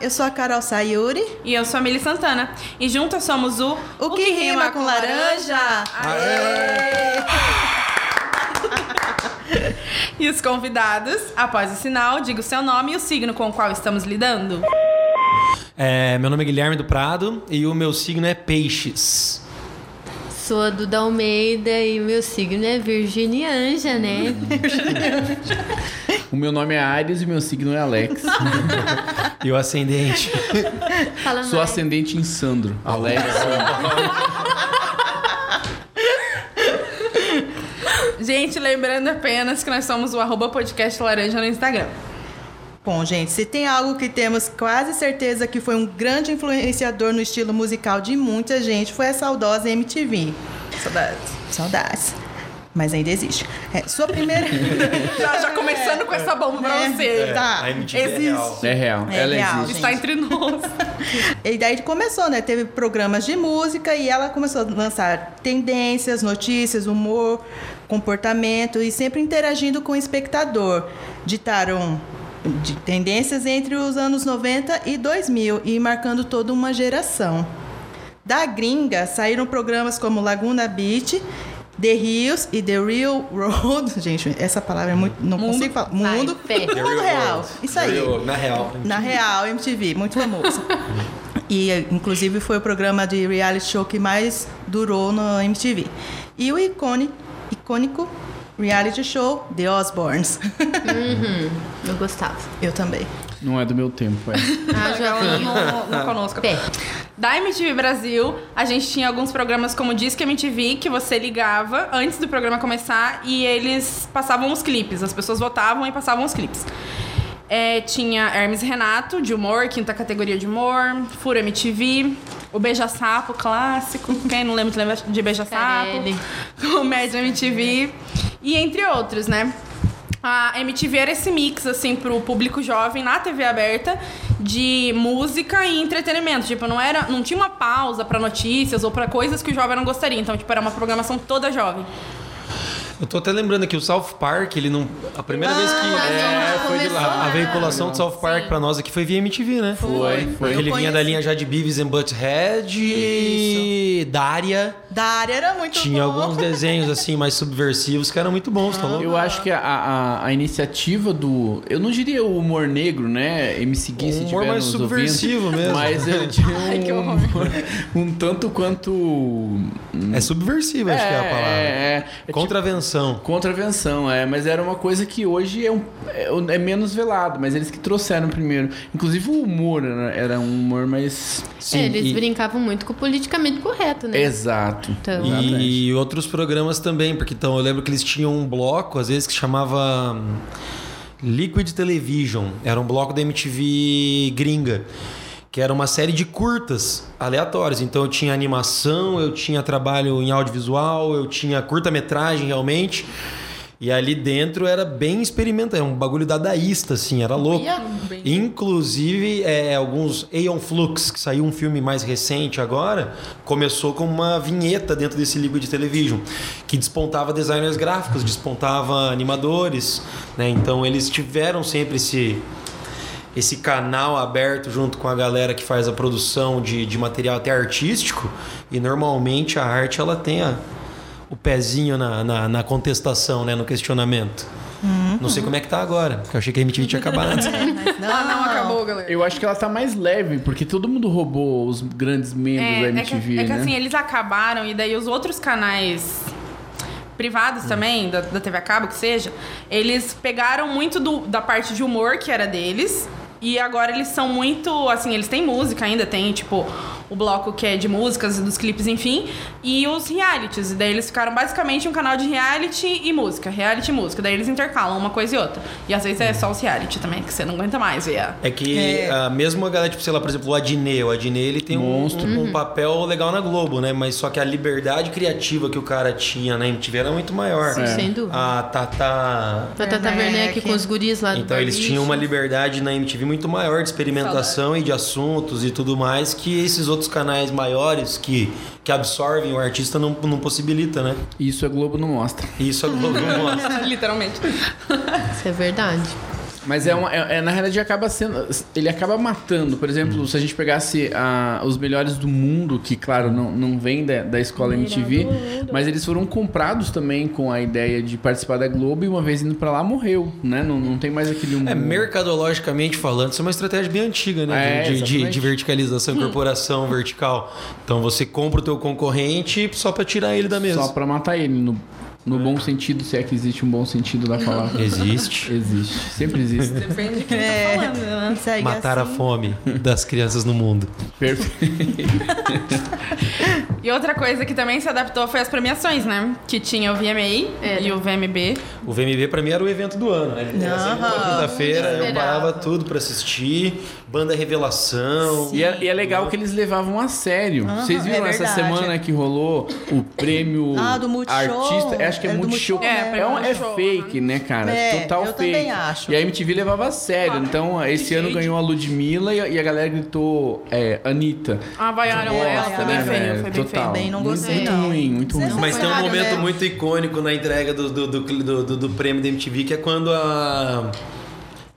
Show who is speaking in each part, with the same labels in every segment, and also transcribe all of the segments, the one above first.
Speaker 1: eu sou a Carol Sayuri.
Speaker 2: E eu sou a Mili Santana. E juntas somos o...
Speaker 1: O, que, rima, com laranja?
Speaker 2: E os convidados, após o sinal, diga o seu nome e o signo com o qual estamos lidando.
Speaker 3: É, meu nome é Guilherme do Prado e o meu signo é peixes.
Speaker 4: Sou a Duda Almeida e meu signo é Virgínia Anja, né?
Speaker 3: Hum.
Speaker 5: O meu nome é Ares e meu signo é Alex.
Speaker 3: E o ascendente.
Speaker 4: Fala
Speaker 5: Sou
Speaker 4: mais.
Speaker 5: ascendente em Sandro. Alex.
Speaker 2: Gente, lembrando apenas que nós somos o arroba podcast laranja no Instagram.
Speaker 1: Bom, gente, se tem algo que temos quase certeza que foi um grande influenciador no estilo musical de muita gente, foi a saudosa MTV.
Speaker 2: Saudades.
Speaker 1: Saudades. Mas ainda existe. É, sua primeira.
Speaker 2: Já, já começando com essa bomba pra
Speaker 1: É.
Speaker 2: você.
Speaker 1: Tá.
Speaker 3: a MTV é
Speaker 1: Existe.
Speaker 3: real.
Speaker 5: É real.
Speaker 1: É
Speaker 5: Ela
Speaker 1: real,
Speaker 5: existe.
Speaker 2: Está entre nós.
Speaker 1: E daí começou, né? Teve programas de música e ela começou a lançar tendências, notícias, humor, comportamento e sempre interagindo com o espectador. Ditaram de tendências entre os anos 90 e 2000 e marcando toda uma geração. Da gringa saíram programas como Laguna Beach, The Hills e The Real World. Gente, essa palavra é muito. Não consigo falar.
Speaker 4: Vai,
Speaker 1: Mundo.
Speaker 4: fé.
Speaker 1: Mundo
Speaker 3: The real
Speaker 1: real.
Speaker 3: world.
Speaker 1: Isso
Speaker 3: The
Speaker 1: aí.
Speaker 3: real- na real.
Speaker 1: Na Real MTV, muito famoso. E, inclusive, foi o programa de reality show que mais durou na MTV. E o icone, icônico reality show The Osbournes.
Speaker 4: Eu gostava.
Speaker 1: Eu também.
Speaker 5: Não é do meu tempo, é.
Speaker 4: Ah, já
Speaker 2: Não,
Speaker 4: vi.
Speaker 2: não, não conosco.
Speaker 4: Pé.
Speaker 2: Da MTV Brasil, a gente tinha alguns programas como Disque MTV, que você ligava antes do programa começar e eles passavam os clipes. As pessoas votavam e passavam os clipes. É, tinha Hermes e Renato, de humor, quinta categoria de humor, Furo MTV, o Beija Sapo clássico. Quem não lembra de lembra de Beija Sapo?
Speaker 4: Carelli.
Speaker 2: Comédia MTV. E entre outros, né? A MTV era esse mix, assim, pro público jovem na TV aberta de música e entretenimento. Tipo, não era. Não tinha uma pausa pra notícias ou pra coisas que o jovem não gostaria. Então, tipo, era uma programação toda jovem.
Speaker 3: Eu tô até lembrando que o South Park, ele não. A primeira vez que.
Speaker 1: Ah,
Speaker 4: tá
Speaker 3: é,
Speaker 4: vendo?
Speaker 3: foi de
Speaker 4: Começou
Speaker 3: lá. A
Speaker 4: lá.
Speaker 3: veiculação do South Park pra nós aqui foi via MTV, né?
Speaker 5: Foi,
Speaker 3: Porque
Speaker 5: foi.
Speaker 3: ele vinha da
Speaker 1: conheci.
Speaker 3: linha já de Beavis and Butthead e Daria.
Speaker 1: Da área era muito
Speaker 3: Tinha
Speaker 1: bom.
Speaker 3: alguns desenhos assim mais subversivos que eram muito bons,
Speaker 4: Ah,
Speaker 3: tá louco?
Speaker 5: Eu acho que a, a, a iniciativa do. Eu não diria o humor negro, né? MC Gui,
Speaker 3: Um
Speaker 5: se
Speaker 3: humor
Speaker 5: tiver
Speaker 3: mais
Speaker 5: nos
Speaker 3: subversivo
Speaker 5: ouvindo,
Speaker 3: mesmo.
Speaker 5: Mas ele tinha um,
Speaker 2: que horror.
Speaker 5: um tanto quanto.
Speaker 3: É subversivo, acho que é a palavra.
Speaker 5: é, é, é
Speaker 3: Contravenção.
Speaker 5: Contravenção, é, mas era uma coisa que hoje é, um, é, é menos velado, mas eles que trouxeram primeiro. Inclusive o humor era, era um humor mais.
Speaker 3: Sim,
Speaker 4: É, Eles
Speaker 3: e-
Speaker 4: brincavam muito com o politicamente correto, né?
Speaker 5: Exato.
Speaker 4: Então.
Speaker 5: Exatamente.
Speaker 3: E outros programas também, porque então eu lembro que eles tinham um bloco, às vezes, que chamava hum, Liquid Television. Era um bloco da MTV gringa. Que era uma série de curtas aleatórias. Então eu tinha animação, eu tinha trabalho em audiovisual, eu tinha curta-metragem realmente. E ali dentro era bem experimental, era um bagulho dadaísta, assim, era louco. Inclusive, é, alguns Aeon Flux, que saiu um filme mais recente agora, começou com uma vinheta dentro desse livro de televisão, que despontava designers gráficos, despontava animadores, né? Então eles tiveram sempre esse esse canal aberto junto com a galera que faz a produção de, de material até artístico e normalmente a arte ela tem a- o pezinho na, na, na contestação, né? No questionamento. Não sei como é que tá agora, porque eu achei que a MTV tinha acabado.
Speaker 1: Não,
Speaker 2: ah, não, acabou, galera.
Speaker 5: Eu acho que ela tá mais leve, porque todo mundo roubou os grandes membros da MTV,
Speaker 2: que, é que
Speaker 5: né?
Speaker 2: assim, eles acabaram e daí os outros canais privados também, da, da TV a cabo que seja, eles pegaram muito do- da parte de humor que era deles. E agora eles são muito, assim, eles têm música ainda, tem, tipo, o bloco que é de músicas, dos clipes, enfim, e os realities. E daí eles ficaram basicamente um canal de reality e música, reality e música. Daí eles intercalam uma coisa e outra. E às vezes é só os reality também, que você não aguenta mais ver. a-
Speaker 3: É que ah, mesmo a galera, tipo, sei lá, por exemplo, o Adnê, o Adnê, ele tem um-
Speaker 5: Monstro.
Speaker 4: Uhum.
Speaker 3: Um, papel legal na Globo, né? Mas só que a liberdade criativa que o cara tinha na MTV era muito maior. É.
Speaker 4: Sim, sem dúvida.
Speaker 3: A Tata...
Speaker 4: Batata Werneck com os guris lá do
Speaker 3: Então eles
Speaker 4: barbicho.
Speaker 3: tinham uma liberdade na MTV muito maior de experimentação e de assuntos e tudo mais que esses outros canais maiores que, que absorvem o artista não, não possibilita, né?
Speaker 5: Isso a Globo não mostra.
Speaker 3: E isso a Globo não mostra.
Speaker 2: Literalmente.
Speaker 4: Isso é verdade.
Speaker 5: Mas é, uma, é, é- na realidade acaba sendo. Ele acaba matando. Por exemplo,
Speaker 3: Hum.
Speaker 5: se a gente pegasse ah, os melhores do mundo, que claro, não, não vem da, da escola MTV, mas eles foram comprados também com a ideia de participar da Globo e uma vez indo pra lá morreu, né? Não, não tem mais aquele humor.
Speaker 3: É, mercadologicamente falando, isso é uma estratégia bem antiga, né?
Speaker 5: É,
Speaker 3: de, de- de,
Speaker 5: exatamente.
Speaker 3: de
Speaker 1: Hum.
Speaker 3: verticalização, incorporação vertical. Então você compra o teu concorrente só pra tirar ele da mesa.
Speaker 5: Só pra matar ele, no, no bom sentido, se é que existe um bom sentido da palavra.
Speaker 3: Existe.
Speaker 5: Existe, sempre existe.
Speaker 2: Depende de quem
Speaker 1: É.
Speaker 2: tá falando, né?
Speaker 1: Segue
Speaker 3: Matar a
Speaker 1: assim.
Speaker 3: fome das crianças no mundo.
Speaker 5: Perfeito.
Speaker 2: E outra coisa que também se adaptou foi as premiações, né? Que tinha o VMA
Speaker 4: Era.
Speaker 2: e o VMB.
Speaker 3: O VMB pra mim era o evento do ano, né? Era sempre uma
Speaker 1: Aham.
Speaker 3: quinta-feira, eu
Speaker 4: Esperava.
Speaker 3: parava tudo pra assistir. Banda Revelação.
Speaker 5: E é, e é legal que eles levavam a sério.
Speaker 1: Aham,
Speaker 5: Vocês viram
Speaker 1: é
Speaker 5: essa
Speaker 1: verdade.
Speaker 5: semana que rolou o prêmio
Speaker 1: Ah, do Multishow.
Speaker 5: artista? Acho que é,
Speaker 1: É do
Speaker 5: Multishow.
Speaker 1: Multishow,
Speaker 5: É,
Speaker 2: né?
Speaker 5: um, é
Speaker 2: Multishow,
Speaker 5: fake, né, cara?
Speaker 1: É,
Speaker 5: Total
Speaker 1: eu
Speaker 5: fake.
Speaker 1: também acho.
Speaker 5: E a MTV levava a sério. Então, esse ano
Speaker 2: gente.
Speaker 5: ganhou a Ludmilla e, a- e a galera gritou é, Anitta.
Speaker 2: Ah, vaiaram
Speaker 1: Nossa,
Speaker 2: ela, foi bem
Speaker 1: né,
Speaker 2: feio, foi bem
Speaker 5: Total.
Speaker 2: feio.
Speaker 1: Bem, não
Speaker 5: Muito-
Speaker 1: gostei,
Speaker 5: Muito,
Speaker 1: não.
Speaker 5: ruim, muito ruim.
Speaker 1: Sensacional.
Speaker 3: Mas tem um
Speaker 1: Claro,
Speaker 3: momento
Speaker 1: né?
Speaker 3: muito icônico na entrega do, do, do, do- do- do prêmio da MTV, que é quando a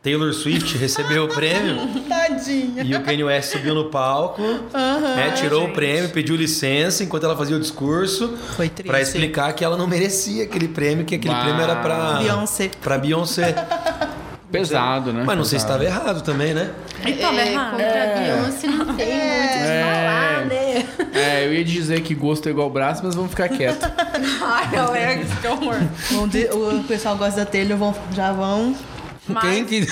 Speaker 3: Taylor Swift recebeu o prêmio
Speaker 1: Tadinha.
Speaker 3: e o Kanye West subiu no palco, né, tirou o prêmio, pediu licença enquanto ela fazia o discurso
Speaker 1: Foi triste.
Speaker 3: pra explicar que ela não merecia aquele prêmio, que aquele
Speaker 5: Bah.
Speaker 3: prêmio era pra
Speaker 1: Beyoncé.
Speaker 3: pra Beyoncé.
Speaker 5: Pesado, né?
Speaker 3: Mas não sei se
Speaker 5: Pesado.
Speaker 3: estava errado também, né?
Speaker 2: Então,
Speaker 4: é,
Speaker 2: errado.
Speaker 4: contra a Beyoncé não
Speaker 2: É.
Speaker 4: tem muito o que falar, né?
Speaker 5: É, eu ia dizer que gosto é igual braço, mas vamos ficar quietos.
Speaker 2: Ai, Alex, é, que horror.
Speaker 1: Vão de- o pessoal gosta da Taylor, vão, já vão.
Speaker 2: Mas...
Speaker 3: Quem que...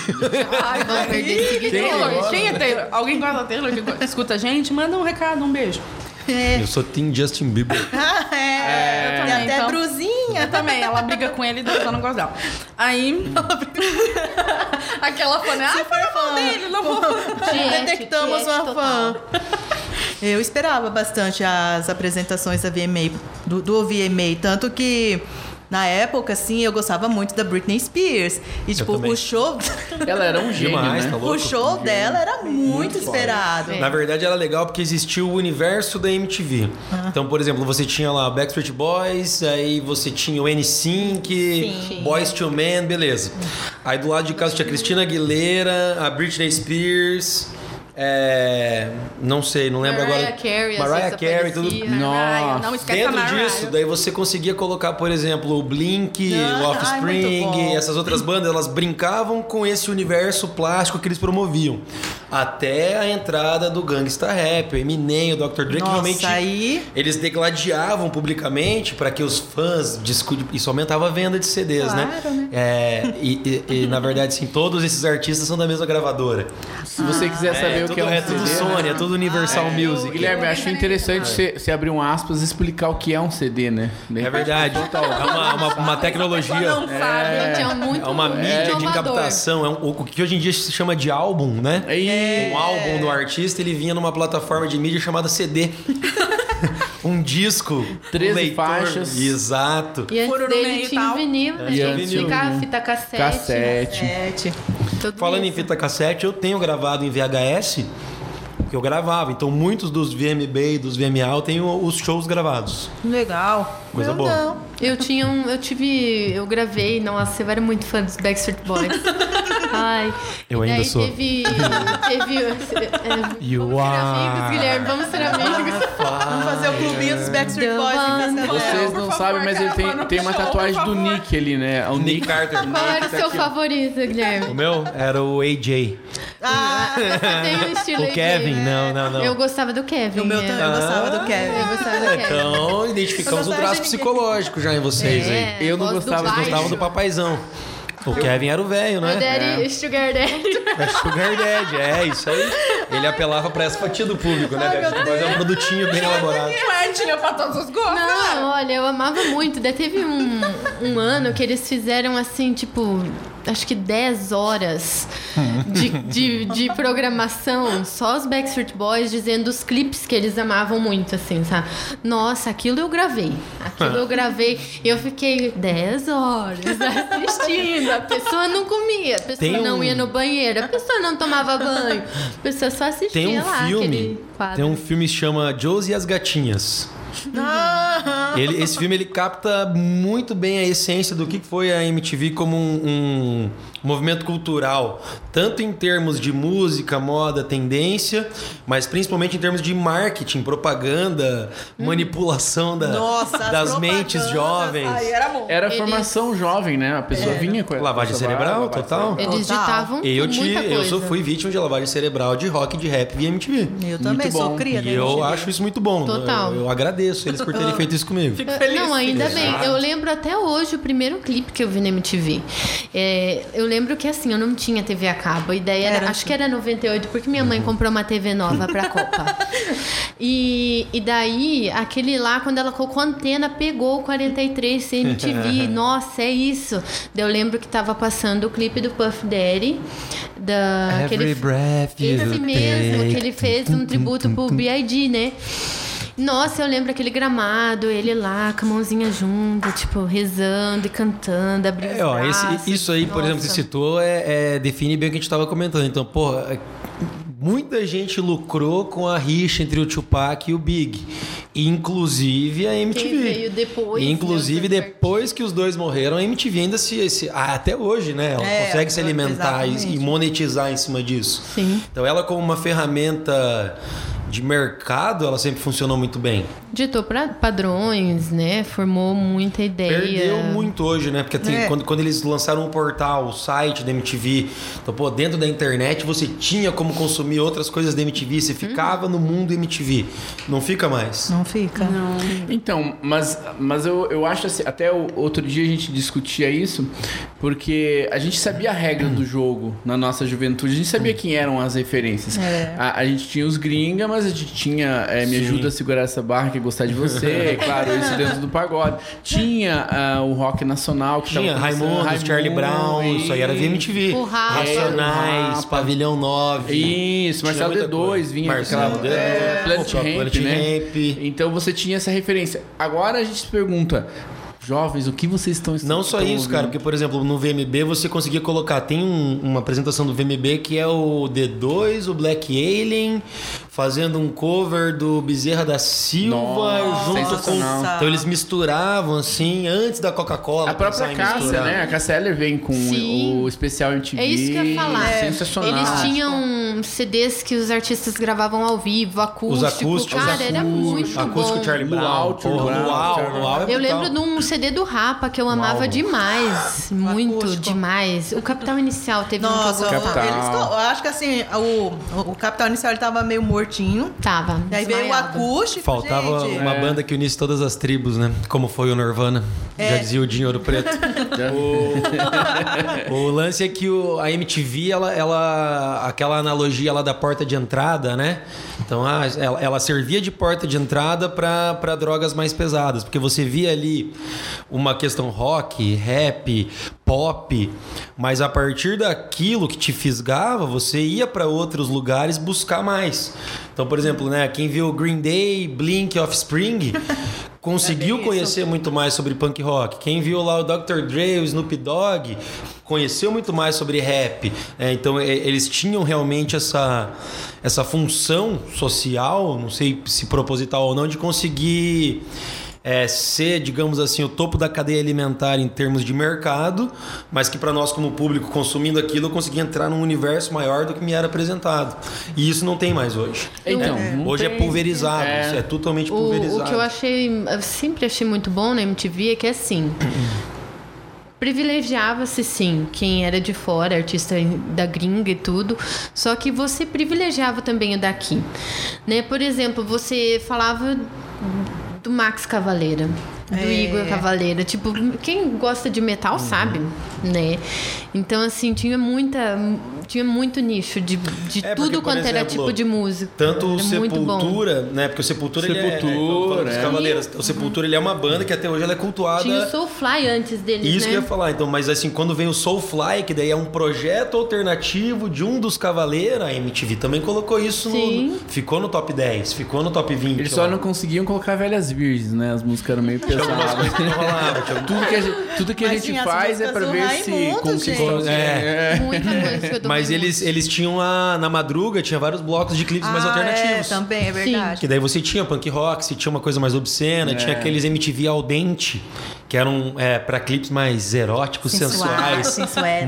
Speaker 2: Ai,
Speaker 4: Vamos perder seguidores.
Speaker 2: Taylor, quem é Taylor? Alguém gosta da Taylor que go- escuta a gente? Manda um recado, um beijo.
Speaker 1: É.
Speaker 3: Eu sou Tim Justin Bieber.
Speaker 1: Ah, é.
Speaker 2: eu
Speaker 1: Tem
Speaker 2: também,
Speaker 1: até
Speaker 2: então.
Speaker 1: brusinha.
Speaker 2: Eu também, ela briga com ele e Deus, eu não gosto dela. Aí. Aquela fã, né? Ah, foi a fã dele, não vou.
Speaker 4: Tiete,
Speaker 1: Detectamos
Speaker 4: tiete
Speaker 1: uma
Speaker 4: total.
Speaker 1: fã. é, Eu esperava bastante as apresentações da VMA, do, do VMA, tanto que. Na época, assim, eu gostava muito da Britney Spears. E, tipo,
Speaker 3: também.
Speaker 1: o show,
Speaker 5: Ela era um gênio,
Speaker 3: Demais,
Speaker 5: né?
Speaker 3: tá louco?
Speaker 1: o show dela era muito esperado.
Speaker 3: Na verdade era legal porque existia o universo da MTV.
Speaker 4: Ah.
Speaker 3: Então, por exemplo, você tinha lá Backstreet Boys, aí você tinha o N sync, Boys to Men, beleza. Aí do lado de casa tinha a Cristina Aguilera, a Britney Spears, é, não sei, não lembro
Speaker 4: Mariah
Speaker 3: agora.
Speaker 4: Carey, assim, às
Speaker 3: Mariah
Speaker 4: vezes
Speaker 3: Carey, tudo.
Speaker 4: aparecia.
Speaker 2: Mariah, Não esquece a
Speaker 3: Dentro
Speaker 1: tá
Speaker 2: Mariah.
Speaker 3: disso, daí você conseguia colocar, por exemplo, o Blink,
Speaker 1: Ah,
Speaker 3: o
Speaker 1: ai,
Speaker 3: Offspring,
Speaker 1: muito bom.
Speaker 3: essas outras bandas, elas brincavam com esse universo plástico que eles promoviam. Até a entrada do Gangsta Rap, o Eminem, o Dr. Dre, que realmente
Speaker 1: Nossa, aí...
Speaker 3: eles degladiavam publicamente para que os fãs discu- isso aumentava a venda de CDs,
Speaker 1: Claro,
Speaker 3: né? É, e, e- e, na verdade, sim, todos esses artistas são da mesma gravadora.
Speaker 5: Se você quiser saber o
Speaker 3: tudo,
Speaker 5: que é um
Speaker 3: é tudo
Speaker 5: CD, né?
Speaker 3: Sony, é tudo Universal Music.
Speaker 5: Guilherme, acho
Speaker 2: É.
Speaker 5: interessante você você abrir um aspas e explicar o que é um CD, né?
Speaker 3: É verdade. É uma, uma, uma
Speaker 2: Só
Speaker 3: tecnologia.
Speaker 5: um
Speaker 2: não sabe.
Speaker 4: Gente, é muito
Speaker 3: É uma mídia de
Speaker 4: inovador.
Speaker 3: captação. É um- o que hoje em dia se chama de álbum, né?
Speaker 5: E-
Speaker 3: Um álbum do artista, ele vinha numa plataforma de mídia chamada CD. um disco. um
Speaker 5: 13
Speaker 3: leitor.
Speaker 5: faixas.
Speaker 3: Exato.
Speaker 4: E antes
Speaker 2: Furo no meio
Speaker 4: dele
Speaker 2: e
Speaker 4: tinha
Speaker 2: tal.
Speaker 4: o vinil,
Speaker 3: É,
Speaker 4: né?
Speaker 5: E
Speaker 3: um
Speaker 4: gente?
Speaker 5: antes o
Speaker 4: Ficava
Speaker 5: vinil.
Speaker 4: fita
Speaker 2: É,
Speaker 4: cassete.
Speaker 5: Cassete.
Speaker 1: Sete.
Speaker 4: Tudo
Speaker 3: Falando em
Speaker 4: isso.
Speaker 3: fita cassete, eu tenho gravado em VHS que eu gravava. Então, muitos dos VMB e dos VMA eu tenho os shows gravados.
Speaker 1: Legal.
Speaker 3: Coisa
Speaker 1: eu
Speaker 3: boa.
Speaker 1: não.
Speaker 4: Eu tinha um. Eu tive. Eu gravei. Nossa, eu era muito fã dos Backstreet Boys. Ai.
Speaker 3: Eu
Speaker 4: e
Speaker 3: ainda
Speaker 4: daí
Speaker 3: sou.
Speaker 4: Teve. teve é,
Speaker 3: You
Speaker 4: vamos ser
Speaker 3: are.
Speaker 4: amigos, Guilherme. Vamos ser amigos.
Speaker 1: Vamos fazer
Speaker 3: Ah,
Speaker 1: o clubinho
Speaker 3: é.
Speaker 1: dos Backstreet
Speaker 4: The
Speaker 1: Boys. em
Speaker 4: one-
Speaker 1: Cascavel.
Speaker 5: Vocês
Speaker 2: Por
Speaker 5: não
Speaker 2: favor,
Speaker 5: sabem, mas ele
Speaker 2: cara,
Speaker 5: tem,
Speaker 2: mano,
Speaker 5: tem uma
Speaker 2: show,
Speaker 5: tatuagem
Speaker 2: por
Speaker 5: do
Speaker 2: favor.
Speaker 5: Nick ali, né? O Nick.
Speaker 3: Carter.
Speaker 4: Qual era o seu favorito,
Speaker 3: O
Speaker 4: Guilherme?
Speaker 3: meu era o AJ.
Speaker 1: Ah,
Speaker 4: Você tem um estilo
Speaker 3: O
Speaker 4: aí,
Speaker 3: Kevin, né? não, não, não.
Speaker 4: Eu gostava do Kevin.
Speaker 1: o meu
Speaker 4: né?
Speaker 1: também. Eu gostava
Speaker 3: Ah.
Speaker 1: do Kevin.
Speaker 4: Eu gostava do Kevin.
Speaker 3: Então,
Speaker 1: Eu
Speaker 3: identificamos um
Speaker 1: não
Speaker 3: traço
Speaker 1: acho ninguém.
Speaker 3: psicológico já em vocês aí.
Speaker 4: É,
Speaker 5: Eu não
Speaker 4: gosto
Speaker 5: gostava,
Speaker 4: do
Speaker 5: eu
Speaker 4: baixo.
Speaker 3: Gostava do papaizão. O Kevin era o velho,
Speaker 4: O
Speaker 3: né?
Speaker 4: Daddy, Sugar Daddy.
Speaker 3: É Sugar Daddy, é isso aí. Ele apelava pra essa fatia do público, né? Mas é um produtinho bem elaborado.
Speaker 2: Compartilha é, pra todos os gostos.
Speaker 4: Não, olha, eu amava muito. Daí teve um, um ano que eles fizeram assim, tipo, acho que 10 horas de, de, de programação, só os Backstreet Boys dizendo os clipes que eles amavam muito, assim, sabe? Nossa, aquilo eu gravei. Aquilo eu gravei. E eu fiquei 10 horas assistindo. A pessoa não comia, a pessoa
Speaker 3: Tem
Speaker 4: não
Speaker 3: um-
Speaker 4: ia no banheiro, a pessoa não tomava banho, a pessoa só assistia
Speaker 3: Tem um
Speaker 4: lá
Speaker 3: filme.
Speaker 4: aquele quadro.
Speaker 3: Tem um filme que chama Josie e as Gatinhas.
Speaker 1: Ah,
Speaker 3: Ele- esse filme ele capta muito bem a essência do que foi a MTV como um, um movimento cultural, tanto em termos de música, moda, tendência, mas principalmente em termos de marketing, propaganda, manipulação da-
Speaker 1: Hum. Nossa, as
Speaker 3: das mentes
Speaker 1: propagandas,
Speaker 3: jovens.
Speaker 1: Aí era bom.
Speaker 5: Era a
Speaker 4: Eles-
Speaker 5: formação jovem, né? A pessoa
Speaker 2: É.
Speaker 5: vinha
Speaker 1: é.
Speaker 5: com
Speaker 3: Lavagem
Speaker 5: com essa
Speaker 3: cerebral,
Speaker 5: barba,
Speaker 3: total.
Speaker 5: essa-
Speaker 4: Eles
Speaker 1: Total.
Speaker 4: ditavam
Speaker 3: Eu, te,
Speaker 4: muita coisa.
Speaker 3: eu sou, fui vítima de lavagem cerebral de rock, de rap via MTV.
Speaker 1: Eu também
Speaker 5: Muito
Speaker 1: sou
Speaker 5: bom.
Speaker 1: cria da
Speaker 3: E eu
Speaker 1: MTV.
Speaker 3: acho isso muito bom.
Speaker 4: né,
Speaker 3: né?
Speaker 4: Total.
Speaker 3: Eu, eu agradeço eles por terem feito isso comigo.
Speaker 2: Fico
Speaker 4: Ah,
Speaker 2: feliz.
Speaker 4: Não, ainda
Speaker 2: Fico
Speaker 4: bem.
Speaker 2: feliz.
Speaker 4: Eu lembro até hoje o primeiro clipe que eu vi na MTV. É, eu lembro que assim, eu não tinha TV a cabo. A ideia era,
Speaker 1: Era
Speaker 4: acho que era 98, porque minha
Speaker 3: Uhum.
Speaker 4: mãe comprou uma TV nova pra Copa. E, e daí, aquele lá, quando ela colocou a antena, pegou o 43 CMTV. Nossa, é isso. Daí eu lembro que tava passando o clipe do Puff Daddy. Da, aquele-
Speaker 3: Every breath you
Speaker 4: esse mesmo, que
Speaker 3: take.
Speaker 4: ele fez um tributo pro B.I.D., né? Nossa, eu lembro aquele gramado, ele lá com a mãozinha junto, tipo, rezando e cantando, abrindo os
Speaker 3: É, ó, esse-
Speaker 4: braços.
Speaker 3: isso aí, por exemplo, que você
Speaker 4: Nossa.
Speaker 3: citou, é, é- define bem o que a gente estava comentando. Então, pô, é- muita gente lucrou com a rixa entre o Tupac e o Big. Inclusive a MTV.
Speaker 4: veio depois,
Speaker 3: Inclusive,
Speaker 4: né, o
Speaker 3: depois que os dois morreram, a MTV ainda se. se- ah, até hoje, né? Ela
Speaker 1: É,
Speaker 3: consegue se alimentar e, e
Speaker 1: exatamente.
Speaker 3: monetizar em cima disso.
Speaker 4: Sim.
Speaker 3: Então, ela, como uma ferramenta de mercado, ela sempre funcionou muito bem.
Speaker 4: Ditou pra padrões, né? Formou muita ideia.
Speaker 3: Perdeu muito hoje, né? Porque tem-
Speaker 1: É.
Speaker 3: quando, quando eles lançaram o portal, o site da MTV, então, pô, dentro da internet você tinha como consumir outras coisas da MTV, você ficava no mundo MTV. Não fica mais.
Speaker 1: Uhum. Não fica?
Speaker 5: Então, mas, mas eu, eu acho assim, até o outro dia a gente discutia isso, porque a gente sabia a regra do jogo na nossa juventude, a gente sabia quem eram as referências.
Speaker 1: É.
Speaker 5: A, a gente tinha os gringa, mas a gente tinha é, Me
Speaker 3: Sim.
Speaker 5: Ajuda a Segurar Essa Barra, que é gostar de você, claro, isso dentro do pagode. Tinha ah, o rock nacional, que
Speaker 3: Tinha
Speaker 5: tava
Speaker 3: Raimundos,
Speaker 5: começando,
Speaker 3: Charlie Brown,
Speaker 5: Raimundo,
Speaker 3: isso aí era via MTV.
Speaker 4: O Rapa.
Speaker 5: É, o
Speaker 3: Racionais,
Speaker 5: Rapa.
Speaker 3: Pavilhão 9.
Speaker 5: Isso,
Speaker 3: Tinha
Speaker 5: Marcelo
Speaker 3: muita
Speaker 5: D2
Speaker 3: coisa.
Speaker 5: vinha
Speaker 3: Marcelo
Speaker 5: aquela
Speaker 3: D2,
Speaker 5: é, Planet
Speaker 3: o
Speaker 5: Hemp,
Speaker 3: Planet
Speaker 5: né?
Speaker 3: Hemp.
Speaker 5: Então você tinha essa referência. Agora a gente se pergunta, jovens, o que vocês estão
Speaker 3: Não só
Speaker 5: estão
Speaker 3: isso, cara,
Speaker 5: ouvindo?
Speaker 3: porque, por exemplo, no VMB você conseguia colocar. Tem um- uma apresentação do VMB que é o D2, o Black Alien, fazendo um cover do Bezerra da Silva
Speaker 5: Nossa,
Speaker 3: junto com.
Speaker 5: sensacional.
Speaker 3: Então eles misturavam, assim, antes da Coca-Cola.
Speaker 5: A
Speaker 3: pensar
Speaker 5: própria
Speaker 3: em
Speaker 5: Cássia,
Speaker 3: misturar.
Speaker 5: né? A Cássia Eller vem com
Speaker 4: Sim.
Speaker 5: o especial MTV.
Speaker 4: É isso que eu ia falar.
Speaker 5: Sensacional.
Speaker 4: Eles tinham CDs que os artistas gravavam ao vivo, acústico.
Speaker 3: Os acústicos.
Speaker 4: Cara,
Speaker 3: os
Speaker 4: era muito
Speaker 3: Acústico
Speaker 4: bom.
Speaker 3: Charlie Brown.
Speaker 5: Luau,
Speaker 3: porra,
Speaker 5: Charlie Brown,
Speaker 3: Luau,
Speaker 5: Charlie
Speaker 3: Luau é
Speaker 4: Eu
Speaker 3: brutal.
Speaker 4: lembro de um CD do Rapa que eu amava
Speaker 3: álbum.
Speaker 4: demais. Muito,
Speaker 1: acústico.
Speaker 4: demais. O Capital Inicial teve um
Speaker 1: Nossa,
Speaker 4: que eu
Speaker 1: eu,
Speaker 5: Capital.
Speaker 4: gostava.
Speaker 1: eles, eu acho que assim, o, o Capital Inicial ele tava meio mortinho.
Speaker 4: Tava.
Speaker 1: Daí veio o
Speaker 4: desmaiado.
Speaker 1: acústico.
Speaker 3: Faltava
Speaker 1: gente.
Speaker 5: É.
Speaker 3: uma banda que unisse todas as tribos, né? Como foi o Nirvana.
Speaker 4: É.
Speaker 3: Já dizia o Dinho Ouro Preto. o... o lance é que o- a MTV, ela, ela- aquela analogia lá da porta de entrada, né? Então, ah, ela, ela servia de porta de entrada para drogas mais pesadas. Porque você via ali uma questão rock, rap, pop. Mas a partir daquilo que te fisgava, você ia para outros lugares buscar mais. Então, por exemplo, né, quem viu Green Day, Blink, Offspring, conseguiu conhecer muito mais sobre punk rock. Quem viu lá o Dr. Dre, o Snoop Dogg, conheceu muito mais sobre rap. É, então, e- eles tinham realmente essa, essa função social, não sei se proposital ou não, de conseguir é, ser, digamos assim, o topo da cadeia alimentar em termos de mercado, mas que para nós como público consumindo aquilo, eu consegui entrar num universo maior do que me era apresentado. E isso não tem mais hoje.
Speaker 5: Então, não
Speaker 3: Hoje é
Speaker 5: tem-
Speaker 3: pulverizado,
Speaker 5: É.
Speaker 3: isso é totalmente
Speaker 4: O,
Speaker 3: pulverizado.
Speaker 4: o que eu achei, eu sempre achei muito bom na MTV é que assim. Privilegiava-se sim quem era de fora, artista da gringa e tudo, só que você privilegiava também o daqui. Né? Por exemplo, você falava do Max Cavaleira, do
Speaker 1: É.
Speaker 4: Igor Cavaleira, tipo, quem gosta de metal
Speaker 3: Uhum.
Speaker 4: sabe, né? Então assim, tinha muita tinha muito nicho de, de
Speaker 3: É, porque,
Speaker 4: tudo
Speaker 3: por
Speaker 4: quanto era
Speaker 3: exemplo,
Speaker 4: tipo de música.
Speaker 3: Tanto o
Speaker 4: é muito bom.
Speaker 3: Sepultura, né? Porque o Sepultura, ele é- é...
Speaker 5: Sepultura,
Speaker 3: falando dos
Speaker 5: é.
Speaker 3: Cavaleiros, O Sepultura, ele é uma banda que até hoje ela é cultuada...
Speaker 4: Tinha o Soulfly antes dele,
Speaker 3: Isso
Speaker 4: né?
Speaker 3: que eu ia falar, então, mas assim, quando vem o Soulfly, que daí é um projeto alternativo de um dos Cavaleiros, a MTV também colocou isso no.
Speaker 4: Sim.
Speaker 3: Ficou no top 10, ficou no top 20.
Speaker 5: Eles só
Speaker 3: lá.
Speaker 5: não conseguiam colocar velhas virgens, né? As músicas eram meio pesadas.
Speaker 3: Não rolava, tinha- um
Speaker 5: tudo que a gente, tudo que a
Speaker 1: Mas
Speaker 5: gente
Speaker 1: tinha as
Speaker 5: faz é
Speaker 1: músicas
Speaker 5: pra
Speaker 1: do
Speaker 5: ver se
Speaker 1: Raimundo,
Speaker 5: conquista
Speaker 1: gente.
Speaker 5: alguém.
Speaker 3: É.
Speaker 4: Muita música do
Speaker 3: Mas eles, eles tinham a, na madruga, tinha vários blocos de clipes mais
Speaker 1: Ah,
Speaker 3: alternativos.
Speaker 1: É, também, é verdade.
Speaker 3: Que daí você tinha punk rock, você tinha uma coisa mais obscena, tinha
Speaker 5: É.
Speaker 3: aqueles MTV al dente, que eram é, para clipes mais eróticos,
Speaker 1: Sensuais,
Speaker 3: sensuais,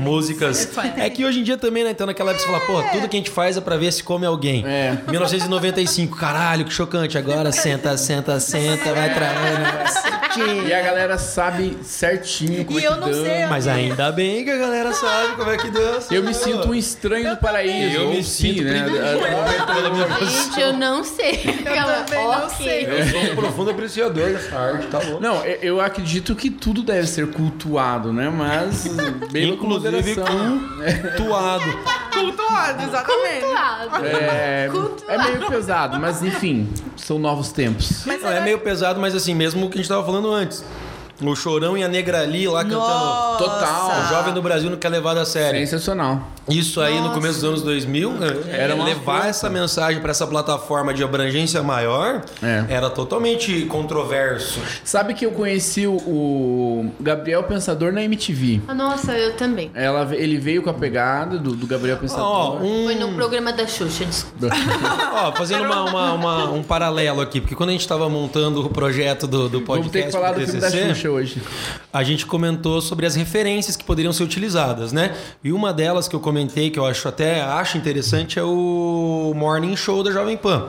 Speaker 1: sensuais.
Speaker 3: músicas. É que hoje em dia também, né? Então naquela época você fala, pô, tudo que a gente faz é pra ver se come alguém.
Speaker 5: É.
Speaker 3: 1995, caralho, que chocante. Agora senta, senta, senta, vai traindo.
Speaker 5: E a galera sabe certinho como
Speaker 1: E
Speaker 5: é que
Speaker 1: eu não sei,
Speaker 5: dança.
Speaker 3: Mas ainda bem que a galera sabe como é que dança.
Speaker 5: Eu me sinto um estranho no paraíso.
Speaker 3: Eu
Speaker 5: ou
Speaker 3: me
Speaker 5: sim,
Speaker 3: sinto
Speaker 5: né?
Speaker 3: privilegiado pela minha posição.
Speaker 4: Gente, eu não sei. Eu
Speaker 1: também não sei.
Speaker 3: Eu sou um profundo apreciador dessa arte, tá louco?
Speaker 5: Não, eu- eu acredito que tudo deve ser cultuado, né? Mas bem com
Speaker 3: Inclusive
Speaker 5: moderação.
Speaker 3: cultuado.
Speaker 2: Cultuado, exatamente.
Speaker 5: É,
Speaker 4: Cultuado.
Speaker 5: é meio pesado, mas enfim, são novos tempos.
Speaker 1: Mas
Speaker 3: Não, é
Speaker 1: será-
Speaker 3: meio pesado, mas assim, mesmo o que a gente tava falando antes. O Chorão e a Negra ali lá cantando.
Speaker 1: Nossa.
Speaker 5: Total,
Speaker 3: O jovem do Brasil não quer levar a sério.
Speaker 5: Sensacional.
Speaker 3: Isso aí no começo dos anos 2000, era
Speaker 5: Era uma
Speaker 3: levar
Speaker 5: afronta.
Speaker 3: essa mensagem pra essa plataforma de abrangência maior,
Speaker 5: É.
Speaker 3: era totalmente controverso.
Speaker 5: Sabe que eu conheci o- o Gabriel Pensador na MTV.
Speaker 4: Ah, Nossa, eu também.
Speaker 5: Ela, ve- ele veio com a pegada do, do Gabriel
Speaker 3: Ó,
Speaker 5: Pensador.
Speaker 4: Foi
Speaker 3: um,
Speaker 4: no programa da Xuxa, desculpa.
Speaker 3: ó, fazendo uma- uma- uma- um paralelo aqui, porque quando a gente tava montando o projeto do, do
Speaker 5: Vamos ter
Speaker 3: podcast
Speaker 5: que falar
Speaker 3: pro
Speaker 5: do filme da
Speaker 3: TCC,
Speaker 5: Xuxa hoje.
Speaker 3: a gente comentou sobre as referências que poderiam ser utilizadas, né? E uma delas que eu comentei, que eu acho até acho interessante, é o Morning Show da Jovem Pan.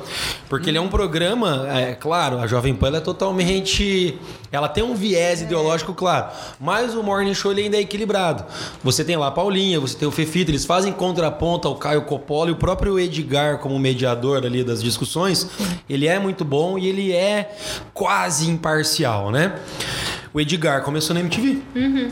Speaker 3: Porque ele é um programa, é claro, a Jovem Pan ela é totalmente. Ela tem um viés ideológico, claro. Mas o Morning Show ele ainda é equilibrado. Você tem lá a Paulinha, você tem o Fefita, eles fazem contraponto ao Caio Coppola e o próprio Edgar, como mediador ali das discussões, ele é muito bom e ele é quase imparcial, né? O Edgar começou na MTV.
Speaker 1: Uhum.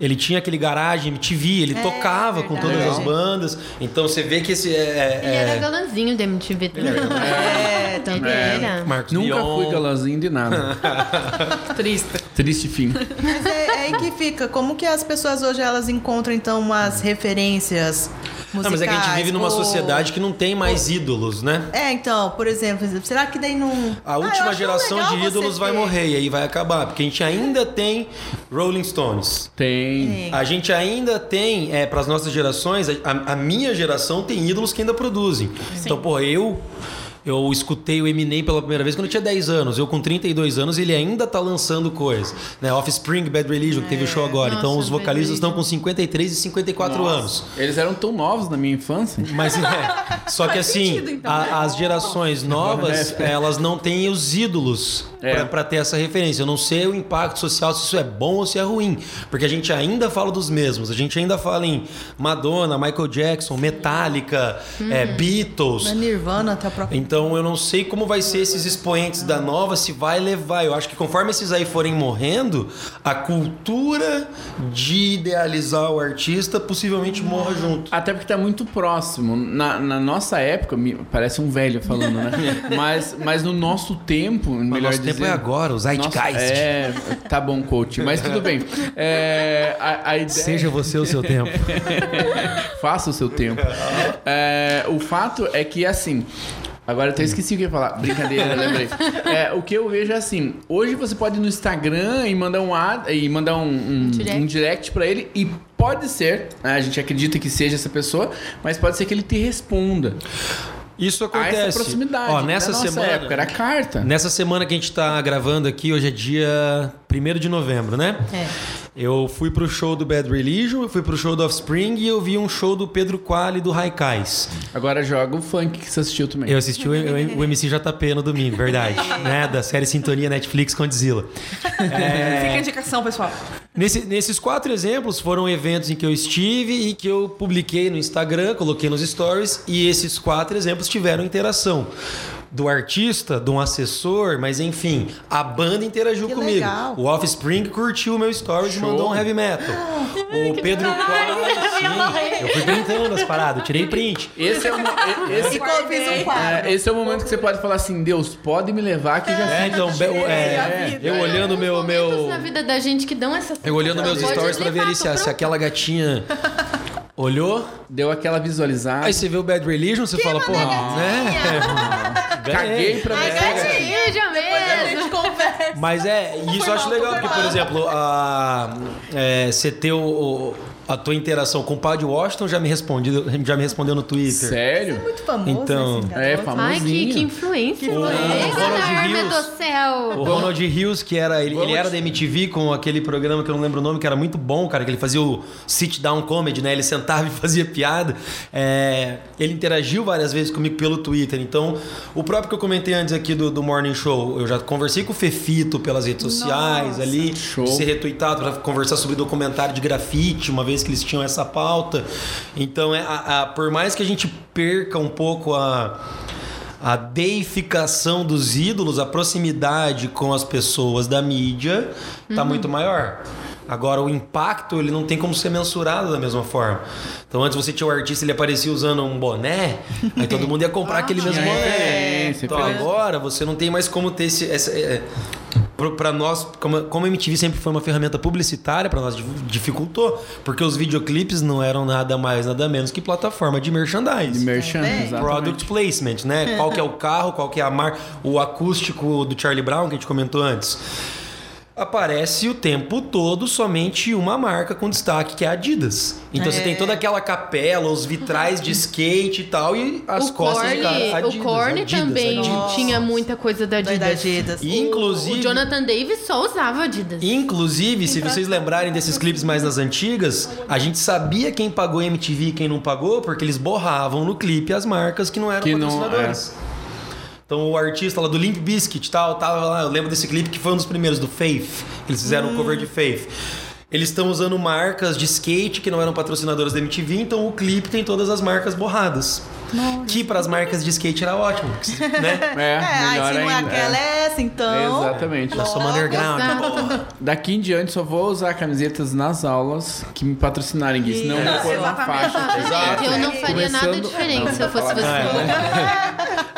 Speaker 3: Ele tinha aquele garagem MTV, ele tocava com todas
Speaker 1: É, verdade.
Speaker 3: as bandas. Então você vê que esse é. é-
Speaker 4: Ele
Speaker 3: é-
Speaker 4: era galãzinho da MTV também.
Speaker 1: É,
Speaker 4: Ele
Speaker 1: também.
Speaker 4: era.
Speaker 3: Marcos
Speaker 5: Nunca
Speaker 3: Mion.
Speaker 5: fui galãzinho de nada.
Speaker 2: Triste.
Speaker 5: Triste fim.
Speaker 1: Mas é, é aí que fica. Como que as pessoas hoje elas encontram, então, as referências musicais?
Speaker 3: Não, mas é que a gente vive numa
Speaker 1: ou-
Speaker 3: sociedade que não tem mais ídolos, né?
Speaker 1: É, então, por exemplo, será que daí não. Ah,
Speaker 3: A
Speaker 1: eu acho
Speaker 3: última
Speaker 1: tão
Speaker 3: geração
Speaker 1: legal
Speaker 3: de
Speaker 1: você
Speaker 3: ídolos vai
Speaker 1: ter.
Speaker 3: morrer e aí vai acabar. Porque a gente ainda tem Rolling Stones.
Speaker 5: Tem.
Speaker 3: A gente ainda tem, é, para as nossas gerações, a, a minha geração tem ídolos que ainda produzem. Então, pô, eu. Eu escutei o Eminem pela primeira vez quando eu tinha 10 anos. Eu com 32 anos, ele ainda tá lançando coisa. Né? Offspring, Bad Religion, que teve o show agora. então,
Speaker 4: Nossa,
Speaker 3: os vocalistas
Speaker 4: Bad
Speaker 3: estão com 53 e 54 anos.
Speaker 5: Eles eram tão novos na minha infância.
Speaker 3: Mas é. Só que assim, a- as gerações novas, elas não têm os ídolos
Speaker 5: É.
Speaker 3: pra para ter essa referência. Eu não sei o impacto social, se isso é bom ou se é ruim. Porque a gente ainda fala dos mesmos. A gente ainda fala em Madonna, Michael Jackson, Metallica, é, Beatles.
Speaker 1: Na Nirvana até o próprio.
Speaker 3: Então eu não sei como vai ser esses expoentes da nova, se vai levar. Eu acho que conforme esses aí forem morrendo, a cultura de idealizar o artista possivelmente morra junto.
Speaker 5: Até porque tá muito próximo. Na, na nossa época, me- parece um velho falando, né? Mas, mas no nosso tempo,
Speaker 3: Mas
Speaker 5: melhor
Speaker 3: nosso
Speaker 5: dizer...
Speaker 3: tempo é agora, o Zeitgeist.
Speaker 5: Nossa, é, tá bom, coach. Mas tudo bem. É, a, a ideia...
Speaker 3: você o seu tempo.
Speaker 5: Faça o seu tempo. É, o fato é que, assim. Agora eu até esqueci o que eu ia falar. Brincadeira, lembrei. É, o que eu vejo é assim: hoje você pode ir no Instagram e mandar um ad, e mandar um, um,
Speaker 4: Direct.
Speaker 5: um direct pra ele e pode ser, né, a gente acredita que seja essa pessoa, mas pode ser que ele te responda.
Speaker 3: Isso
Speaker 5: Há
Speaker 3: acontece.
Speaker 5: Ah, essa proximidade. né,
Speaker 3: Ó, nessa
Speaker 5: Na nossa
Speaker 3: semana, Né?
Speaker 5: época era carta.
Speaker 3: nessa semana que a gente tá gravando aqui, hoje é dia 1 de novembro, né?
Speaker 4: É.
Speaker 3: Eu fui pro show do Bad Religion, eu fui pro show do Offspring e eu vi um show do Pedro Quali do Raikais.
Speaker 5: Agora joga o funk que você assistiu também.
Speaker 3: Eu assisti o, o, o MC JP no domingo, verdade. né? Da série Sintonia Netflix com Dizila.
Speaker 2: Fica a indicação, pessoal.
Speaker 3: Nesse- nesses quatro exemplos foram eventos em que eu estive e que eu publiquei no Instagram, coloquei nos stories, e esses quatro exemplos tiveram interação. Do artista, de um assessor, mas enfim, a banda interagiu
Speaker 1: Que
Speaker 3: comigo.
Speaker 1: legal.
Speaker 3: O Offspring curtiu o meu stories e mandou um heavy metal.
Speaker 4: Ah,
Speaker 3: o Pedro Quadros, sim, eu fui printando as paradas, eu tirei print.
Speaker 5: Esse é o, mo- e- esse,
Speaker 1: E quando fiz um quadro.
Speaker 5: é, esse é o momento que você pode falar assim: Deus, pode me levar que eu já
Speaker 3: É, então, be- é, eu olhando meu
Speaker 4: Os momentos
Speaker 3: meu
Speaker 4: na vida da gente que dão essa
Speaker 3: eu olhando meus
Speaker 4: sensação. Pode
Speaker 3: stories pra ver
Speaker 4: levar
Speaker 3: ali se,
Speaker 4: pro-
Speaker 3: se aquela gatinha olhou,
Speaker 5: Deu aquela visualizada.
Speaker 3: Aí você vê o Bad Religion, você fala, porra, né?
Speaker 5: Caguei pra
Speaker 4: Ai,
Speaker 5: você.
Speaker 4: gatinho mesmo.
Speaker 1: conversa.
Speaker 3: Mas é, e isso eu acho legal, porque, por exemplo, a, é, você é, ter o, o- a tua interação com o Padre Washington já me, respondeu, já me respondeu no Twitter.
Speaker 1: Você é
Speaker 5: Sério?
Speaker 1: muito famoso. assim, tá
Speaker 3: Então,
Speaker 1: esse garoto.
Speaker 5: é
Speaker 4: Ai, que,
Speaker 5: famosinho.
Speaker 4: que influência.
Speaker 3: O-
Speaker 4: Essa
Speaker 3: Ronald
Speaker 4: arma
Speaker 3: Rios.
Speaker 4: do céu.
Speaker 3: O Ronald Rios, que era. Ele, ele
Speaker 5: Ronald-
Speaker 3: era da MTV com aquele programa que eu não lembro o nome, que era muito bom, cara, que ele fazia o sit down comedy, né? Ele sentava e fazia piada. É, ele interagiu várias vezes comigo pelo Twitter. Então, o próprio que eu comentei antes aqui do, do Morning Show, eu já conversei com o Fefito pelas redes sociais ali,
Speaker 5: Show.
Speaker 3: de ser retuitado para conversar sobre documentário de grafite, uma vez que eles tinham essa pauta. Então, é, a- a- por mais que a gente perca um pouco a a deificação dos ídolos, a proximidade com as pessoas da mídia tá muito maior. Agora o impacto ele não tem como ser mensurado da mesma forma. Então antes você tinha o artista ele aparecia usando um boné, aí todo mundo ia comprar aquele mesmo
Speaker 5: tinha
Speaker 3: boné.
Speaker 5: referência,
Speaker 3: Então
Speaker 5: referência.
Speaker 3: agora você não tem mais como ter esse essa, é, pro- pra nós, como, como a MTV sempre foi uma ferramenta publicitária, pra nós dif- dificultou, porque os videoclipes não eram nada mais, nada menos que plataforma de merchandising.
Speaker 4: né?
Speaker 5: De merchan,
Speaker 1: Também.
Speaker 5: exatamente.
Speaker 3: Product placement, né? Qual que é o carro, qual que é a marca, o acústico do Charlie Brown que a gente comentou antes. Aparece o tempo todo somente uma marca com destaque, que é a Adidas. Então
Speaker 4: É.
Speaker 3: você tem toda aquela capela, os vitrais de skate e tal, e as
Speaker 4: Uhum. o
Speaker 3: costas
Speaker 4: Korn,
Speaker 3: do cara. Adidas,
Speaker 4: o Korn
Speaker 3: Adidas,
Speaker 4: também
Speaker 3: Adidas.
Speaker 4: tinha muita coisa da
Speaker 1: Da
Speaker 4: Adidas.
Speaker 1: Adidas.
Speaker 3: E, inclusive,
Speaker 4: O Jonathan Davis só usava Adidas.
Speaker 3: Inclusive, se vocês lembrarem desses clipes mais nas antigas, a gente sabia quem pagou MTV e quem não pagou, porque eles borravam no clipe as marcas que não eram
Speaker 5: Que não- é.
Speaker 3: patrocinadoras. Então o artista lá do Limp Bizkit e tal, tava lá, eu lembro desse clipe que foi um dos primeiros do Faith, que eles
Speaker 4: Hum.
Speaker 3: fizeram o cover de Faith. Eles estão usando marcas de skate que não eram patrocinadoras da MTV, então o clipe tem todas as marcas borradas. Que para as marcas de skate era ótimo, né?
Speaker 5: É,
Speaker 1: É, aí
Speaker 5: melhor
Speaker 1: se não é
Speaker 5: ainda.
Speaker 1: aquela
Speaker 5: É.
Speaker 1: é essa, então.
Speaker 5: Exatamente.
Speaker 3: Nós somos underground, porra.
Speaker 5: Daqui em diante só vou usar camisetas nas aulas que me patrocinarem, Gui. Senão eu vou pôr uma
Speaker 2: Exatamente.
Speaker 5: faixa.
Speaker 4: Exato. Eu não
Speaker 1: Exato.
Speaker 4: faria nada
Speaker 5: Começando-
Speaker 4: diferente
Speaker 5: Não,
Speaker 4: se eu fosse você.
Speaker 5: falar-
Speaker 3: É, né?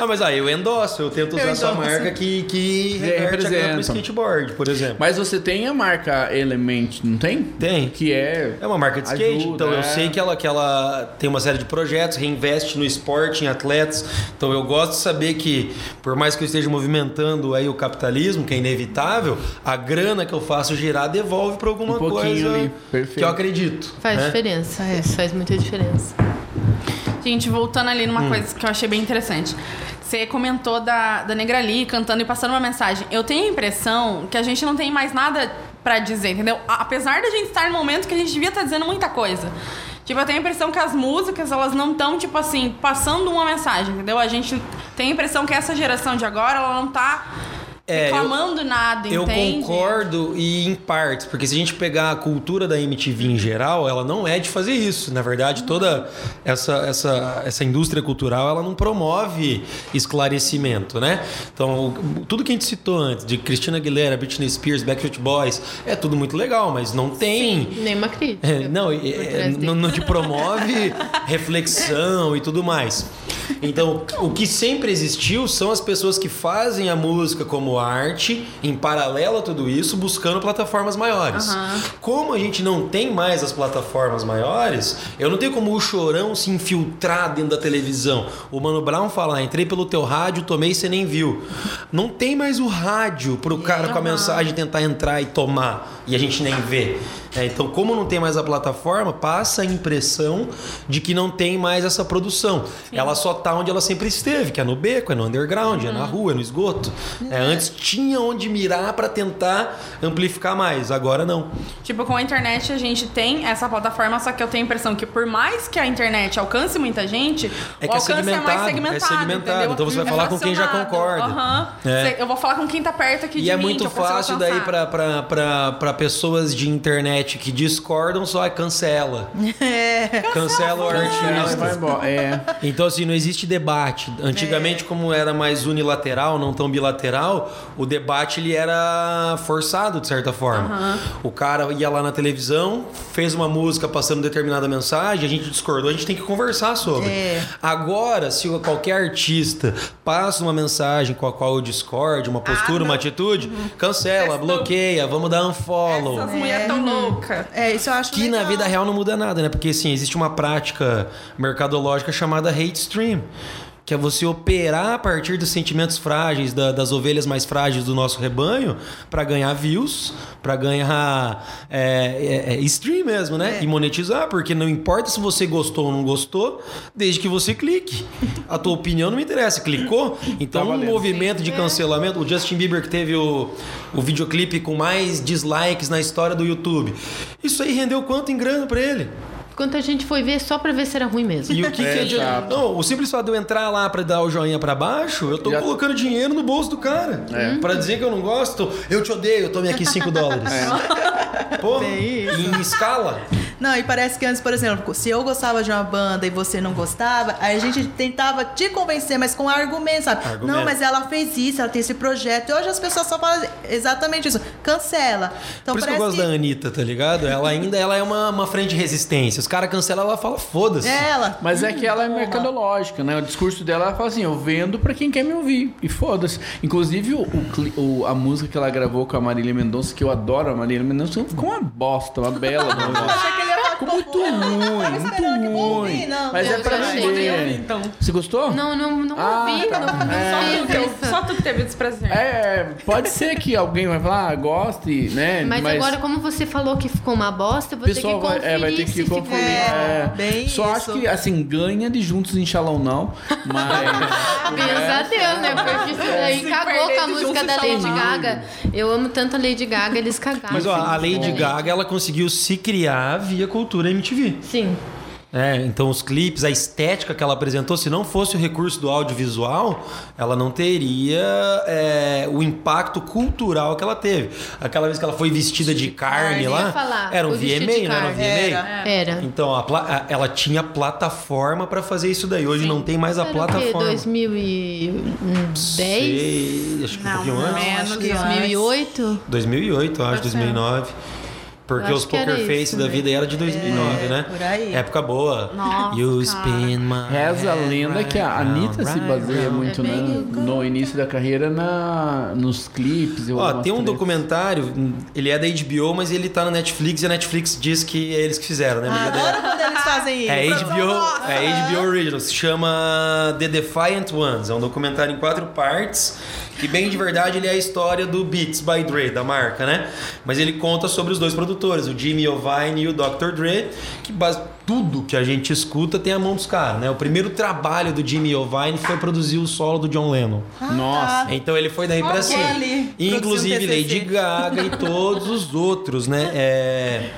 Speaker 3: Ah, mas aí eu endosso, eu tento usar sua marca que, que
Speaker 5: É,
Speaker 3: reverte a grana pro
Speaker 5: representa.
Speaker 3: skateboard, por exemplo.
Speaker 5: Mas você tem a marca Element, não tem?
Speaker 3: Tem.
Speaker 5: Que é.
Speaker 3: É uma marca de skate,
Speaker 5: Ajuda,
Speaker 3: então
Speaker 5: é.
Speaker 3: eu sei que ela, que ela tem uma série de projetos, reinveste no esporte, em atletas. Então eu gosto de saber que, por mais que eu esteja movimentando aí o capitalismo, que é inevitável, a grana que eu faço girar devolve para alguma
Speaker 5: Um pouquinho
Speaker 3: coisa
Speaker 5: ali, perfeito.
Speaker 3: que eu acredito.
Speaker 4: Faz
Speaker 3: né?
Speaker 4: diferença.
Speaker 1: É.
Speaker 4: Isso faz muita diferença.
Speaker 2: Gente, voltando ali
Speaker 3: Hum.
Speaker 2: numa coisa que eu achei bem interessante. Você comentou da, da Negra Lee cantando e passando uma mensagem. Eu tenho a impressão que a gente não tem mais nada pra dizer, entendeu? A- Apesar da gente estar no momento que a gente devia estar dizendo muita coisa. Tipo, eu tenho a impressão que as músicas, elas não estão, tipo assim, passando uma mensagem, entendeu? A gente tem a impressão que essa geração de agora, ela não tá
Speaker 3: É, eu-
Speaker 2: reclamando nada,
Speaker 3: Eu
Speaker 2: entende?
Speaker 3: concordo e em partes, porque se a gente pegar a cultura da MTV em geral, ela não é de fazer isso. Na verdade, toda essa, essa, essa indústria cultural, ela não promove esclarecimento, né? Então, o- tudo que a gente citou antes, de Christina Aguilera, Britney Spears, Backstreet Boys, é tudo muito legal, mas não tem...
Speaker 4: Nenhuma crítica.
Speaker 3: É, não, e-
Speaker 4: por
Speaker 3: é,
Speaker 4: trás dele.
Speaker 3: não, não te promove reflexão e tudo mais. Então, o que sempre existiu são as pessoas que fazem a música como arte, em paralelo a tudo isso, buscando plataformas maiores. Como a gente não tem mais as plataformas maiores, eu não tenho como o chorão se infiltrar dentro da televisão. O Mano Brown fala: "Ah, entrei pelo teu rádio, tomei e você nem viu. Não tem mais o rádio pro cara com a mensagem tentar entrar e tomar. E a gente nem vê. É, então, como não tem mais a plataforma, passa a impressão de que não tem mais essa produção. Ela só tá onde ela sempre esteve, que é no beco, é no underground, é na rua, é no esgoto. É, antes tinha onde mirar para tentar amplificar mais, agora não.
Speaker 2: Tipo, com a internet a gente tem essa plataforma, só que eu tenho a impressão que por mais que a internet alcance muita gente,
Speaker 3: É
Speaker 2: o
Speaker 3: que é
Speaker 2: alcance é, mais
Speaker 3: segmentado, é
Speaker 2: segmentado.
Speaker 3: segmentado.
Speaker 2: entendeu?
Speaker 3: Então você vai
Speaker 2: É
Speaker 3: falar com quem já
Speaker 2: fracionado.
Speaker 3: concorda.
Speaker 2: Aham.
Speaker 3: É.
Speaker 2: Cê- Eu vou falar com quem tá perto aqui de
Speaker 3: E é
Speaker 2: mim, que
Speaker 3: muito
Speaker 2: eu consigo
Speaker 3: fácil daí
Speaker 2: alcançar.
Speaker 3: pra- pra pra- pra pessoas de internet que discordam, só é cancela. Cancela o
Speaker 5: Ela
Speaker 3: artista.
Speaker 5: vai embora. É.
Speaker 3: Então, assim, não existe debate. Antigamente, como era mais unilateral, não tão bilateral, o debate ele era forçado, de certa forma. O cara ia lá na televisão, fez uma música passando determinada mensagem, a gente discordou, a gente tem que conversar sobre.
Speaker 1: É.
Speaker 3: Agora, se qualquer artista passa uma mensagem com a qual eu discordo, uma postura, uma atitude, cancela,
Speaker 2: Testou.
Speaker 3: bloqueia, vamos dar um unfollow.
Speaker 2: Essas mulheres tão loucas.
Speaker 1: É, isso eu acho
Speaker 3: Que na
Speaker 1: legal.
Speaker 3: vida real não muda nada, né? Porque assim, existe uma prática mercadológica chamada hate stream. que é você operar a partir dos sentimentos frágeis, da- das ovelhas mais frágeis do nosso rebanho, para ganhar views, para ganhar é, é, é, stream mesmo, né? E monetizar, porque não importa se você gostou ou não gostou, desde que você clique. A tua opinião não me interessa. Clicou?
Speaker 5: Tá
Speaker 3: Então, um movimento de cancelamento. O Justin Bieber que teve o, o videoclipe com mais dislikes na história do YouTube. Isso aí rendeu quanto em grana pra ele?
Speaker 4: Quanta gente foi ver só pra ver se era ruim mesmo.
Speaker 3: E o que,
Speaker 5: É,
Speaker 3: que adianta?
Speaker 5: exato.
Speaker 3: Não, o simples fato de eu entrar lá pra dar o joinha pra baixo, eu tô
Speaker 5: Já-
Speaker 3: colocando dinheiro no bolso do cara.
Speaker 5: É.
Speaker 3: Pra dizer que eu não gosto, eu te odeio, tome aqui 5 dólares.
Speaker 5: É.
Speaker 3: Porra,
Speaker 1: Bem
Speaker 3: em escala.
Speaker 1: Não, e parece que antes, por exemplo, se eu gostava de uma banda e você não gostava, aí a gente tentava te convencer, mas com argumentos, sabe?
Speaker 3: Argumento.
Speaker 1: Não, mas ela fez isso, ela tem esse projeto. E hoje as pessoas só falam exatamente isso. Cancela. Então
Speaker 3: Por isso que eu
Speaker 1: parece
Speaker 3: gosto da Anitta, tá ligado? Ela ainda ela é uma, uma frente de resistência. Os caras cancelam, ela fala, foda-se.
Speaker 1: É ela.
Speaker 5: Mas é que ela é mercadológica, né? O discurso dela, ela fala assim, eu vendo pra quem quer me ouvir. E foda-se. Inclusive, o, o cli- o- a música que ela gravou com a Marília Mendonça, que eu adoro a Marília Mendonça, ficou uma bosta, uma bela uma bosta.
Speaker 1: Achei que ele é ia falar,
Speaker 3: Ah,
Speaker 5: Ficou muito
Speaker 1: "Pô,
Speaker 5: ruim,
Speaker 1: tava
Speaker 5: muito
Speaker 1: esperando Tá que eu vou
Speaker 5: ruim.
Speaker 1: ouvir", não.
Speaker 5: Mas é
Speaker 4: Eu
Speaker 5: pra
Speaker 4: já achei.
Speaker 5: vender.
Speaker 2: Então.
Speaker 5: Você gostou?
Speaker 4: Não, não, não
Speaker 5: Ah,
Speaker 4: ouvi,
Speaker 5: tá.
Speaker 4: não, não
Speaker 5: É.
Speaker 2: Só
Speaker 4: fiz
Speaker 2: tu, que,
Speaker 4: isso.
Speaker 2: só tu que teve desprazer.
Speaker 5: É, pode ser que alguém vai falar, ah, goste, né?
Speaker 4: Mas, agora, como você falou que ficou uma bosta, eu
Speaker 5: o
Speaker 4: vou ter que
Speaker 5: pessoal vai,
Speaker 4: conferir
Speaker 5: é, vai ter que
Speaker 4: se ficou-
Speaker 1: É,
Speaker 5: conferir. é.
Speaker 1: bem
Speaker 5: Só acho
Speaker 1: isso.
Speaker 5: que, assim, ganha de juntos, inshallah não. Mas.
Speaker 4: Deus a Deus, né? Porque isso daí
Speaker 2: Se
Speaker 4: cagou
Speaker 2: perder
Speaker 4: com a
Speaker 2: de
Speaker 4: música
Speaker 2: um,
Speaker 4: da
Speaker 2: se
Speaker 4: Lady
Speaker 2: salvar.
Speaker 4: Gaga. Eu amo tanto a Lady Gaga, eles cagaram.
Speaker 3: Mas ó, a Lady Gaga, ela conseguiu se criar via cultura MTV.
Speaker 4: Sim.
Speaker 3: É, então os clipes, a estética que ela apresentou, se não fosse o recurso do audiovisual, ela não teria é, o impacto cultural que ela teve. Aquela vez que ela foi vestida de carne
Speaker 4: carne, Ah, eu ia
Speaker 3: lá,
Speaker 4: falar,
Speaker 3: era um
Speaker 4: o
Speaker 3: VMA,
Speaker 4: vestido
Speaker 3: não
Speaker 4: de
Speaker 3: era um VMA?
Speaker 4: carne.
Speaker 1: Era.
Speaker 2: É.
Speaker 4: Era. é.
Speaker 3: Então, a pla- a- ela tinha plataforma pra fazer isso daí. Hoje não tem mais a
Speaker 4: Era o quê?
Speaker 3: plataforma.
Speaker 4: 2010?
Speaker 3: Sei, acho que um
Speaker 2: Não,
Speaker 3: pouquinho
Speaker 2: não.
Speaker 3: antes.
Speaker 1: Acho que antes.
Speaker 4: 2008?
Speaker 3: 2008, eu acho, 2009. Porque
Speaker 4: Eu
Speaker 3: os
Speaker 4: acho que era
Speaker 3: Poker Face
Speaker 4: isso,
Speaker 3: da
Speaker 4: né?
Speaker 3: vida era de 2009, né?
Speaker 1: por aí.
Speaker 3: Época boa.
Speaker 2: Nossa,
Speaker 3: you
Speaker 2: cara.
Speaker 3: spin my
Speaker 5: Reza a
Speaker 4: Ah,
Speaker 3: head
Speaker 5: lenda
Speaker 3: round,
Speaker 5: que a Anitta se
Speaker 3: round,
Speaker 5: baseia
Speaker 3: round.
Speaker 5: muito
Speaker 4: É bem
Speaker 5: né,
Speaker 4: louco.
Speaker 5: no início da carreira na, nos clipes. e
Speaker 3: Ó,
Speaker 5: algumas
Speaker 3: tem um
Speaker 5: tretas.
Speaker 3: documentário, ele é da HBO, mas ele tá na Netflix e a Netflix diz que é eles que fizeram, né? Mas é da-
Speaker 1: Adoro quando eles fazem isso.
Speaker 3: É HBO,
Speaker 1: né?
Speaker 3: é HBO Original, se chama The Defiant Ones. É um documentário em quatro partes, que bem de verdade ele é a história do Beats by Dre, da marca, né? Mas ele conta sobre os dois produtores, o Jimmy Iovine e o Dr. Dre, que base... tudo que a gente escuta tem a mão dos caras, né? O primeiro trabalho do Jimmy Iovine foi produzir o solo do John Lennon.
Speaker 4: Ah, tá.
Speaker 5: Nossa.
Speaker 3: Então ele foi daí pra
Speaker 1: Ok.
Speaker 3: cima.
Speaker 1: Ali,
Speaker 3: Inclusive
Speaker 1: produziu um TCC.
Speaker 3: Lady Gaga e todos os outros, né? É,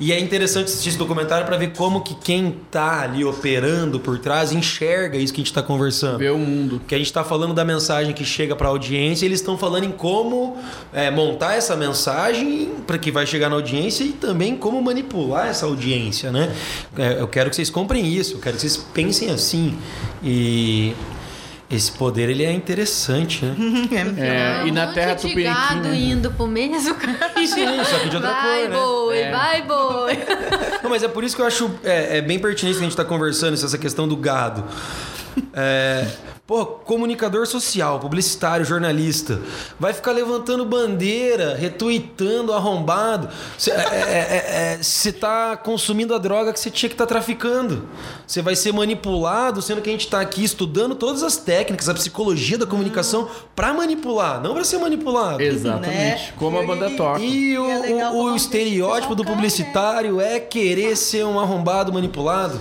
Speaker 3: E é interessante assistir esse documentário pra ver como que quem tá ali operando por trás enxerga isso que a gente tá conversando.
Speaker 5: Vê o mundo.
Speaker 3: Porque a gente está falando da mensagem que chega para a audiência, eles estão falando em como é, montar essa mensagem para que vai chegar na audiência e também como manipular essa audiência, né? É, eu quero que vocês comprem isso, eu quero que vocês pensem assim. E esse poder ele é interessante,
Speaker 1: Hum.
Speaker 3: né?
Speaker 5: É, e na
Speaker 4: um
Speaker 5: terra
Speaker 4: monte de
Speaker 5: tupiniquim,
Speaker 4: gado
Speaker 5: né?
Speaker 4: indo pro mesmo caminho.
Speaker 3: Sim, só que de outra
Speaker 4: vai,
Speaker 3: cor, né?
Speaker 4: boi,
Speaker 5: É.
Speaker 4: vai, boi.
Speaker 3: Não, mas é por isso que eu acho é, é bem pertinente que a gente tá conversando isso, essa questão do gado. É, pô, comunicador social, publicitário, jornalista, vai ficar levantando bandeira, retweetando, arrombado. é, Você tá consumindo a droga que você tinha que estar traficando. Você vai ser manipulado, sendo que a gente tá aqui estudando todas as técnicas, a psicologia da comunicação pra manipular, não pra ser manipulado.
Speaker 5: Exatamente.
Speaker 1: Né?
Speaker 5: Como a banda
Speaker 1: E-
Speaker 5: toca.
Speaker 3: E o,
Speaker 1: E é legal
Speaker 3: o- o
Speaker 1: falar que
Speaker 3: estereótipo do
Speaker 1: pessoal cai,
Speaker 3: publicitário é querer ser um arrombado manipulado.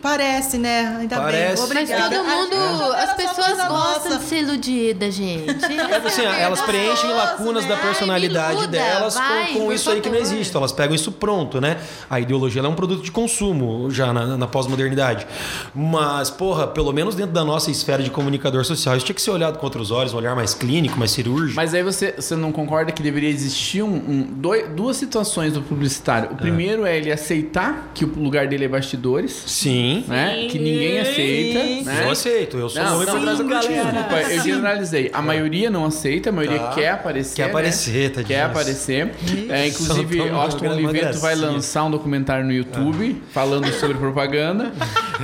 Speaker 1: Parece, né? Ainda
Speaker 3: Parece.
Speaker 1: bem.
Speaker 4: Mas
Speaker 1: Obrigada.
Speaker 4: todo mundo,
Speaker 1: Ajuda,
Speaker 4: as
Speaker 1: ela só
Speaker 4: pessoas
Speaker 1: precisa
Speaker 4: gostam
Speaker 1: nossa.
Speaker 4: de ser iludida, gente. Essa
Speaker 3: Assim,
Speaker 4: é a
Speaker 3: ó, elas
Speaker 4: verdade.
Speaker 3: preenchem lacunas da
Speaker 4: né?
Speaker 3: personalidade
Speaker 4: Ai, me iluda,
Speaker 3: delas com-
Speaker 4: vai,
Speaker 3: com,
Speaker 4: por
Speaker 3: isso aí que não
Speaker 4: favor.
Speaker 3: existe. Elas pegam isso pronto, né? A ideologia ela é um produto de consumo já na, na pós-modernidade. Mas, porra, pelo menos dentro da nossa esfera de comunicador social, isso tinha que ser olhado com outros olhos, um olhar mais clínico, mais cirúrgico.
Speaker 5: Mas aí você, você não concorda que deveria existir um, um- doi- duas situações do publicitário. O primeiro é ele aceitar que o lugar dele é bastidores,
Speaker 3: Sim,
Speaker 5: né? Que ninguém aceita.
Speaker 1: Sim.
Speaker 5: Né?
Speaker 3: eu aceito. Eu sou um homem por trás da cortina.
Speaker 5: Desculpa, eu generalizei. A maioria não aceita, a maioria
Speaker 3: Tá.
Speaker 5: quer aparecer.
Speaker 3: Quer
Speaker 5: né?
Speaker 3: aparecer, tadinho.
Speaker 5: Quer aparecer. É, inclusive,
Speaker 3: Soltou uma
Speaker 5: Austin
Speaker 3: grande
Speaker 5: Oliveto vai
Speaker 3: gracinha. Ah.
Speaker 5: lançar um documentário no YouTube falando sobre propaganda.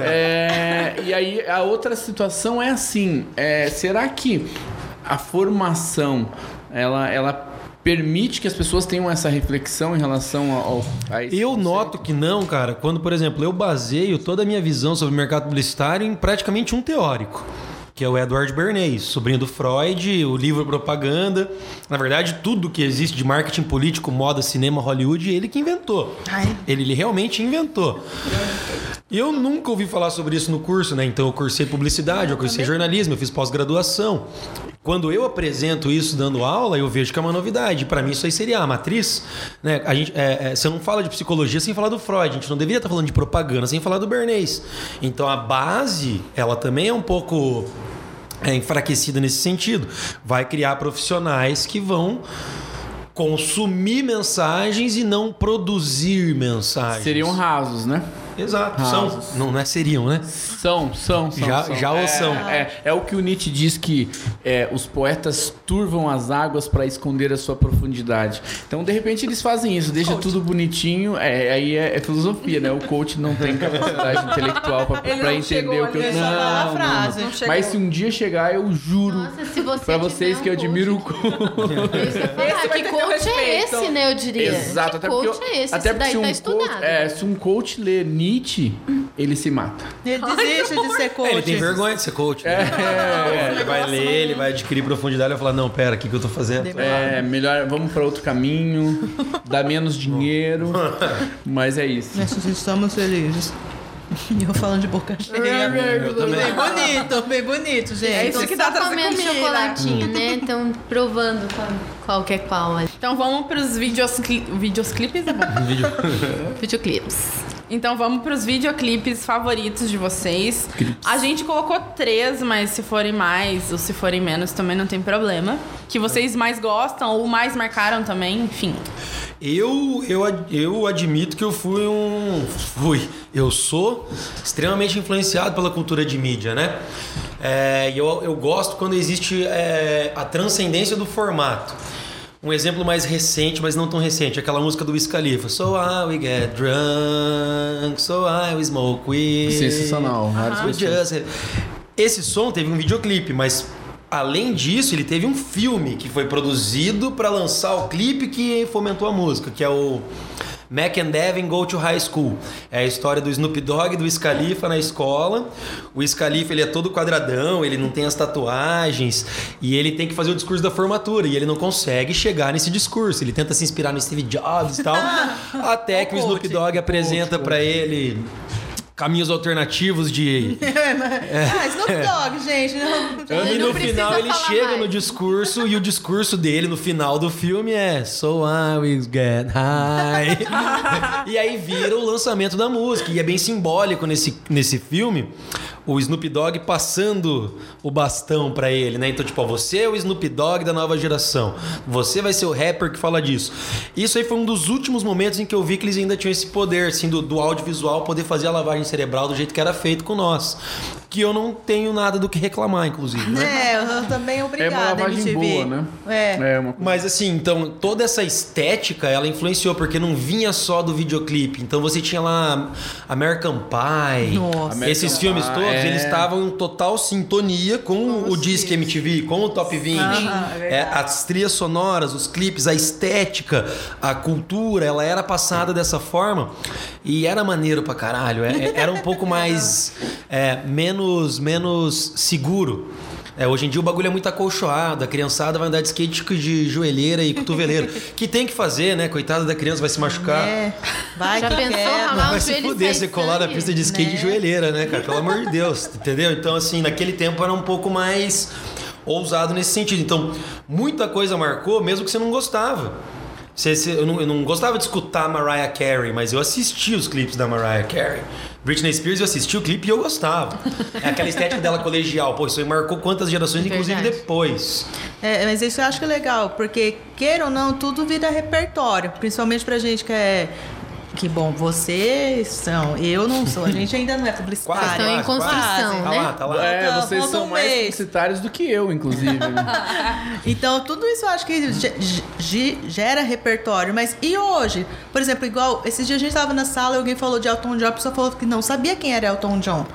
Speaker 5: É, e aí, a outra situação é assim: é, será que a formação ela, ela permite que as pessoas tenham essa reflexão em relação ao. a esse
Speaker 3: Eu
Speaker 5: conceito?
Speaker 3: noto que não, cara, quando, por exemplo, eu baseio toda a minha visão sobre o mercado publicitário em praticamente um teórico. que é o Edward Bernays, sobrinho do Freud, o livro Propaganda. Na verdade, tudo que existe de marketing político, moda, cinema, Hollywood, ele que inventou. Ele, ele realmente inventou. E eu nunca ouvi falar sobre isso no curso, né? Então eu cursei publicidade, eu cursei jornalismo, eu fiz pós-graduação. Quando eu apresento isso dando aula, eu vejo que é uma novidade. Para mim, isso aí seria a matriz. Né? A gente, é, é, você não fala de psicologia sem falar do Freud. A gente não deveria estar falando de propaganda sem falar do Bernays. Então a base, ela também é um pouco é, enfraquecida nesse sentido. Vai criar profissionais que vão consumir mensagens e não produzir mensagens.
Speaker 5: Seriam rasos, né?
Speaker 3: Exato. São. Não, não é seriam, né?
Speaker 5: São, são, são.
Speaker 3: Já-
Speaker 5: são.
Speaker 3: já ou
Speaker 5: é,
Speaker 3: são.
Speaker 5: É, é o que o Nietzsche diz que é, os poetas turvam as águas para esconder a sua profundidade. Então, de repente, eles fazem isso, deixa tudo bonitinho. é, aí é, é filosofia, né? O coach não tem capacidade intelectual
Speaker 2: Ele
Speaker 5: para
Speaker 2: não chegou
Speaker 5: entender o que eu
Speaker 2: ali
Speaker 5: não,
Speaker 2: a falar a
Speaker 5: não,
Speaker 1: frase.
Speaker 5: não.
Speaker 2: Não chegou.
Speaker 5: Mas se um dia chegar, eu juro
Speaker 4: Nossa, se você
Speaker 5: para vocês
Speaker 4: tiver
Speaker 5: que
Speaker 4: um
Speaker 5: eu admiro o
Speaker 4: coach-
Speaker 5: coach.
Speaker 4: Isso que eu ia falar,
Speaker 2: Esse vai
Speaker 4: que
Speaker 2: ter teu
Speaker 4: coach é
Speaker 2: respeito.
Speaker 4: esse, né? Eu diria.
Speaker 5: Exato,
Speaker 4: que
Speaker 5: até
Speaker 4: coach
Speaker 5: porque,
Speaker 4: é esse?
Speaker 5: até
Speaker 4: Isso daí
Speaker 5: porque
Speaker 4: tá
Speaker 5: um
Speaker 4: estudado.
Speaker 5: coach, é, se um coach ler Nietzsche, ele se mata.
Speaker 1: Ele desiste de ser coach.
Speaker 3: É, ele tem vergonha de ser coach. né? ele vai ler, ele vai adquirir profundidade e vai falar: não, pera, o que, que eu tô fazendo?
Speaker 5: É, melhor, vamos para outro caminho, dá menos dinheiro, mas é isso.
Speaker 1: Nós estamos felizes. E eu falando de boca cheia.
Speaker 3: É, Eu também.
Speaker 1: Bem bonito, bem bonito, gente.
Speaker 2: É isso que dá
Speaker 4: Só
Speaker 2: pra
Speaker 4: comendo
Speaker 2: fazer comida.
Speaker 4: chocolatinho, né? Então, provando qual, qual que é qual ali.
Speaker 2: Então vamos pros videoscli... videoclipes, é bom?
Speaker 4: Videoclips.
Speaker 2: Então vamos pros videoclipes favoritos de vocês. A gente colocou três, mas se forem mais ou se forem menos também não tem problema. Que vocês mais gostam ou mais marcaram também, enfim.
Speaker 3: Eu, eu, ad- eu admito que eu fui um. Fui. Eu sou extremamente influenciado pela cultura de mídia, né? É, e eu, eu gosto quando existe é, a transcendência do formato. Um exemplo mais recente, mas não tão recente, é aquela música do Wiz Khalifa. So I we get drunk, so I we smoke weed.
Speaker 5: Sensacional, várias
Speaker 3: We
Speaker 5: pessoas.
Speaker 3: just- Esse som teve um videoclipe, mas além disso, ele teve um filme que foi produzido pra lançar o clipe que fomentou a música, que é o Mac and Devin Go to High School. É a história do Snoop Dogg e do Scalifa na escola. O Scalifa ele é todo quadradão, ele não tem as tatuagens e ele tem que fazer o discurso da formatura e ele não consegue chegar nesse discurso. Ele tenta se inspirar no Steve Jobs e tal, até que o Snoop Dogg apresenta pra ele caminhos alternativos de
Speaker 1: Ah, Snoop
Speaker 3: É.
Speaker 1: Dogg, gente. Não,
Speaker 3: e
Speaker 4: Ele
Speaker 3: no
Speaker 4: não precisa
Speaker 3: final ele
Speaker 4: falar
Speaker 3: chega
Speaker 4: mais.
Speaker 3: no discurso e o discurso dele no final do filme é So I will get high. e aí vira o lançamento da música. E é bem simbólico nesse, nesse filme o Snoop Dogg passando o bastão pra ele, né? Então, tipo, ó, você é o Snoop Dogg da nova geração. Você vai ser o rapper que fala disso. Isso aí foi um dos últimos momentos em que eu vi que eles ainda tinham esse poder, assim, do, do audiovisual poder fazer a lavagem cerebral do jeito que era feito com nós. Que eu não tenho nada do que reclamar, inclusive. Né?
Speaker 1: É, eu também
Speaker 5: É uma
Speaker 1: obrigada,
Speaker 5: lavagem
Speaker 1: MTV.
Speaker 5: boa, né?
Speaker 1: É.
Speaker 5: uma coisa.
Speaker 3: Mas assim, então toda essa estética ela influenciou, porque não vinha só do videoclipe. Então você tinha lá American Pie,
Speaker 1: Nossa.
Speaker 3: esses
Speaker 5: American
Speaker 3: filmes
Speaker 5: Pie,
Speaker 3: todos,
Speaker 5: é.
Speaker 3: eles estavam em total sintonia com o Disque MTV, com o Top 20.
Speaker 1: Aham, é
Speaker 3: É, as trilhas sonoras, os clipes, a estética, a cultura, ela era passada dessa forma. E era maneiro pra caralho. É- é- era um pouco mais. é, menos, menos seguro. É, hoje em dia o bagulho é muito acolchoado, a criançada vai andar de skate de joelheira e cotoveleira. que tem que fazer, né? Coitada da criança, vai se machucar.
Speaker 1: É. Vai
Speaker 4: Já
Speaker 1: que
Speaker 4: pensou
Speaker 1: quebra.
Speaker 4: ralar
Speaker 3: Vai
Speaker 4: o
Speaker 3: se
Speaker 4: joelho e
Speaker 3: fuder,
Speaker 4: sai
Speaker 3: você colar na
Speaker 4: sangue?
Speaker 3: pista de skate de joelheira, né, cara? Pelo amor de Deus, entendeu? Então, assim, naquele tempo era um pouco mais ousado nesse sentido. Então, muita coisa marcou, mesmo que você não gostava. Você- você- eu, não, eu não gostava de escutar Mariah Carey, mas eu assisti os clipes da Mariah Carey. Britney Spears, eu assisti o clipe e eu gostava. É aquela estética dela colegial. Pô, isso aí marcou quantas gerações, inclusive
Speaker 4: Verdade.
Speaker 3: depois.
Speaker 1: É, mas isso eu acho que é legal, porque queira ou não, tudo vira repertório, principalmente pra gente que é. Que bom, vocês são, eu não sou, a gente ainda não é
Speaker 3: Quase,
Speaker 1: publicitário.
Speaker 4: Estão em
Speaker 3: quase, quase.
Speaker 4: construção,
Speaker 3: Tá
Speaker 4: né?
Speaker 3: lá, tá lá.
Speaker 5: É,
Speaker 1: Falta-
Speaker 5: vocês
Speaker 1: falta
Speaker 5: são
Speaker 1: um
Speaker 5: mais
Speaker 1: mês.
Speaker 5: publicitários do que eu, inclusive. né?
Speaker 1: Então, tudo isso eu acho que ge- ge- gera repertório. Mas e hoje? Por exemplo, igual, esses dias a gente tava na sala e alguém falou de Elton John, a pessoa falou que não sabia quem era Elton John.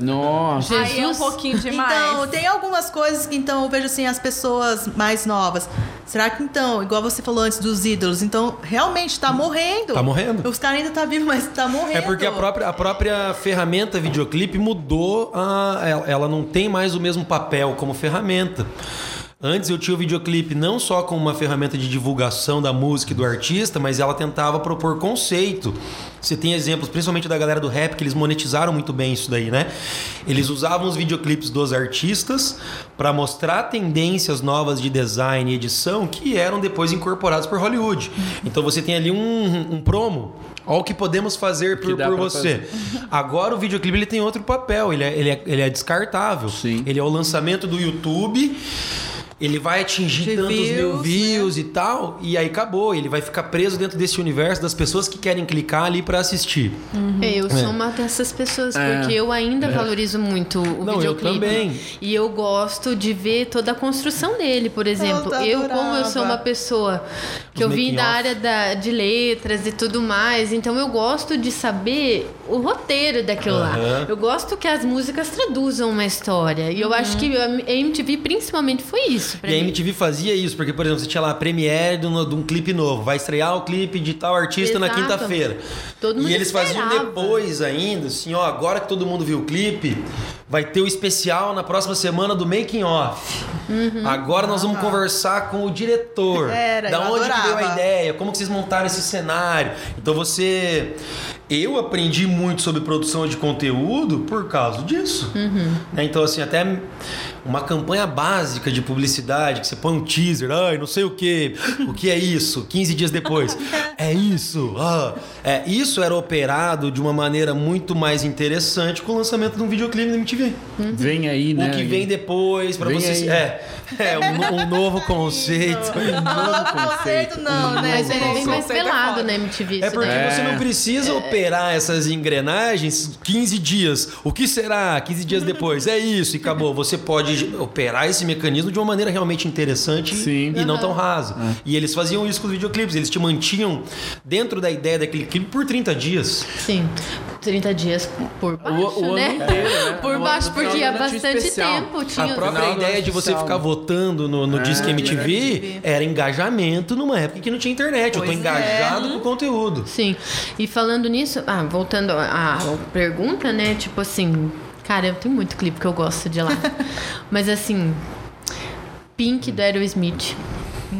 Speaker 5: Nossa.
Speaker 2: Aí é um
Speaker 4: Jesus.
Speaker 2: pouquinho demais.
Speaker 1: Então, tem algumas coisas que então eu vejo assim, as pessoas mais novas. Será que então, igual você falou antes dos ídolos, então realmente tá morrendo?
Speaker 3: Tá morrendo.
Speaker 1: Os caras ainda tá vivo, mas tá morrendo.
Speaker 3: É porque a própria, a própria ferramenta videoclipe mudou, a, ela, ela não tem mais o mesmo papel como ferramenta. Antes eu tinha o videoclipe não só como uma ferramenta de divulgação da música e do artista, mas ela tentava propor conceito. Você tem exemplos, principalmente da galera do rap, que eles monetizaram muito bem isso daí, né? Eles usavam os videoclipes dos artistas para mostrar tendências novas de design e edição que eram depois incorporados por Hollywood. Então você tem ali um, um promo. Olha o que podemos fazer por,
Speaker 5: dá
Speaker 3: por
Speaker 5: pra
Speaker 3: você. Agora o videoclipe ele tem outro papel, ele é, ele é, ele é descartável.
Speaker 5: Sim.
Speaker 3: Ele é o lançamento do YouTube. Ele vai atingir
Speaker 1: De
Speaker 3: tantos
Speaker 1: views,
Speaker 3: mil
Speaker 4: né?
Speaker 3: views e tal, e aí acabou. Ele vai ficar preso dentro desse universo das pessoas que querem clicar ali pra assistir.
Speaker 2: Uhum.
Speaker 4: É, Eu
Speaker 3: É.
Speaker 4: sou uma dessas pessoas,
Speaker 5: É.
Speaker 4: porque eu ainda valorizo muito o
Speaker 3: Não, eu
Speaker 4: videoclipe. né?
Speaker 3: também.
Speaker 4: E eu gosto de ver toda a construção dele, por exemplo.
Speaker 1: Eu
Speaker 4: Eu,
Speaker 1: adorava.
Speaker 4: como eu sou uma pessoa que eu
Speaker 3: Os
Speaker 4: vim da
Speaker 3: making-of.
Speaker 4: área da- de letras e tudo mais, então eu gosto de saber o roteiro daquilo lá.
Speaker 3: Aham.
Speaker 4: Eu gosto que as músicas traduzam uma história. E eu
Speaker 2: Uhum.
Speaker 4: acho que a MTV principalmente foi isso pra
Speaker 3: e a
Speaker 4: mim.
Speaker 3: MTV fazia isso, porque, por exemplo, você tinha lá a premiere de um, de um clipe novo. Vai estrear o clipe de tal artista na
Speaker 4: Exato.
Speaker 3: quinta-feira.
Speaker 4: Todo mundo
Speaker 3: E eles faziam
Speaker 4: esperava.
Speaker 3: depois ainda, assim, ó, agora que todo mundo viu o clipe, vai ter o especial na próxima semana do Making Off. Agora nós vamos conversar com o diretor.
Speaker 1: Uhum. Ah. Era,
Speaker 3: da
Speaker 1: eu
Speaker 3: onde que deu a
Speaker 1: adorava.
Speaker 3: ideia? Como que vocês montaram esse cenário? Então você. Eu aprendi muito sobre produção de conteúdo por causa disso.
Speaker 1: Uhum.
Speaker 3: Né, Então, assim, até uma campanha básica de publicidade, que você põe um teaser, ai, não sei o quê, o que é isso? 15 dias depois, é isso, ah. É, isso era operado de uma maneira muito mais interessante com o lançamento de um videoclipe na MTV.
Speaker 5: Vem aí, né?
Speaker 3: uhum. O que vem depois, pra
Speaker 5: Vem
Speaker 3: você.
Speaker 5: aí.
Speaker 3: É, é um, no- um novo conceito.
Speaker 1: Não, não,
Speaker 5: Um conceito.
Speaker 1: conceito não, né?
Speaker 4: Mas era bem
Speaker 1: gente?
Speaker 4: mais
Speaker 2: Conceito é
Speaker 4: pelado né,
Speaker 2: foda.
Speaker 4: na MTV.
Speaker 3: É
Speaker 4: isso
Speaker 3: porque
Speaker 4: daí.
Speaker 5: É.
Speaker 3: você não precisa operar essas engrenagens 15 dias. O que será 15 dias depois? É isso, e acabou. Você pode operar esse mecanismo de uma maneira realmente interessante
Speaker 5: Sim.
Speaker 3: e não tão rasa. E eles faziam isso com os videoclipes. Eles te mantinham dentro da ideia daquele clipe por 30 dias.
Speaker 4: Sim, 30 dias por
Speaker 5: O,
Speaker 4: baixo,
Speaker 5: o ano
Speaker 4: né?
Speaker 5: inteiro, né?
Speaker 4: Por
Speaker 5: No-
Speaker 4: baixo,
Speaker 5: no
Speaker 4: porque
Speaker 5: final
Speaker 4: há
Speaker 5: do ano tinha
Speaker 4: bastante
Speaker 5: especial.
Speaker 4: tempo
Speaker 3: A
Speaker 4: tinha...
Speaker 3: própria
Speaker 5: Final do
Speaker 3: ideia
Speaker 5: ano
Speaker 3: de você
Speaker 5: oficial.
Speaker 3: ficar votando no, no Disque MTV era engajamento numa época que não tinha internet. Eu tô
Speaker 1: Pois é.
Speaker 3: engajado com o conteúdo.
Speaker 4: Sim, e falando nisso, ah, voltando à à pergunta, né? Tipo assim, cara, eu tenho muito clipe que eu gosto de lá. Mas assim, Pink do Aerosmith.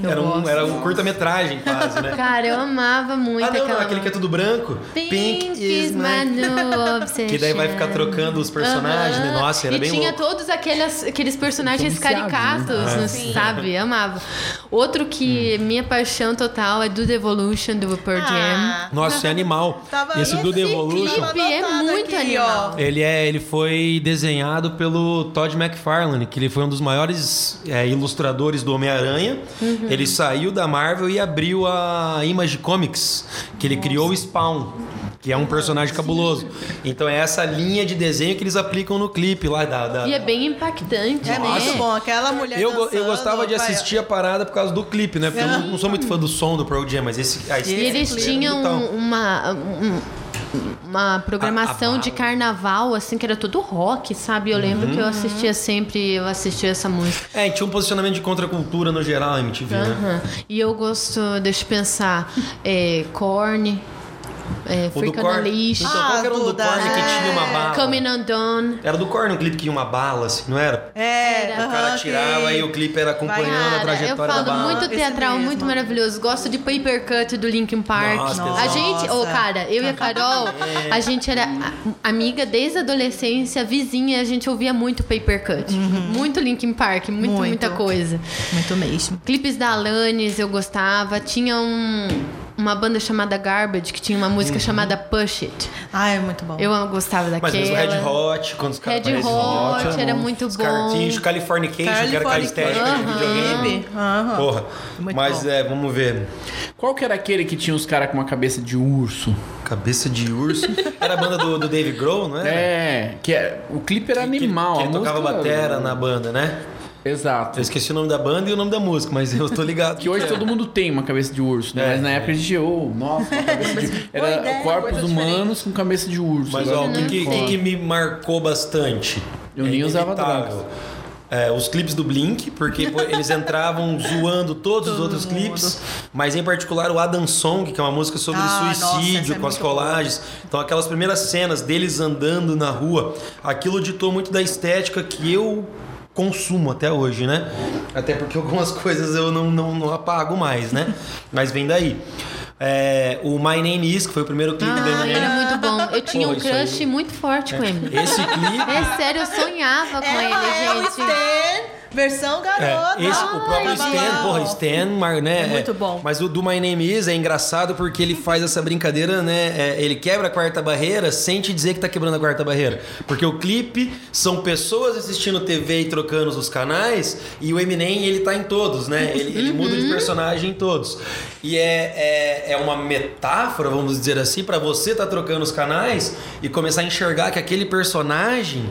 Speaker 4: Eu
Speaker 3: Era um,
Speaker 4: gosto.
Speaker 3: era um curta-metragem quase, né?
Speaker 4: Cara, eu amava muito
Speaker 3: Ah, não, não,
Speaker 4: aquela.
Speaker 3: aquele que é tudo branco.
Speaker 4: Pink, is my new obsession.
Speaker 3: Que daí vai ficar trocando os personagens, né?
Speaker 4: Aham.
Speaker 3: Nossa, era
Speaker 4: e
Speaker 3: bem
Speaker 4: tinha
Speaker 3: louco. É.
Speaker 4: todos aqueles, aqueles personagens
Speaker 5: Todos viciados,
Speaker 4: caricatos,
Speaker 5: né?
Speaker 4: não se sabe? Amava. Outro que
Speaker 3: Hum.
Speaker 4: minha paixão total é do Devolution, do Pearl
Speaker 1: Ah.
Speaker 4: Jam.
Speaker 3: Nossa, isso é animal.
Speaker 1: Tava
Speaker 3: Esse do
Speaker 1: esse
Speaker 3: Devolution,
Speaker 1: clipe.
Speaker 4: Clipe é
Speaker 1: anotado
Speaker 4: muito
Speaker 1: aqui,
Speaker 4: animal.
Speaker 1: ó.
Speaker 3: ele, é, ele foi desenhado pelo Todd McFarlane, que ele foi um dos maiores é, ilustradores do Homem-Aranha.
Speaker 4: Uhum.
Speaker 3: Ele saiu da Marvel e abriu a Image Comics, que ele criou o Spawn. Que é um personagem cabuloso. Então é essa linha de desenho que eles aplicam no clipe lá da. da-
Speaker 4: E é bem impactante,
Speaker 1: É
Speaker 4: né?
Speaker 1: muito bom, aquela mulher
Speaker 3: Eu, go- eu
Speaker 1: dançando,
Speaker 3: gostava de
Speaker 1: vai-
Speaker 3: assistir a parada por causa do clipe, né? Porque eu não, não sou muito fã do som do Pearl Jam, mas esse... a
Speaker 4: E
Speaker 3: estética
Speaker 4: eles
Speaker 3: dele é
Speaker 4: tinham
Speaker 3: brutal.
Speaker 4: uma. um- uma programação
Speaker 3: A- a
Speaker 4: de
Speaker 3: bala.
Speaker 4: carnaval, assim, que era todo rock, sabe? Eu lembro
Speaker 3: Uhum.
Speaker 4: que eu assistia sempre, eu assistia essa música.
Speaker 3: É, tinha um posicionamento de contracultura no geral, a MTV, né?
Speaker 4: Aham. E eu gosto, deixa eu pensar, é, Korn, é,
Speaker 3: O do
Speaker 4: Freak on a
Speaker 3: Korn.
Speaker 4: Leash,
Speaker 3: Então, qual que era o do
Speaker 1: Ah, do da-
Speaker 3: Korn que tinha uma bala?
Speaker 4: É, Coming Undone.
Speaker 3: Era do Korn um clipe que tinha uma bala, assim, não era?
Speaker 1: É,
Speaker 4: Era.
Speaker 3: O cara
Speaker 1: aham,
Speaker 3: tirava
Speaker 1: que-
Speaker 3: e o clipe era acompanhando a
Speaker 4: Cara, eu
Speaker 3: trajetória da
Speaker 4: falo
Speaker 3: bala.
Speaker 4: muito
Speaker 1: Esse
Speaker 4: teatral,
Speaker 1: mesmo.
Speaker 4: muito maravilhoso. Gosto de Paper Cut do Linkin Park.
Speaker 3: Nossa,
Speaker 4: a
Speaker 3: pesado. É.
Speaker 4: gente, ô,
Speaker 1: Nossa.
Speaker 4: cara, eu e a Carol, a gente era a- amiga desde a adolescência, vizinha, a gente ouvia muito Paper Cut. Muito Linkin Park, muito,
Speaker 1: Uhum. Muito.
Speaker 4: muita coisa.
Speaker 1: Muito mesmo.
Speaker 4: Clipes da Alanis eu gostava. Tinha um- uma banda chamada Garbage que tinha uma música chamada Push It.
Speaker 1: Ah, é muito bom.
Speaker 4: Eu gostava daquela.
Speaker 3: Uhum. Mas mesmo Red Hot, quando os caras
Speaker 4: Red
Speaker 3: apareciam,
Speaker 4: Hot,
Speaker 3: ótimo.
Speaker 4: era muito
Speaker 3: Os
Speaker 4: bom.
Speaker 3: cartinhos, Californication, que era aquela estética de videogame.
Speaker 1: Clipe, aham.
Speaker 3: Porra,
Speaker 1: Muito
Speaker 3: mas
Speaker 1: bom.
Speaker 3: é, vamos ver.
Speaker 5: Qual que era aquele que tinha os caras com uma cabeça de urso?
Speaker 3: Cabeça de urso. Era a banda do, do Dave Grohl, não era?
Speaker 5: É, que é, o clipe era
Speaker 3: né? Que-
Speaker 5: animal.
Speaker 3: Que,
Speaker 5: a
Speaker 3: ele tocava
Speaker 5: música-
Speaker 3: batera na banda, né? Eu
Speaker 5: Exato.
Speaker 3: esqueci o nome da banda e o nome da música, mas eu tô ligado.
Speaker 5: Que hoje todo mundo tem uma cabeça de urso, né?
Speaker 3: É.
Speaker 5: Mas na época a gente, oh, nossa, uma cabeça de... Era
Speaker 1: ideia,
Speaker 5: corpos
Speaker 1: coisa
Speaker 5: humanos com cabeça de urso.
Speaker 3: Mas
Speaker 5: Agora
Speaker 3: ó, o
Speaker 5: não
Speaker 3: que,
Speaker 5: tem
Speaker 3: que,
Speaker 5: como.
Speaker 3: que me marcou bastante? é
Speaker 5: Eu nem usava
Speaker 3: inevitável. é, os clipes do Blink, porque pô, eles entravam zoando todos os
Speaker 1: Todo
Speaker 3: outros
Speaker 1: mundo.
Speaker 3: clipes, mas em particular o Adam Song, que é uma música sobre
Speaker 1: Ah, nossa, essa
Speaker 3: suicídio
Speaker 1: é
Speaker 3: com as
Speaker 1: muito boa.
Speaker 3: colagens. Então aquelas primeiras cenas deles andando na rua, aquilo ditou muito da estética que eu consumo até hoje, né? Até porque algumas coisas eu não, não, não apago mais, né? Mas vem daí. É, o My Name Is, que foi o primeiro clipe do
Speaker 4: Ah, ele é
Speaker 3: Eminem.
Speaker 4: muito bom. Eu tinha
Speaker 3: Pô,
Speaker 4: um
Speaker 3: isso aí. É.
Speaker 4: crush muito forte com ele.
Speaker 3: Esse clipe
Speaker 4: É sério, eu sonhava com
Speaker 1: Ela
Speaker 4: ele,
Speaker 1: é o
Speaker 4: gente.
Speaker 1: Stan, versão garota.
Speaker 3: É, esse, o próprio
Speaker 1: Ai,
Speaker 3: Stan, porra, Stan, Mar- né?
Speaker 1: É muito bom.
Speaker 3: Mas o do My Name Is é engraçado porque ele faz essa brincadeira, né? é, ele quebra a quarta barreira sem te dizer que tá quebrando a quarta barreira. Porque o clipe são pessoas assistindo TV e trocando os canais e o Eminem, ele tá em todos, né? Ele, ele muda
Speaker 1: Uhum.
Speaker 3: de personagem em todos. E é, é, é uma metáfora, vamos dizer assim, pra você tá trocando os canais e começar a enxergar que aquele personagem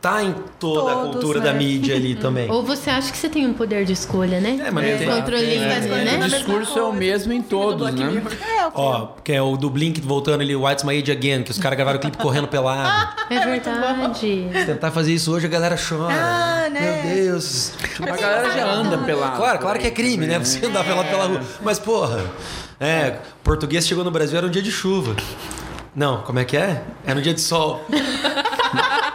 Speaker 3: tá em toda a
Speaker 1: Todos,
Speaker 3: cultura
Speaker 1: né?
Speaker 3: da mídia ali também.
Speaker 4: Ou você acha que você tem um poder de escolha, né?
Speaker 3: É, mas não tem-
Speaker 4: Controlinho,
Speaker 5: É,
Speaker 4: né?
Speaker 5: O discurso é o mesmo em todos, né?
Speaker 1: É, o
Speaker 3: Ó, que é o do Blink voltando ali, What's My Age Again, que os caras gravaram o clipe correndo pelado.
Speaker 4: É verdade.
Speaker 3: Se tentar fazer isso hoje, a galera chora.
Speaker 1: Ah, né?
Speaker 3: Meu Deus.
Speaker 5: A galera já anda pelada.
Speaker 3: Claro, claro que é crime, né? Você andar pelado pela rua. Mas, porra, é, português chegou no Brasil, era um dia de chuva. Não, como é que é? Era um dia de sol.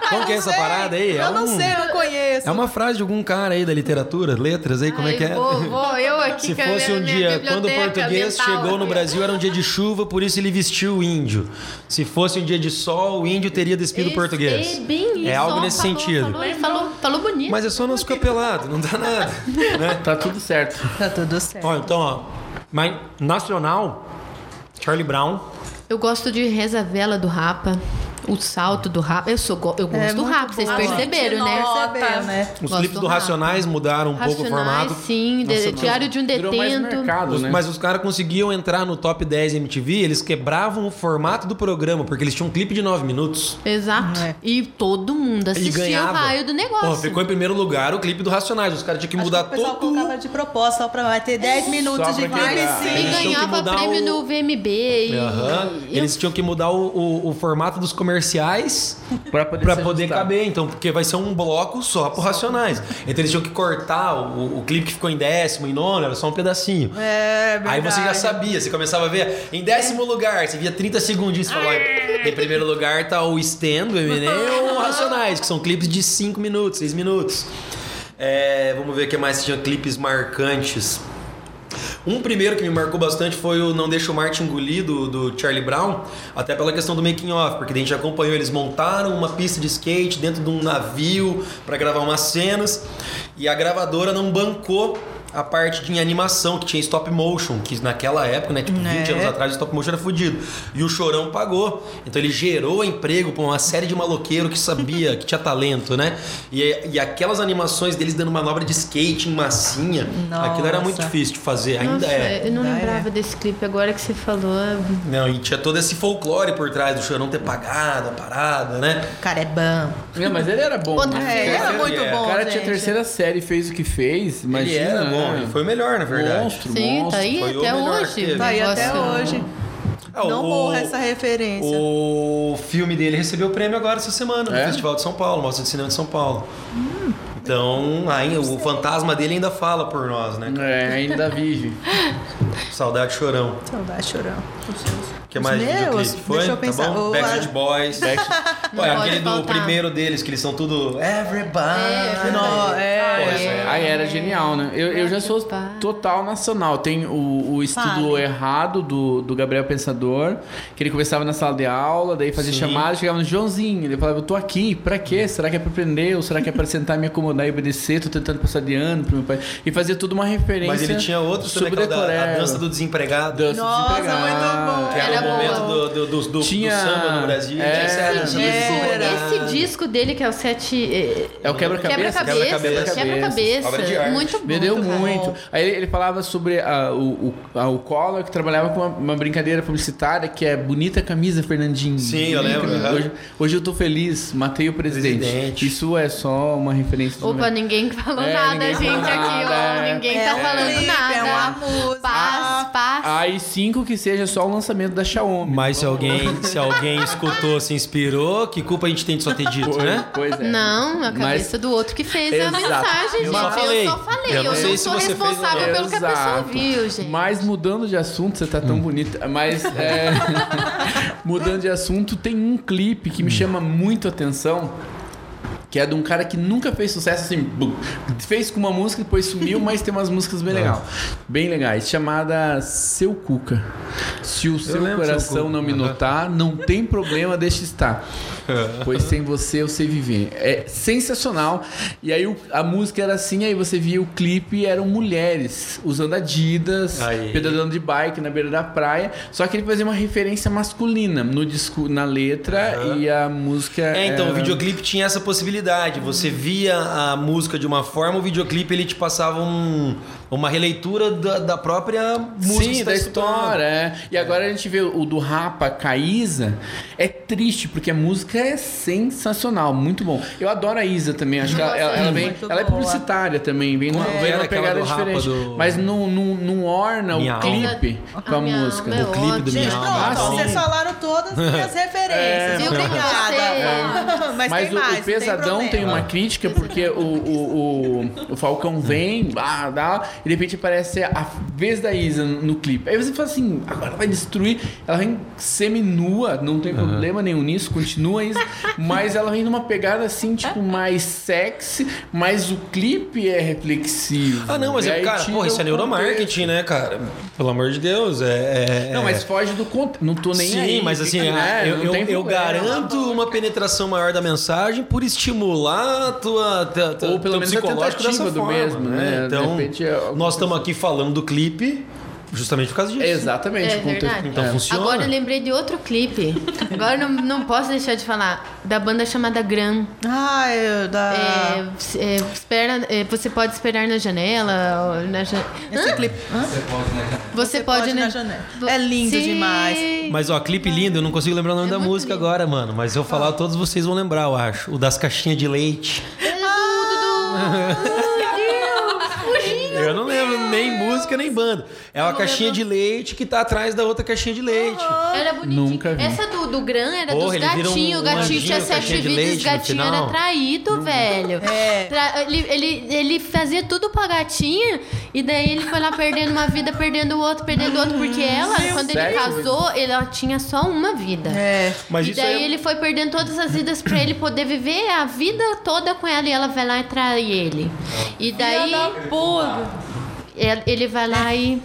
Speaker 3: Como que é essa
Speaker 1: sei,
Speaker 3: parada aí?
Speaker 1: Eu
Speaker 3: é
Speaker 1: não
Speaker 3: um-
Speaker 1: sei, eu conheço.
Speaker 3: É uma frase de algum cara aí da literatura, letras aí, como é
Speaker 4: Ai,
Speaker 3: que é?
Speaker 4: Vou, vou, eu aqui
Speaker 3: Se
Speaker 4: com a
Speaker 3: fosse
Speaker 4: minha-
Speaker 3: um
Speaker 4: minha
Speaker 3: dia, quando o
Speaker 4: biblioteca
Speaker 3: português
Speaker 4: mental
Speaker 3: chegou no
Speaker 4: aqui.
Speaker 3: Brasil era um dia de chuva, por isso ele vestiu o índio. Se fosse um dia de sol, o índio teria despido o português.
Speaker 4: É bem isso.
Speaker 3: É algo
Speaker 4: ó,
Speaker 3: nesse
Speaker 4: falou,
Speaker 3: sentido.
Speaker 4: Falou, falou, falou bonito.
Speaker 3: Mas é só não ficar pelado, não dá nada. né?
Speaker 5: Tá tudo certo.
Speaker 1: Tá tudo certo.
Speaker 3: Ó, então, ó, mas nacional, Charlie Brown.
Speaker 4: Eu gosto de Reza Vela do Rapa, o salto do Rapa. Eu, sou, go- eu gosto do
Speaker 1: É muito
Speaker 4: Rapa, vocês
Speaker 1: bom.
Speaker 4: perceberam, né?
Speaker 2: Nossa,
Speaker 1: Percebeu, né?
Speaker 3: Os
Speaker 4: Gosto
Speaker 3: clipes
Speaker 4: do
Speaker 3: do
Speaker 4: Rapa.
Speaker 3: Racionais mudaram um pouco o formato.
Speaker 4: Racionais, sim. de- Diário de um
Speaker 5: Virou mais
Speaker 4: detento.
Speaker 5: mercado,
Speaker 3: Os-
Speaker 5: né?
Speaker 3: Mas os caras conseguiam entrar no top 10 MTV, eles quebravam o formato do programa, porque eles tinham um clipe de 9 minutos.
Speaker 4: Exato.
Speaker 1: É.
Speaker 4: E todo mundo
Speaker 3: Ele
Speaker 4: assistia o
Speaker 3: ganhava.
Speaker 4: raio do negócio.
Speaker 3: Porra, ficou em primeiro lugar o clipe do Racionais. Os caras tinham que
Speaker 1: Acho
Speaker 3: mudar
Speaker 1: que o pessoal
Speaker 3: todo
Speaker 1: colocava de proposta só pra vai ter 10 minutos de
Speaker 5: pra quebrar.
Speaker 4: E
Speaker 3: Eles
Speaker 1: clipe, sim.
Speaker 3: tinham que
Speaker 4: ganhava
Speaker 3: mudar
Speaker 4: prêmio
Speaker 3: o-
Speaker 4: no VMB. e-
Speaker 3: Aham.
Speaker 4: e-
Speaker 3: Eles tinham que mudar o, o- o formato dos comerciais
Speaker 5: Pra poder,
Speaker 3: pra
Speaker 5: se
Speaker 3: poder
Speaker 5: ajustar.
Speaker 3: caber, então, porque vai ser um bloco só pro Racionais. Então eles tinham que cortar o, o clipe que ficou em décimo, em nono, era só um pedacinho.
Speaker 1: É,
Speaker 3: Aí você já
Speaker 1: verdade.
Speaker 3: sabia, você começava a ver em décimo lugar, você via 30 segundinhos e falou: "Olha, em primeiro lugar tá o Stand, o Eminem ou o Racionais, que são clipes de 5 minutos, 6 minutos. É, vamos ver o que mais tinha clipes marcantes. Um primeiro que me marcou bastante foi o Não Deixa o Marte Engolir, do, do Charlie Brown, até pela questão do making off, porque a gente acompanhou, eles montaram uma pista de skate dentro de um navio para gravar umas cenas, e a gravadora não bancou a parte de animação, que tinha stop motion, que naquela época, né, tipo 20
Speaker 1: Né?
Speaker 3: anos atrás, o stop motion era fudido. E o Chorão pagou. Então ele gerou emprego pra uma série de maloqueiro que sabia, que tinha talento, né? E, e aquelas animações deles dando manobra de skate em massinha, aquilo era muito
Speaker 1: Nossa.
Speaker 3: difícil de fazer, ainda
Speaker 4: Nossa,
Speaker 3: é.
Speaker 4: eu não
Speaker 1: Ainda é.
Speaker 4: lembrava desse clipe. Agora que você falou,
Speaker 3: Não, e tinha todo esse folclore por trás do Chorão ter pagado a parada, né?
Speaker 1: O cara é bom.
Speaker 5: Não, mas ele era bom.
Speaker 4: Pô, tá
Speaker 5: né?
Speaker 1: É,
Speaker 3: era
Speaker 1: era
Speaker 3: muito
Speaker 1: muito
Speaker 3: ele é.
Speaker 1: bom,
Speaker 3: bom,
Speaker 5: O cara tinha terceira série, fez o que fez. Imagina.
Speaker 3: ele era bom,
Speaker 5: né?
Speaker 3: ele foi o melhor, na verdade.
Speaker 5: Monstro,
Speaker 4: sim,
Speaker 5: monstro.
Speaker 4: tá aí
Speaker 3: foi o
Speaker 4: até
Speaker 3: melhor que
Speaker 4: hoje.
Speaker 3: teve.
Speaker 4: o
Speaker 1: Tá aí até
Speaker 4: negócio.
Speaker 1: hoje.
Speaker 3: Ah,
Speaker 1: Não morra essa referência.
Speaker 3: O filme dele recebeu o prêmio agora essa semana, no
Speaker 5: É?
Speaker 3: Festival de São Paulo, Mostra de Cinema de São Paulo.
Speaker 1: Hum.
Speaker 3: Então, aí, o fantasma dele ainda fala por nós, né?
Speaker 5: É, ainda vive.
Speaker 3: Saudade chorão.
Speaker 1: Saudade Então chorão.
Speaker 3: O que mais
Speaker 1: Os
Speaker 3: videoclipe?
Speaker 1: meus?
Speaker 3: Foi?
Speaker 1: Deixa eu
Speaker 3: Tá
Speaker 1: pensar.
Speaker 3: bom?
Speaker 1: O-
Speaker 3: Backstreet Boys.
Speaker 4: Não
Speaker 3: Ué,
Speaker 4: pode
Speaker 3: aquele do
Speaker 4: faltar.
Speaker 3: primeiro deles, que eles são tudo. Everybody.
Speaker 1: Não, é.
Speaker 3: Porra, essa é-
Speaker 5: Aí era genial, né? Eu, eu já sou total nacional. Tem o, o estudo
Speaker 1: Fale.
Speaker 5: errado do, do Gabriel Pensador, que ele começava na sala de aula, daí fazia
Speaker 3: Sim.
Speaker 5: chamada, chegava no Joãozinho, ele falava, eu tô aqui, pra quê? Será que é pra aprender? Ou será que é pra sentar, me acomodar e obedecer? Tô tentando passar de ano pro meu pai. E fazia tudo uma referência.
Speaker 3: Mas ele tinha outro sobre aquela é da, a dança do desempregado.
Speaker 5: Dança do
Speaker 1: Nossa,
Speaker 5: desempregado.
Speaker 1: muito bom.
Speaker 3: Que era,
Speaker 4: Era
Speaker 3: o momento
Speaker 4: boa.
Speaker 3: do, do, do, do- do
Speaker 5: Tinha-
Speaker 3: samba no Brasil.
Speaker 5: É.
Speaker 3: Esse era
Speaker 4: Esse
Speaker 3: dança do
Speaker 4: disco,
Speaker 3: desempregado.
Speaker 4: esse disco dele, que é o sete... é,
Speaker 5: É o quebra-cabeça.
Speaker 4: Quebra-cabeça.
Speaker 3: Quebra-cabeça.
Speaker 4: Quebra-cabeça.
Speaker 3: Obra de arte.
Speaker 4: Muito bom.
Speaker 5: Me deu
Speaker 4: cara.
Speaker 5: muito. Aí ele, ele falava sobre ah, o, o, ah, o Collor, que trabalhava com uma, uma brincadeira publicitária que é bonita camisa, Fernandinho.
Speaker 3: Sim, eu
Speaker 5: Bonita
Speaker 3: lembro,
Speaker 5: camisa.
Speaker 3: aham.
Speaker 5: Hoje, hoje eu tô feliz, matei o presidente.
Speaker 3: Presidente.
Speaker 5: Isso é só uma referência. do
Speaker 4: Opa,
Speaker 5: momento.
Speaker 4: ninguém falou
Speaker 5: É,
Speaker 4: nada,
Speaker 5: ninguém
Speaker 4: gente,
Speaker 5: falou
Speaker 4: aqui, ó.
Speaker 5: nada, Ah, é.
Speaker 4: Ninguém
Speaker 1: É
Speaker 4: tá
Speaker 1: um
Speaker 4: falando
Speaker 1: clipe,
Speaker 4: nada.
Speaker 1: é uma música.
Speaker 4: Paz, paz.
Speaker 5: Aí cinco que seja só o lançamento da deixar homem.
Speaker 3: Mas se alguém, se alguém escutou, se inspirou, que culpa a gente tem de só ter dito,
Speaker 5: Pois,
Speaker 3: né?
Speaker 5: pois é.
Speaker 4: Não, a
Speaker 5: Mas-
Speaker 4: cabeça do outro que fez a
Speaker 5: Exato.
Speaker 4: mensagem, gente.
Speaker 5: Eu só
Speaker 3: falei.
Speaker 4: Eu só falei.
Speaker 3: Eu
Speaker 4: Eu
Speaker 3: não
Speaker 4: não,
Speaker 3: sei se
Speaker 4: sou
Speaker 3: você fez ou
Speaker 4: responsável
Speaker 3: não.
Speaker 4: pelo que a pessoa
Speaker 5: Exato.
Speaker 4: viu, gente.
Speaker 5: Mas mudando de assunto, você tá
Speaker 3: Hum.
Speaker 5: tão bonita. Mas é, mudando de assunto, tem um clipe
Speaker 3: Hum.
Speaker 5: que me chama muito a atenção. Que é de um cara que nunca fez sucesso assim. bum, fez com uma música, depois sumiu, mas tem umas músicas
Speaker 3: É.
Speaker 5: bem legal. Bem legais. Chamada Seu Cuca. Se o seu
Speaker 3: lembro, Seu
Speaker 5: coração
Speaker 3: Cuca.
Speaker 5: não me
Speaker 3: Aham.
Speaker 5: notar, não tem problema, deixa estar. Pois sem você eu sei viver. É sensacional. E aí o- a música era assim, aí você via o clipe, eram mulheres usando Adidas,
Speaker 3: Aí.
Speaker 5: pedalando de bike na beira da praia. Só que ele fazia uma referência masculina no disco, na letra
Speaker 3: Aham.
Speaker 5: e a música.
Speaker 3: É, então,
Speaker 5: era-
Speaker 3: o videoclipe tinha essa possibilidade. Você via a música de uma forma, o videoclipe ele te passava um- uma releitura da, da própria música. que
Speaker 5: Sim,
Speaker 3: você
Speaker 5: da
Speaker 3: tá escutando.
Speaker 5: história. é. E agora a gente vê o do Rapa Caísa. É triste, porque a música é sensacional, muito bom. Eu adoro a Isa também, acho que ela,
Speaker 4: Nossa,
Speaker 5: ela- ela
Speaker 4: é
Speaker 5: vem.
Speaker 1: muito
Speaker 5: Ela é
Speaker 1: boa.
Speaker 5: publicitária também, vem numa,
Speaker 3: É,
Speaker 5: vem numa
Speaker 3: aquela
Speaker 5: pegada
Speaker 3: do Rapa
Speaker 5: diferente.
Speaker 3: do-
Speaker 5: Mas não, não, não orna
Speaker 3: Minha
Speaker 5: o clipe com a
Speaker 4: Ah, minha
Speaker 5: música.
Speaker 4: alma é
Speaker 3: O clipe do assim.
Speaker 4: ótima.
Speaker 1: Gente,
Speaker 3: Não, ah,
Speaker 1: pronto,
Speaker 5: não.
Speaker 1: vocês falaram todas as minhas referências.
Speaker 4: Viu,
Speaker 1: Obrigada.
Speaker 4: tem
Speaker 1: Mas,
Speaker 5: Mas
Speaker 1: tem
Speaker 5: o,
Speaker 1: mais,
Speaker 5: o Pesadão
Speaker 1: não
Speaker 5: tem,
Speaker 1: tem, problema.
Speaker 5: uma crítica porque o, o, o, o Falcão vem, ah, dá, e de repente aparece a vez da Isa no clipe. Aí você fala assim, agora ela vai destruir. Ela vem seminua, não tem problema nenhum nisso, continua Isa. Mas ela vem numa pegada assim, tipo, mais sexy, mas o clipe é reflexivo.
Speaker 3: Ah, não, mas,
Speaker 5: E aí
Speaker 3: cara,
Speaker 5: tira
Speaker 3: porra, isso é
Speaker 5: o contexto.
Speaker 3: neuromarketing, né, cara? Pelo amor de Deus, é... é-
Speaker 5: Não, mas foge do contexto. Não tô nem
Speaker 3: Sim,
Speaker 5: aí.
Speaker 3: mas assim,
Speaker 5: fica,
Speaker 3: a-
Speaker 5: né?
Speaker 3: eu,
Speaker 5: Não
Speaker 3: eu-
Speaker 5: tem
Speaker 3: eu
Speaker 5: problema.
Speaker 1: É,
Speaker 3: garanto uma penetração maior da mensagem por estimular a tua, tua, tua
Speaker 5: Ou pelo
Speaker 3: teu
Speaker 5: menos a
Speaker 3: psicológico
Speaker 5: tentativa
Speaker 3: dessa
Speaker 5: do
Speaker 3: forma,
Speaker 5: mesmo, né?
Speaker 3: Então,
Speaker 5: De repente é alguma
Speaker 3: nós estamos aqui falando do clipe justamente por causa disso.
Speaker 5: Exatamente,
Speaker 4: É
Speaker 5: o contexto.
Speaker 4: verdade.
Speaker 3: Então
Speaker 5: É.
Speaker 3: funciona.
Speaker 4: Agora eu lembrei de outro clipe. Agora não, não posso deixar de falar. Da banda chamada Gram.
Speaker 1: Ah, eu, da...
Speaker 4: É, é, espera, é, você pode esperar na janela. ou Na jan-
Speaker 1: Esse clipe... Hã?
Speaker 4: Você, pode,
Speaker 1: pode na janela. É lindo demais.
Speaker 3: Mas ó, clipe lindo, eu não consigo lembrar o nome
Speaker 4: É
Speaker 3: da
Speaker 4: muito
Speaker 3: música
Speaker 4: lindo.
Speaker 3: agora, mano. Mas se eu falar, todos vocês vão lembrar, eu acho. O das caixinhas de leite. Eu não lembro nem música nem banda. É uma caixinha de leite que tá atrás da outra caixinha de leite.
Speaker 4: Era bonitinho.
Speaker 5: Nunca vi.
Speaker 4: é Essa do, do Gran era
Speaker 3: Porra,
Speaker 4: dos
Speaker 3: ele vira um-
Speaker 4: gatinhos.
Speaker 3: um
Speaker 4: o gatinho tinha
Speaker 3: anjinho,
Speaker 4: sete
Speaker 3: caixinha de leite
Speaker 4: vidas,
Speaker 3: no
Speaker 4: gatinho era
Speaker 3: final.
Speaker 4: traído, velho.
Speaker 1: É.
Speaker 4: Tra- ele, ele, ele fazia tudo pra gatinha e daí ele foi lá perdendo uma vida, perdendo o outro, perdendo o outro, porque ela, quando ele
Speaker 5: Sério?
Speaker 4: casou, ela tinha só uma vida.
Speaker 1: É.
Speaker 3: Mas
Speaker 4: e
Speaker 3: isso
Speaker 4: daí
Speaker 3: aí é-
Speaker 4: ele foi perdendo todas as vidas pra ele poder viver a vida toda com ela e ela vai lá e trai ele. E daí
Speaker 2: Tá.
Speaker 4: ele- ele vai lá e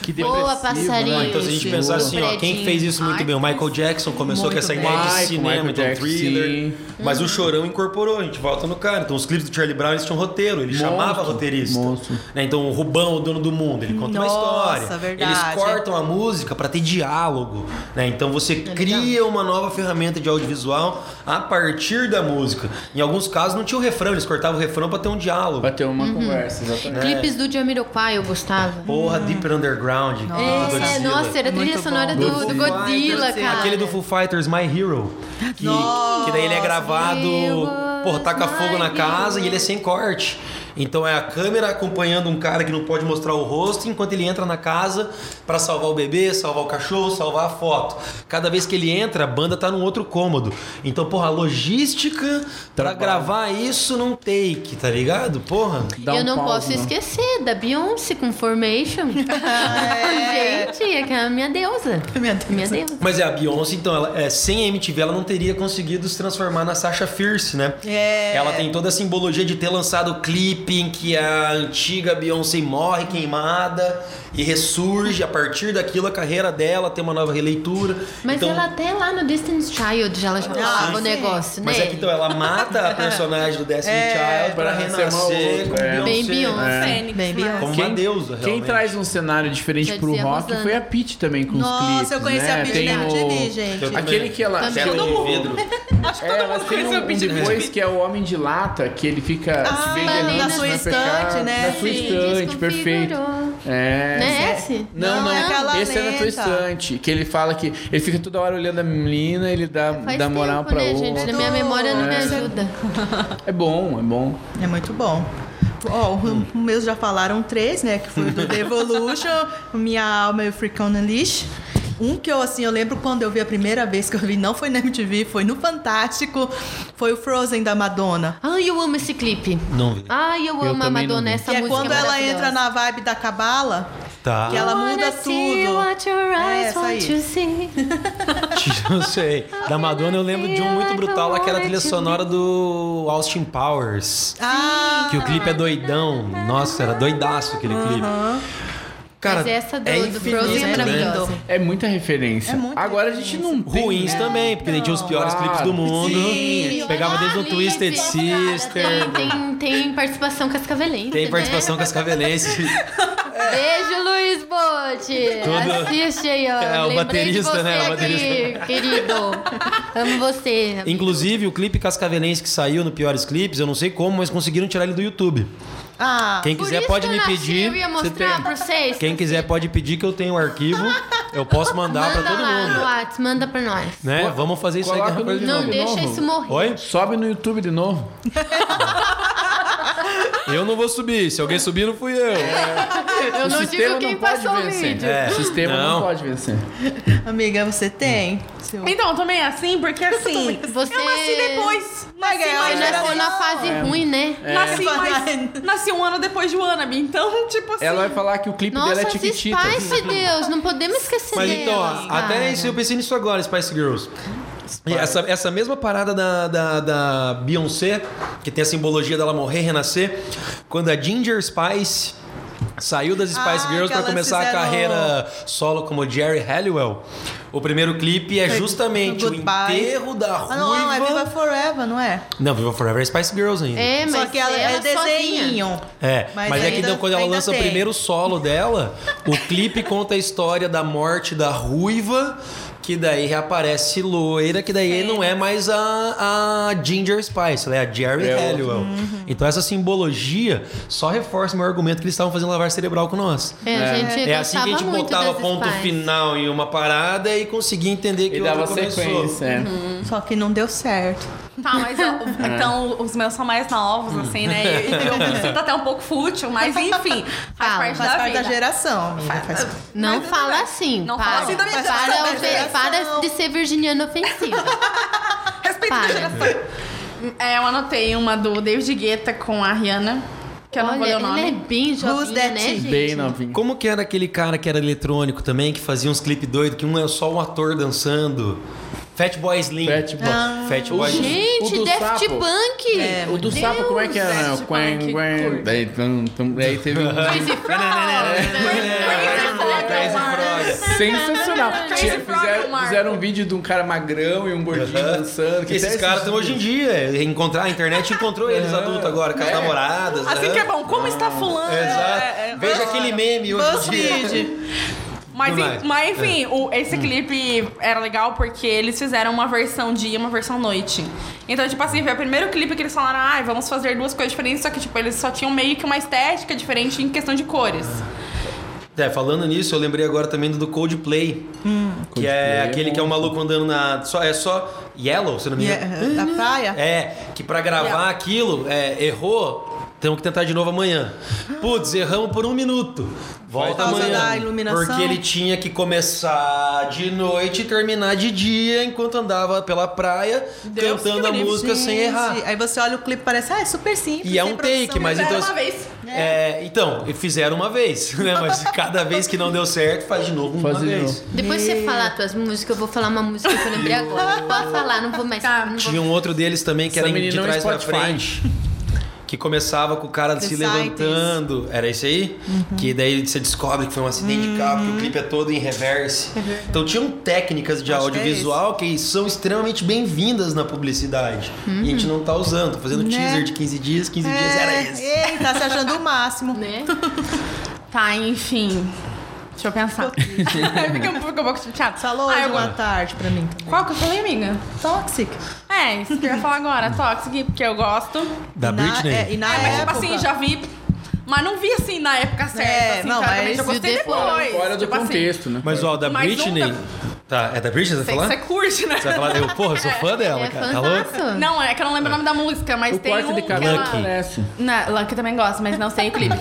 Speaker 5: Que
Speaker 4: Boa,
Speaker 5: depressivo,
Speaker 4: passarinho.
Speaker 5: né?
Speaker 3: Então, se a gente
Speaker 4: Sim.
Speaker 3: pensar assim, ó,
Speaker 4: Fredinho.
Speaker 3: quem fez isso muito
Speaker 2: Ai,
Speaker 3: bem? O Michael Jackson começou com
Speaker 1: muito
Speaker 3: essa
Speaker 1: bem.
Speaker 3: ideia de
Speaker 5: Michael,
Speaker 3: cinema,
Speaker 5: Michael
Speaker 3: então
Speaker 5: Jackson,
Speaker 3: thriller.
Speaker 5: sim.
Speaker 3: Mas o Chorão incorporou, a gente volta no cara. Então, os clipes do Charlie Brown eles tinham roteiro, ele
Speaker 5: Monstro,
Speaker 3: chamava roteirista.
Speaker 5: monstro.
Speaker 3: Né? Então, o Rubão, o dono do mundo, ele conta
Speaker 1: Nossa,
Speaker 3: uma história.
Speaker 1: verdade.
Speaker 3: Eles cortam a música pra ter diálogo. né? Então, você cria uma nova ferramenta de audiovisual a partir da música. Em alguns casos, não tinha o refrão, eles cortavam o refrão pra ter um diálogo.
Speaker 5: Bateu uma conversa,
Speaker 3: É.
Speaker 5: exatamente.
Speaker 4: clipes do Jamiroquai eu gostava.
Speaker 3: Porra, Deeper Underground.
Speaker 4: É,
Speaker 3: Godzilla.
Speaker 4: nossa, era a trilha
Speaker 1: Muito
Speaker 4: sonora
Speaker 1: bom.
Speaker 4: do,
Speaker 3: Do
Speaker 4: do
Speaker 3: Foo
Speaker 4: Godzilla,
Speaker 1: Fighters,
Speaker 4: cara.
Speaker 3: Aquele do Foo Fighters, My Hero. Que,
Speaker 1: Nossa,
Speaker 3: que daí ele é gravado,
Speaker 4: Heroes,
Speaker 3: porra, taca fogo na
Speaker 4: My
Speaker 3: casa
Speaker 4: Heroes.
Speaker 3: e ele é sem corte. Então é a câmera acompanhando um cara que não pode mostrar o rosto enquanto ele entra na casa pra salvar o bebê, salvar o cachorro, salvar a foto. Cada vez que ele entra, a banda tá num outro cômodo. Então, porra, a logística pra
Speaker 5: Trabalho.
Speaker 3: gravar isso num take, tá ligado? Porra.
Speaker 5: Dá
Speaker 4: eu
Speaker 5: um
Speaker 4: não
Speaker 5: pause,
Speaker 4: posso
Speaker 5: né?
Speaker 4: esquecer da Beyoncé com Formation. Gente, é que é a minha deusa.
Speaker 1: Minha deusa.
Speaker 4: Minha deusa.
Speaker 3: Mas é a Beyoncé, então, ela, é, sem a MTV, ela não teria conseguido se transformar na Sasha Fierce, né?
Speaker 1: É.
Speaker 3: Ela tem toda a simbologia de ter lançado o clipe em que a antiga Beyoncé morre queimada e ressurge. A partir daquilo, a carreira dela tem uma nova releitura.
Speaker 4: Mas
Speaker 3: então,
Speaker 4: ela até lá no Destiny's Child já ela já falava o
Speaker 1: sim.
Speaker 4: negócio,
Speaker 3: Mas
Speaker 4: né? É.
Speaker 3: é que então ela mata a personagem do Destiny Child pra
Speaker 5: pra ser uma
Speaker 3: renascer com
Speaker 5: outra, é.
Speaker 4: Bem
Speaker 3: Beyoncé.
Speaker 4: Beyoncé.
Speaker 2: Fênix,
Speaker 1: Bem,
Speaker 2: mas-
Speaker 1: Beyoncé.
Speaker 3: Como uma deusa,
Speaker 5: Quem
Speaker 3: realmente.
Speaker 5: traz um cenário diferente
Speaker 4: Já
Speaker 5: pro
Speaker 4: dizia
Speaker 5: rock
Speaker 4: Rosana.
Speaker 5: foi a Pitty também com os clipes.
Speaker 1: Nossa, eu conheci
Speaker 5: né?
Speaker 1: a Pitty
Speaker 5: Tem
Speaker 1: na MTV, gente.
Speaker 3: Eu-
Speaker 5: Aquele que ela.
Speaker 4: Também.
Speaker 5: que ela-
Speaker 3: Teto de vidro.
Speaker 5: É, ela tem um,
Speaker 2: conheceu a
Speaker 5: um
Speaker 2: Pitty na
Speaker 5: depois que é o Homem de Lata, que ele fica
Speaker 1: Ah,
Speaker 5: se vendendo
Speaker 4: na
Speaker 5: pra
Speaker 4: sua
Speaker 5: pecar-
Speaker 1: estante, né?
Speaker 5: É. Na sua
Speaker 4: Sim,
Speaker 5: estante,
Speaker 4: desconfigurou.
Speaker 5: perfeito. É.
Speaker 4: Né, esse?
Speaker 5: Não,
Speaker 1: Não,
Speaker 5: não,
Speaker 1: é aquela
Speaker 5: esse é na tua
Speaker 1: lenta.
Speaker 5: estante. Que ele fala que ele fica toda hora olhando a menina, ele dá,
Speaker 4: Faz
Speaker 5: dá moral
Speaker 4: tempo,
Speaker 5: pra
Speaker 4: né,
Speaker 5: outra.
Speaker 4: gente? Na minha memória não me
Speaker 5: É.
Speaker 4: ajuda.
Speaker 5: É bom, é bom.
Speaker 1: É muito bom. Ó, o-
Speaker 5: Hum.
Speaker 1: o meus já falaram três, né? Que foi o do The Evolution, o Minha Alma e o Freak on a Leash. Um que eu, assim, eu lembro quando eu vi a primeira vez que eu vi, não foi na MTV, foi no Fantástico, foi o Frozen da Madonna.
Speaker 4: Ai, eu amo esse clipe.
Speaker 3: Não vi.
Speaker 4: Ai, eu
Speaker 5: Eu
Speaker 4: amo a
Speaker 5: também não
Speaker 4: Madonna,
Speaker 5: vi.
Speaker 4: essa
Speaker 1: que é
Speaker 4: música
Speaker 1: quando ela entra na vibe da cabala,
Speaker 3: Tá.
Speaker 1: que ela muda tudo. É, essa aí.
Speaker 3: Não sei. Da Madonna eu lembro de um muito brutal lá que era a trilha sonora do Austin Powers.
Speaker 1: Ah,
Speaker 3: Que o clipe é doidão. Nossa, era doidaço aquele clipe. Cara,
Speaker 4: Mas essa do,
Speaker 3: é
Speaker 4: do
Speaker 3: infinito,
Speaker 4: Frozen é
Speaker 3: né?
Speaker 4: maravilhosa.
Speaker 5: É muita referência.
Speaker 1: É muita
Speaker 5: Agora a gente não tem.
Speaker 3: Ruins
Speaker 5: né?
Speaker 3: também, porque daí tinha os piores
Speaker 5: Claro.
Speaker 3: clipes do mundo.
Speaker 1: Sim.
Speaker 3: Pegava desde o
Speaker 4: Ali,
Speaker 3: Twisted
Speaker 4: tem-
Speaker 3: Sister.
Speaker 4: Tem, assim, tem, tem participação cascavelense.
Speaker 3: Tem participação com as cavelenses.
Speaker 4: Né? Beijo, Luiz Bote.
Speaker 3: Todo-
Speaker 4: Assiste aí, ó.
Speaker 3: É, o
Speaker 4: Lembrei de
Speaker 3: baterista,
Speaker 4: você
Speaker 3: né? O
Speaker 4: aqui,
Speaker 3: baterista.
Speaker 4: querido. Amo você.
Speaker 3: Inclusive, o clipe Cascavelense que saiu no Piores Clipes, eu não sei como, mas conseguiram tirar ele do YouTube.
Speaker 1: ah,
Speaker 3: Quem
Speaker 4: Por
Speaker 3: quiser
Speaker 4: isso
Speaker 3: pode
Speaker 4: que eu
Speaker 3: me
Speaker 4: nasci,
Speaker 3: pedir.
Speaker 4: Eu ia
Speaker 3: você
Speaker 4: mostrar
Speaker 3: tem-
Speaker 4: pra vocês.
Speaker 3: Quem quiser pode pedir que eu tenho o arquivo. Eu posso mandar
Speaker 4: manda
Speaker 3: pra todo
Speaker 4: lá no
Speaker 3: mundo.
Speaker 4: WhatsApp, manda pra nós.
Speaker 3: Né? Vamos fazer isso aí.
Speaker 5: Coloca
Speaker 3: que é uma
Speaker 5: no-
Speaker 3: coisa de
Speaker 4: Não
Speaker 5: novo,
Speaker 4: deixa
Speaker 5: novo.
Speaker 4: isso morrer.
Speaker 3: Oi?
Speaker 5: Sobe no YouTube de novo.
Speaker 3: Eu não vou subir. Se alguém subir, não fui eu.
Speaker 1: É,
Speaker 4: Eu
Speaker 5: o
Speaker 4: não
Speaker 5: sistema
Speaker 4: digo quem
Speaker 5: não pode
Speaker 4: passou o
Speaker 5: vencer.
Speaker 4: vídeo.
Speaker 3: É.
Speaker 5: O sistema não.
Speaker 3: Não.
Speaker 5: pode vencer.
Speaker 1: amiga, você tem?
Speaker 5: Hum.
Speaker 1: Seu...
Speaker 2: Então, eu também é assim, porque assim.
Speaker 4: Você-
Speaker 2: Eu nasci depois.
Speaker 1: Vai
Speaker 2: Nasci
Speaker 1: ganhar
Speaker 2: mais
Speaker 4: Você nasceu
Speaker 1: geração.
Speaker 4: na fase
Speaker 3: É.
Speaker 4: ruim, né?
Speaker 2: Nasci,
Speaker 1: É.
Speaker 2: mais, nasci um ano depois de Wannabe, então, tipo assim.
Speaker 5: Ela vai falar que o clipe
Speaker 4: Nossa,
Speaker 5: dela é
Speaker 4: esses
Speaker 5: tiquitita.
Speaker 4: Spice Deus, não podemos esquecer
Speaker 3: Mas
Speaker 4: delas,
Speaker 3: então, ó,
Speaker 4: cara.
Speaker 3: até isso, eu
Speaker 1: né?
Speaker 3: pensei nisso agora, Spice Girls. E essa, essa mesma parada da, da, da Beyoncé, que tem a simbologia dela morrer e renascer, quando a Ginger Spice saiu das Spice
Speaker 1: Ah,
Speaker 3: Girls
Speaker 1: que
Speaker 3: pra
Speaker 1: elas
Speaker 3: começar
Speaker 1: fizeram-
Speaker 3: a carreira solo como Jerry Halliwell, o primeiro clipe é
Speaker 1: Foi
Speaker 3: justamente o
Speaker 1: Goodbye.
Speaker 3: enterro da ruiva...
Speaker 1: Ah, não, não, é Viva Forever, não é?
Speaker 3: Não, Viva Forever é Spice Girls ainda.
Speaker 4: É, mas
Speaker 1: Só que ela, é
Speaker 4: sozinha.
Speaker 1: desenho.
Speaker 3: É,
Speaker 1: Mas
Speaker 3: mas, é que
Speaker 1: ainda-
Speaker 3: então, quando ela
Speaker 1: ainda
Speaker 3: lança o
Speaker 1: tem.
Speaker 3: primeiro solo dela, o clipe conta a história da morte da ruiva, que daí reaparece loira, que daí não é mais a, a Ginger Spice, ela é a Jerry
Speaker 5: É outra.
Speaker 3: Halliwell.
Speaker 1: Uhum.
Speaker 3: Então essa simbologia só reforça o meu argumento que eles estavam fazendo lavagem cerebral com nós.
Speaker 4: É, a gente
Speaker 3: É assim que a gente botava ponto final em uma parada e conseguia entender que
Speaker 5: E
Speaker 3: o
Speaker 5: dava
Speaker 3: outro começou.
Speaker 5: sequência. é.
Speaker 2: Hum.
Speaker 1: Só que não deu certo.
Speaker 2: Tá, mas eu- então os meus são mais novos, assim, né? E Eu me sinto até um pouco fútil, mas enfim, faz
Speaker 4: Fala,
Speaker 2: parte
Speaker 1: Faz
Speaker 2: da
Speaker 1: parte
Speaker 2: vida.
Speaker 1: da geração, amiga. Faz...
Speaker 4: Não fala assim.
Speaker 2: Não
Speaker 4: para.
Speaker 2: fala assim da minha
Speaker 4: para,
Speaker 2: geração,
Speaker 4: ofe-
Speaker 2: da minha
Speaker 4: para
Speaker 1: geração.
Speaker 4: de ser virginiana ofensiva.
Speaker 2: Respeito da
Speaker 4: Para.
Speaker 2: geração. É, eu anotei uma do David Guetta com a Rihanna, que eu não vou ler
Speaker 4: Olha,
Speaker 2: o
Speaker 4: ele é
Speaker 2: nome.
Speaker 4: bem jovinha,
Speaker 1: that
Speaker 4: né,
Speaker 1: chick?
Speaker 4: gente?
Speaker 5: Bem novinho.
Speaker 3: Como que era aquele cara que era eletrônico também, que fazia uns clipes doidos, que um é só um ator dançando? Fatboy Slim.
Speaker 5: Fat Boy.
Speaker 2: Ah,
Speaker 3: Fat Boy Slim.
Speaker 5: O do
Speaker 4: Gente, Daft
Speaker 5: sapo.
Speaker 4: Punk.
Speaker 5: O do sapo, como é que era?
Speaker 2: Deus, Daft
Speaker 5: Né? Quen,
Speaker 2: Punk,
Speaker 5: quen.
Speaker 2: curto.
Speaker 5: Daí, tum, tum, daí teve um.
Speaker 4: Crazy
Speaker 3: Né, É, Crazy Frog.
Speaker 5: Sensacional.
Speaker 2: Crazy
Speaker 5: Tinha-
Speaker 2: Frog,
Speaker 5: Fizeram,
Speaker 2: Marco.
Speaker 5: fizeram um vídeo de um cara magrão e um gordinho dançando. que
Speaker 3: Esses
Speaker 5: até
Speaker 3: caras estão hoje em
Speaker 5: vídeos.
Speaker 3: dia. é, Encontrar a internet encontrou eles adultos agora, com as namoradas.
Speaker 2: Assim
Speaker 3: né?
Speaker 2: que é bom, como está fulano?
Speaker 3: Exato.
Speaker 2: É, é,
Speaker 3: Veja
Speaker 2: é.
Speaker 3: aquele meme hoje em dia.
Speaker 1: BuzzFeed.
Speaker 2: Mas,
Speaker 3: Não
Speaker 2: en-
Speaker 3: vai.
Speaker 2: mas
Speaker 3: É.
Speaker 2: enfim, o- esse clipe era legal porque eles fizeram uma versão dia e uma versão noite. Então, tipo assim, foi o primeiro clipe que eles falaram, ai, vamos fazer duas coisas diferentes, só que, tipo, eles só tinham meio que uma estética diferente em questão de cores.
Speaker 3: É, falando nisso, eu lembrei agora também do do Coldplay.
Speaker 2: Hum.
Speaker 3: Que
Speaker 5: Coldplay
Speaker 3: é
Speaker 5: é
Speaker 3: aquele que é um maluco andando na. Só, é só Yellow, se não me
Speaker 1: E
Speaker 3: engano.
Speaker 2: uh-huh.
Speaker 1: é- Da praia?
Speaker 3: É, que pra gravar
Speaker 2: Yeah.
Speaker 3: aquilo, é, errou, temos que tentar de novo amanhã. Putz, erramos por um minuto. Volta
Speaker 1: Por causa
Speaker 3: amanhã.
Speaker 1: da iluminação?
Speaker 3: Porque ele tinha que começar de noite e terminar de dia enquanto andava pela praia
Speaker 2: Deus
Speaker 3: É, cantando
Speaker 2: que
Speaker 3: a
Speaker 2: me livre.
Speaker 3: música sem errar.
Speaker 1: Aí você olha o clipe e parece, ah, é super simples.
Speaker 3: E é
Speaker 1: sem
Speaker 3: um
Speaker 1: produção.
Speaker 3: take, mas então.
Speaker 2: Fizeram uma vez.
Speaker 3: É, então, fizeram uma vez, né? Mas cada vez que não deu certo, faz de novo uma
Speaker 5: Faz de
Speaker 3: vez.
Speaker 5: novo.
Speaker 4: Depois de você falar tuas músicas, eu vou falar uma música que eu lembrei agora. Pode falar, não vou mais.
Speaker 2: Tá.
Speaker 4: não vou-
Speaker 3: Tinha um outro deles também que era
Speaker 5: Essa
Speaker 3: em- de
Speaker 5: menina é um
Speaker 3: trás pra
Speaker 5: Spotify.
Speaker 3: frente. Que começava com o cara se
Speaker 1: Recitals.
Speaker 3: levantando. Era isso aí?
Speaker 1: Uhum.
Speaker 3: Que daí você descobre que foi um acidente de carro,
Speaker 1: Hum.
Speaker 3: porque o clipe é todo em reverse. Então tinham técnicas de
Speaker 1: Acho que é
Speaker 3: audiovisual que, são extremamente bem-vindas na publicidade. E a gente não tá usando. Tô fazendo
Speaker 1: Né?
Speaker 3: teaser de 15 dias, 15 dias era
Speaker 1: É,
Speaker 3: isso.
Speaker 1: ele tá se achando o
Speaker 3: um-
Speaker 1: máximo.
Speaker 4: Né?
Speaker 2: Tá, enfim. Deixa eu pensar. Fica um pouco- um pouco chateado.
Speaker 1: Falou
Speaker 2: ah,
Speaker 1: hoje
Speaker 2: eu
Speaker 1: uma
Speaker 2: gosto.
Speaker 1: tarde pra mim.
Speaker 2: Qual que eu falei, amiga?
Speaker 1: Toxic.
Speaker 2: É, isso que eu ia falar agora, Toxic, porque eu gosto.
Speaker 3: Da
Speaker 1: E na-
Speaker 3: Britney?
Speaker 1: é, e na
Speaker 2: Ah, mas tipo
Speaker 1: época...
Speaker 2: assim, já vi. Mas não vi assim na época certa.
Speaker 1: É,
Speaker 2: assim,
Speaker 1: não,
Speaker 2: claramente.
Speaker 1: mas
Speaker 2: eu gostei
Speaker 4: e depois?
Speaker 2: depois.
Speaker 5: Fora do
Speaker 2: tipo assim.
Speaker 5: contexto, né?
Speaker 3: Mas ó, da
Speaker 2: Mas um
Speaker 3: Britney,
Speaker 2: da-
Speaker 3: Tá, é da Britney, você vai
Speaker 2: Sei que
Speaker 3: falar?
Speaker 2: você curte, né?
Speaker 3: Você
Speaker 5: tá
Speaker 3: vai falar, eu, porra, eu sou fã dela,
Speaker 4: É
Speaker 3: cara. Tá louco?
Speaker 4: fantástico.
Speaker 2: Não, é que eu não lembro o nome da música, mas
Speaker 5: o
Speaker 2: tem
Speaker 5: quarto
Speaker 2: um
Speaker 5: de
Speaker 2: que
Speaker 5: cabelo
Speaker 2: ela-
Speaker 5: parece.
Speaker 2: Na, Lucky também gosta, mas não sei o clipe.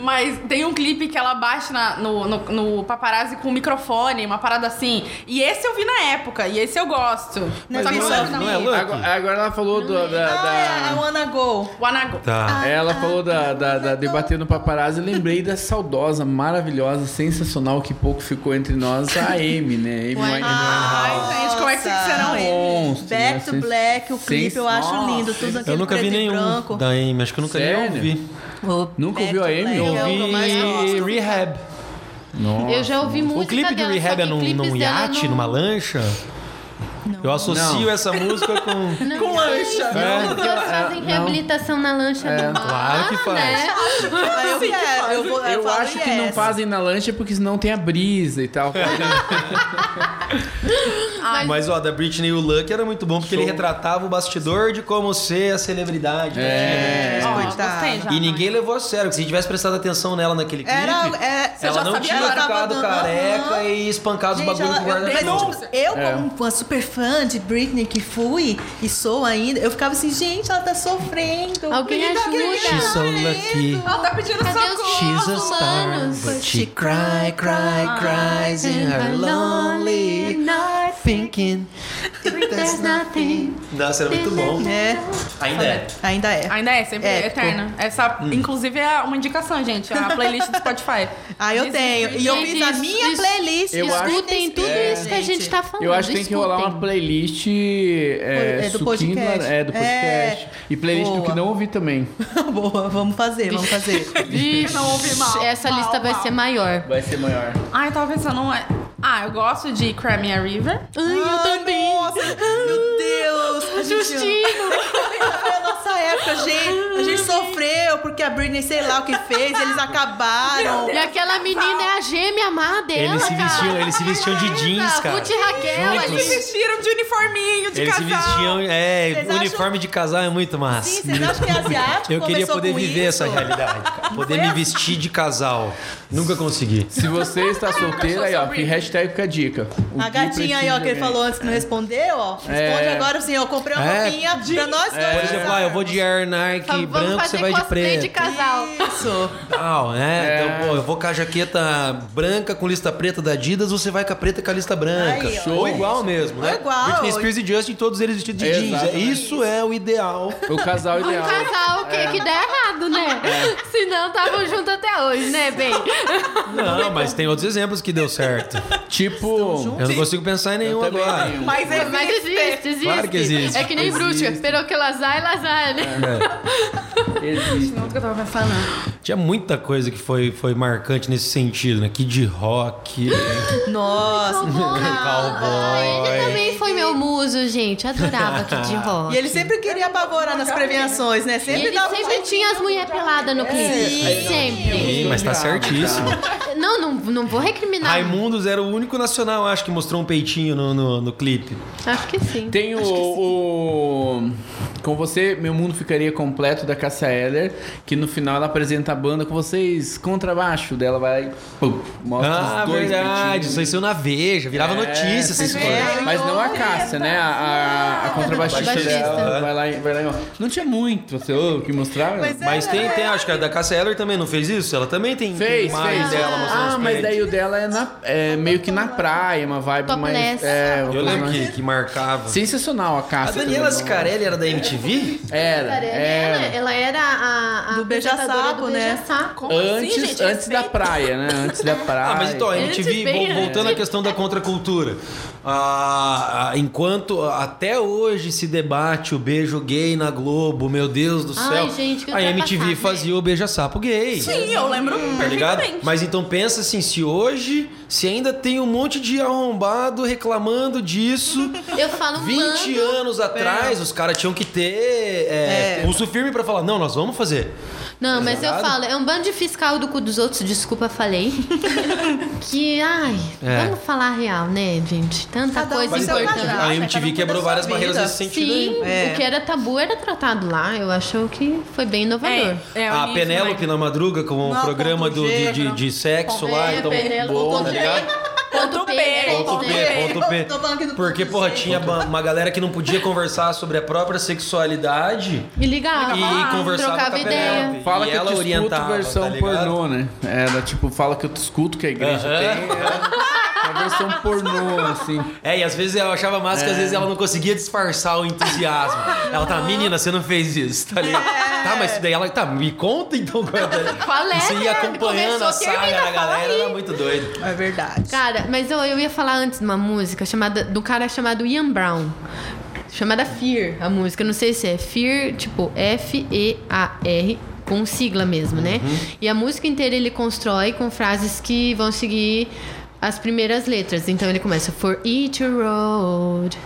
Speaker 2: mas tem um clipe que ela bate na- no, no, no paparazzi com o microfone, uma parada assim. E esse eu vi na época, e esse eu gosto.
Speaker 1: Não,
Speaker 2: Só que
Speaker 1: isso
Speaker 2: eu
Speaker 1: é-
Speaker 2: gosto
Speaker 3: não é
Speaker 2: da música.
Speaker 3: Lucky?
Speaker 5: Agora, agora ela falou do, da.
Speaker 1: Ah, é, I
Speaker 5: da-
Speaker 1: wanna go.
Speaker 2: Wanna Go.
Speaker 3: Tá.
Speaker 5: Ela
Speaker 1: Ah,
Speaker 5: falou da, da,
Speaker 1: é
Speaker 5: da debater no paparazzi. Eu lembrei da saudosa, maravilhosa, sensacional que pouco ficou entre nós, a Amy, né? Amy
Speaker 4: Ué.
Speaker 5: Winehouse.
Speaker 2: Ai, gente, como é que
Speaker 1: Nossa.
Speaker 2: você não é?
Speaker 5: Monstro, né?
Speaker 1: Back to
Speaker 5: Sens-
Speaker 1: Black, o clipe eu acho
Speaker 5: Nossa.
Speaker 1: lindo, tudo aquele
Speaker 3: Eu nunca
Speaker 1: preto
Speaker 3: vi
Speaker 1: e
Speaker 3: nenhum
Speaker 1: branco.
Speaker 3: da Amy, acho que eu nunca
Speaker 5: Sério?
Speaker 3: nem ouvi.
Speaker 1: O
Speaker 5: Nunca
Speaker 1: Back
Speaker 5: ouviu
Speaker 1: to
Speaker 5: a Amy?
Speaker 1: Black
Speaker 3: Eu
Speaker 1: é o que eu mais
Speaker 3: ouvi
Speaker 1: gosto.
Speaker 3: Rehab.
Speaker 5: Nossa.
Speaker 4: Eu já ouvi
Speaker 3: O
Speaker 4: música
Speaker 3: clipe do
Speaker 4: dela, só
Speaker 3: Rehab
Speaker 4: que
Speaker 3: é num,
Speaker 4: clipes dela
Speaker 3: num iate,
Speaker 4: não-
Speaker 3: numa lancha? Eu associo
Speaker 5: Não.
Speaker 3: essa música com...
Speaker 4: não-
Speaker 2: Com lancha.
Speaker 3: né? É.
Speaker 4: Porque elas fazem
Speaker 5: Não.
Speaker 4: reabilitação na lancha do mar,
Speaker 3: Claro que faz.
Speaker 4: Né?
Speaker 1: Ah, eu quero, eu vou- eu
Speaker 5: Eu
Speaker 1: falo
Speaker 5: acho que não
Speaker 1: yes.
Speaker 5: fazem na lancha porque senão tem a brisa e tal.
Speaker 3: Mas, ó, da Britney e o Luck era muito bom, porque ele
Speaker 5: Show.
Speaker 3: retratava o bastidor de como ser a celebridade. né?
Speaker 5: É.
Speaker 2: Ó,
Speaker 1: coitada.
Speaker 2: gostei já,
Speaker 3: E
Speaker 2: não é?
Speaker 3: ninguém levou a sério, porque se tivesse prestado atenção nela naquele clipe,
Speaker 1: Era, é, você
Speaker 3: ela
Speaker 1: já
Speaker 3: não
Speaker 1: sabia
Speaker 3: tinha
Speaker 1: que ela tava
Speaker 3: ficado
Speaker 1: dando-
Speaker 3: careca
Speaker 1: Aham.
Speaker 3: e espancado os
Speaker 1: Gente,
Speaker 3: bagulho
Speaker 1: ela-
Speaker 3: com o
Speaker 1: eu, mas,
Speaker 3: guarda-chuva.
Speaker 1: tipo, eu,
Speaker 5: É.
Speaker 1: como uma super fã de Britney que fui e sou ainda, eu ficava assim, gente, ela tá sofrendo.
Speaker 4: Alguém
Speaker 1: Ela tá
Speaker 4: ajuda.
Speaker 1: querendo
Speaker 4: She's
Speaker 3: so
Speaker 1: isso.
Speaker 3: lucky.
Speaker 2: Ela tá pedindo
Speaker 4: Cadê os
Speaker 2: socorro.
Speaker 4: She's a star, humanos? but
Speaker 3: she cry, cry,
Speaker 1: Ah.
Speaker 3: cries in
Speaker 4: é
Speaker 3: her lonely
Speaker 4: night,
Speaker 3: thinking.
Speaker 4: there's nothing.
Speaker 3: Nossa, era muito bom.
Speaker 1: É,
Speaker 3: Ainda é.
Speaker 1: ainda é.
Speaker 2: Ainda é, sempre
Speaker 1: É,
Speaker 2: é, eterna. Essa,
Speaker 3: hum.
Speaker 2: inclusive, é uma indicação, gente. A playlist do Spotify.
Speaker 1: Ah, eu
Speaker 2: Diz-
Speaker 1: tenho. E eu
Speaker 4: Gente,
Speaker 1: fiz a
Speaker 4: isso-
Speaker 1: minha
Speaker 4: isso-
Speaker 1: playlist.
Speaker 5: eu acho-
Speaker 4: Escutem tudo
Speaker 1: é.
Speaker 3: é.
Speaker 4: isso que a gente tá falando.
Speaker 5: Eu acho que tem que rolar uma
Speaker 4: escutem.
Speaker 5: playlist é,
Speaker 1: É, do
Speaker 5: suquinho
Speaker 1: podcast.
Speaker 5: lar- É, do podcast. E playlist do
Speaker 1: Boa.
Speaker 5: que não ouvi também.
Speaker 1: Boa, vamos fazer, vamos fazer.
Speaker 4: Vixe,
Speaker 2: Não ouvi mal,
Speaker 4: Essa
Speaker 2: mal,
Speaker 4: lista vai
Speaker 2: mal.
Speaker 4: ser maior.
Speaker 5: Vai ser maior.
Speaker 2: Ah, eu tava pensando. não é- Ah, eu gosto de Crimea River.
Speaker 4: Ai, eu também.
Speaker 1: Nossa, meu Deus. a gente-
Speaker 4: Justino.
Speaker 1: Foi a nossa época, gente. A gente sofreu porque a Britney, sei lá o que fez, eles acabaram.
Speaker 4: E aquela menina é a gêmea má dela,
Speaker 3: Eles se
Speaker 4: cara.
Speaker 3: vestiam, eles se vestiam de jeans, cara.
Speaker 4: Ruth e Raquel
Speaker 3: Juntos.
Speaker 2: Eles
Speaker 4: ali.
Speaker 2: vestiram de uniforminho, de
Speaker 3: Eles se
Speaker 2: casal.
Speaker 3: vestiam, é,
Speaker 1: Vocês
Speaker 3: uniforme de casal é muito massa.
Speaker 1: Sim, vocês acham que é asiático?
Speaker 3: Eu queria
Speaker 1: Começou
Speaker 3: poder
Speaker 1: com
Speaker 3: viver
Speaker 1: isso?
Speaker 3: essa realidade, cara. Poder me vestir de casal. Nunca consegui.
Speaker 5: Se você está solteira, aí, ó, que hashtag fica a dica. O
Speaker 1: A
Speaker 5: Gui
Speaker 1: gatinha aí, ó, que ele
Speaker 5: precisa,
Speaker 1: falou antes que não respondeu, ó. Responde
Speaker 5: É.
Speaker 1: agora assim, ó. Comprei uma
Speaker 3: É.
Speaker 1: roupinha pra nós dois. né?
Speaker 3: Por exemplo, ah, eu vou de Air Nike
Speaker 4: Vamos
Speaker 3: branco, você
Speaker 4: fazer
Speaker 3: vai de
Speaker 4: cosplay
Speaker 3: preto.
Speaker 4: de casal.
Speaker 1: Isso.
Speaker 3: Tal, né?
Speaker 5: É.
Speaker 3: Então, pô, eu vou com a jaqueta branca com lista preta da Adidas, você vai com a preta com a lista branca.
Speaker 1: Aí, ó.
Speaker 3: Ou igual mesmo, né?
Speaker 1: Ou igual.
Speaker 3: Britney Spears e Justin, todos eles vestidos de jeans. É,
Speaker 5: Exatamente.
Speaker 3: Isso é o ideal.
Speaker 5: O casal
Speaker 4: Um
Speaker 5: ideal.
Speaker 4: casal que,
Speaker 3: É.
Speaker 4: que dá errado, né? Se não, estavam juntos até hoje, né, bem?
Speaker 3: Não, mas tem outros exemplos que deu certo.
Speaker 5: Tipo.
Speaker 3: Eu não consigo pensar em nenhum
Speaker 5: também
Speaker 3: agora.
Speaker 5: tenho.
Speaker 2: Mas é
Speaker 4: Mas existe, existe.
Speaker 3: Claro que existe.
Speaker 4: É que nem bruxa.
Speaker 5: Existe.
Speaker 4: Esperou que lazar e lazar, né?
Speaker 3: É.
Speaker 5: Existe.
Speaker 2: Não, que eu tava pensando. né?
Speaker 3: Tinha muita coisa que foi, foi marcante nesse sentido, né? Kid Rock, né?
Speaker 1: Nossa.
Speaker 3: Cowboy.
Speaker 4: Ele também foi meu muso, gente. Adorava Kid Rock.
Speaker 1: E ele sempre queria apavorar nas prevenções, né? Sempre
Speaker 4: Ele
Speaker 1: dava
Speaker 4: sempre um tinha as mulheres peladas no clipe. Sempre.
Speaker 3: Sim, mas tá certíssimo.
Speaker 4: Não, não, não vou recriminar.
Speaker 3: Raimundos era o único nacional, acho que mostrou um peitinho no, no, no clipe.
Speaker 4: Acho que sim.
Speaker 5: Tem o, o- Com você, meu mundo ficaria completo da Cassia Eller, que no final ela apresenta a banda com vocês, contrabaixo dela vai. Pum, mostra
Speaker 3: Ah,
Speaker 5: os dois.
Speaker 3: verdade.
Speaker 5: peitinhos. É.
Speaker 3: Isso aí saiu na Veja, virava notícia essas coisas.
Speaker 5: Mas não a Cássia, né? A, a, a contrabaixista
Speaker 4: Baixista.
Speaker 5: dela. Vai lá, e- vai lá. e ó. Não tinha muito você, ô, o que mostrar.
Speaker 1: Mas é-
Speaker 3: Mas tem, tem, acho que a da Cassia Eller também não fez isso? Ela também tem
Speaker 5: Fez,
Speaker 3: mais
Speaker 5: fez.
Speaker 3: dela mostrando
Speaker 5: ah,
Speaker 3: os
Speaker 5: mas
Speaker 3: peitos.
Speaker 5: daí o dela é, na- é meio que na praia, uma vibe mais.
Speaker 4: Topless.
Speaker 5: É, uma
Speaker 3: Eu
Speaker 5: coisa
Speaker 3: lembro
Speaker 5: mais-
Speaker 3: que, que marcava.
Speaker 5: Sensacional a
Speaker 3: A
Speaker 5: Cássia.
Speaker 3: Daniela
Speaker 5: também. é?
Speaker 3: Scarelli era da MTV?
Speaker 5: Era,
Speaker 4: Ela,
Speaker 5: era.
Speaker 4: ela era a, a
Speaker 1: Do beija-sapo,
Speaker 4: apresentadora do
Speaker 1: né?
Speaker 4: beija-sapo.
Speaker 5: Antes,
Speaker 2: Assim, gente,
Speaker 5: antes da praia, né? Antes da praia.
Speaker 3: Ah, mas então, a
Speaker 4: Antes
Speaker 3: MTV,
Speaker 4: bem
Speaker 3: vol- voltando à questão da contracultura. Ah, ah, enquanto até hoje se debate o beijo gay na Globo, meu Deus do céu.
Speaker 4: Ai, gente, que
Speaker 3: a MTV
Speaker 4: ultrapassado,
Speaker 3: fazia o beija-sapo gay.
Speaker 2: Sim, eu lembro
Speaker 3: Tá ligado?
Speaker 2: perfeitamente.
Speaker 3: Mas então pensa assim, se hoje, se ainda tem um monte de arrombado reclamando disso,
Speaker 4: Eu falo
Speaker 3: 20
Speaker 4: mano.
Speaker 3: anos atrás os caras tinham que ter é,
Speaker 1: É.
Speaker 3: pulso firme pra falar, não, nós vamos fazer.
Speaker 4: Não, mas eu
Speaker 3: Exato.
Speaker 4: falo, é um bando de fiscal do cu dos outros, desculpa, falei. que, ai,
Speaker 3: É.
Speaker 4: vamos falar a real, né, gente? Tanta
Speaker 1: Cada um
Speaker 4: coisa
Speaker 1: com seu
Speaker 4: importante.
Speaker 1: lado.
Speaker 3: então, a
Speaker 1: cada um
Speaker 3: MTV
Speaker 1: cuida
Speaker 3: quebrou
Speaker 1: da sua
Speaker 3: várias
Speaker 1: vida.
Speaker 3: barreiras nesse sentido aí.
Speaker 4: Sim,
Speaker 1: É.
Speaker 4: o que era tabu era tratado lá. Eu acho que foi bem inovador.
Speaker 2: É, é,
Speaker 3: a
Speaker 2: o
Speaker 3: Ah, Penélope
Speaker 2: Nick,
Speaker 3: na madruga com o
Speaker 1: Não,
Speaker 3: programa
Speaker 1: ponto
Speaker 3: do,
Speaker 1: G,
Speaker 3: de, de,
Speaker 1: não.
Speaker 3: de sexo lá,
Speaker 4: É,
Speaker 3: então
Speaker 4: Penélope,
Speaker 3: boa,
Speaker 4: ponto
Speaker 3: tá
Speaker 4: G.
Speaker 3: ligado?
Speaker 4: Ponto P, né?
Speaker 2: Ponto
Speaker 3: Ponto
Speaker 2: P,
Speaker 4: né?
Speaker 3: P, ponto P.
Speaker 1: Tô falando aqui do
Speaker 3: Porque,
Speaker 1: ponto
Speaker 3: porra,
Speaker 1: G.
Speaker 3: tinha ba- uma galera que não podia conversar sobre a própria sexualidade
Speaker 4: E ligava,
Speaker 3: e conversava
Speaker 4: trocava
Speaker 3: com a
Speaker 4: ideia.
Speaker 3: Penelope.
Speaker 5: Fala
Speaker 3: e
Speaker 5: que eu
Speaker 3: ela
Speaker 5: te escuto
Speaker 3: orientava,
Speaker 5: versão
Speaker 3: tá ligado?
Speaker 5: pornô, né? Era tipo, fala que eu te escuto que a igreja
Speaker 3: Aham.
Speaker 5: tem. Era uma versão pornô, assim.
Speaker 3: É, e às vezes eu achava massa que às vezes ela não conseguia disfarçar o entusiasmo. Ela tá, menina, você não fez isso, tá ligado? Tá, mas isso daí ela tá, me conta então qual é.
Speaker 4: Qual é,
Speaker 3: Você ia
Speaker 4: né?
Speaker 3: acompanhando
Speaker 4: Começou,
Speaker 3: a saga
Speaker 4: termina, fala
Speaker 3: da galera,
Speaker 4: aí.
Speaker 3: era muito doido.
Speaker 1: É verdade.
Speaker 4: Cara, mas eu, eu ia falar antes de uma música chamada do cara chamado Ian Brown. Chamada Fear, a música. Eu Não sei se é Fear, tipo F-E-A-R, com sigla mesmo, né? E a música inteira ele constrói com frases que vão seguir as primeiras letras. Então ele começa For each road,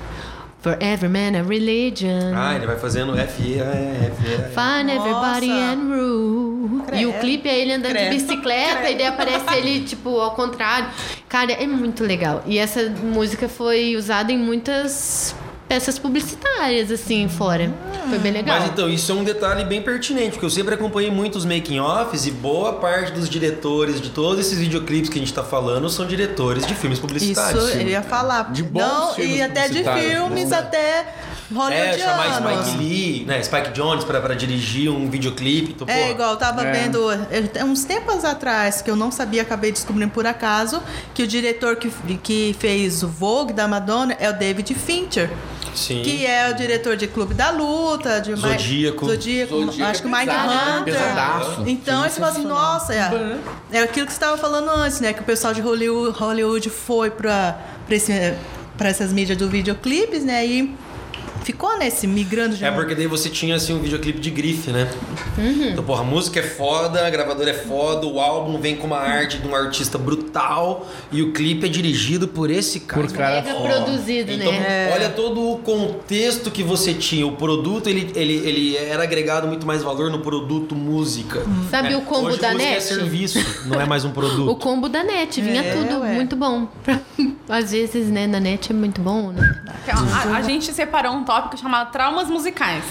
Speaker 4: for every man a religion.
Speaker 3: Ah, ele vai fazendo F, E, A, F, E. A.
Speaker 4: Fun, everybody
Speaker 1: Nossa.
Speaker 4: and rule.
Speaker 1: Credo.
Speaker 4: E o clipe é ele andando
Speaker 1: Credo.
Speaker 4: de bicicleta e daí aparece ele, tipo, ao contrário. Cara, é muito legal. E essa música foi usada em muitas peças publicitárias, assim, fora. Foi bem legal.
Speaker 3: Mas então, isso é um detalhe bem pertinente, porque eu sempre acompanhei muitos making-offs e boa parte dos diretores de todos esses videoclipes que a gente tá falando são diretores de filmes publicitários.
Speaker 1: Isso, é eu ia falar.
Speaker 5: De bons
Speaker 1: Não,
Speaker 5: filmes
Speaker 1: e até de
Speaker 5: publicitários,
Speaker 1: filmes,
Speaker 5: né?
Speaker 1: até
Speaker 3: tá É, chamar
Speaker 1: hollywoodianos.
Speaker 3: Spike Lee, né, Spike Jones pra, pra dirigir um videoclipe. Então,
Speaker 1: É
Speaker 3: porra,
Speaker 1: igual, eu tava
Speaker 5: É.
Speaker 1: vendo eu- uns tempos atrás, que eu não sabia, acabei descobrindo por acaso, que o diretor que, que fez o Vogue da Madonna é o David Fincher.
Speaker 3: Sim.
Speaker 1: Que é o diretor de Clube da Luta, de Mi-
Speaker 3: Zodíaco.
Speaker 1: Zodíaco,
Speaker 5: Zodíaco é
Speaker 1: acho que o Mind
Speaker 5: pesado, né? Uhum.
Speaker 1: Hunter.
Speaker 5: Pesadaço.
Speaker 1: Então eles falam assim, nossa, é, é aquilo que você estava falando antes, né? Que o pessoal de Hollywood, Hollywood foi pra, pra, esse- pra essas mídias do videoclipes, né? E ficou nesse migrando de
Speaker 3: É porque daí você tinha assim um videoclipe de grife, né?
Speaker 1: Uhum.
Speaker 3: Então, porra, a música é foda, a gravadora é foda, o álbum vem com uma arte de um artista brutal e o clipe é dirigido por esse cara.
Speaker 5: Por cara
Speaker 4: Mega
Speaker 5: foda.
Speaker 4: produzido,
Speaker 3: Então,
Speaker 4: né?
Speaker 3: olha todo o contexto que você tinha. O produto, ele, ele, ele era agregado muito mais valor no produto música.
Speaker 4: Hum. Sabe
Speaker 3: É,
Speaker 4: o combo
Speaker 3: hoje
Speaker 4: da
Speaker 3: música é
Speaker 4: NET?
Speaker 3: serviço, não é mais um
Speaker 4: O
Speaker 3: produto.
Speaker 4: combo da NET, vinha
Speaker 1: É,
Speaker 4: tudo,
Speaker 1: ué.
Speaker 4: muito bom. Às vezes, né, na NET é muito bom, né?
Speaker 2: A, a gente separou um tópico chamado traumas musicais.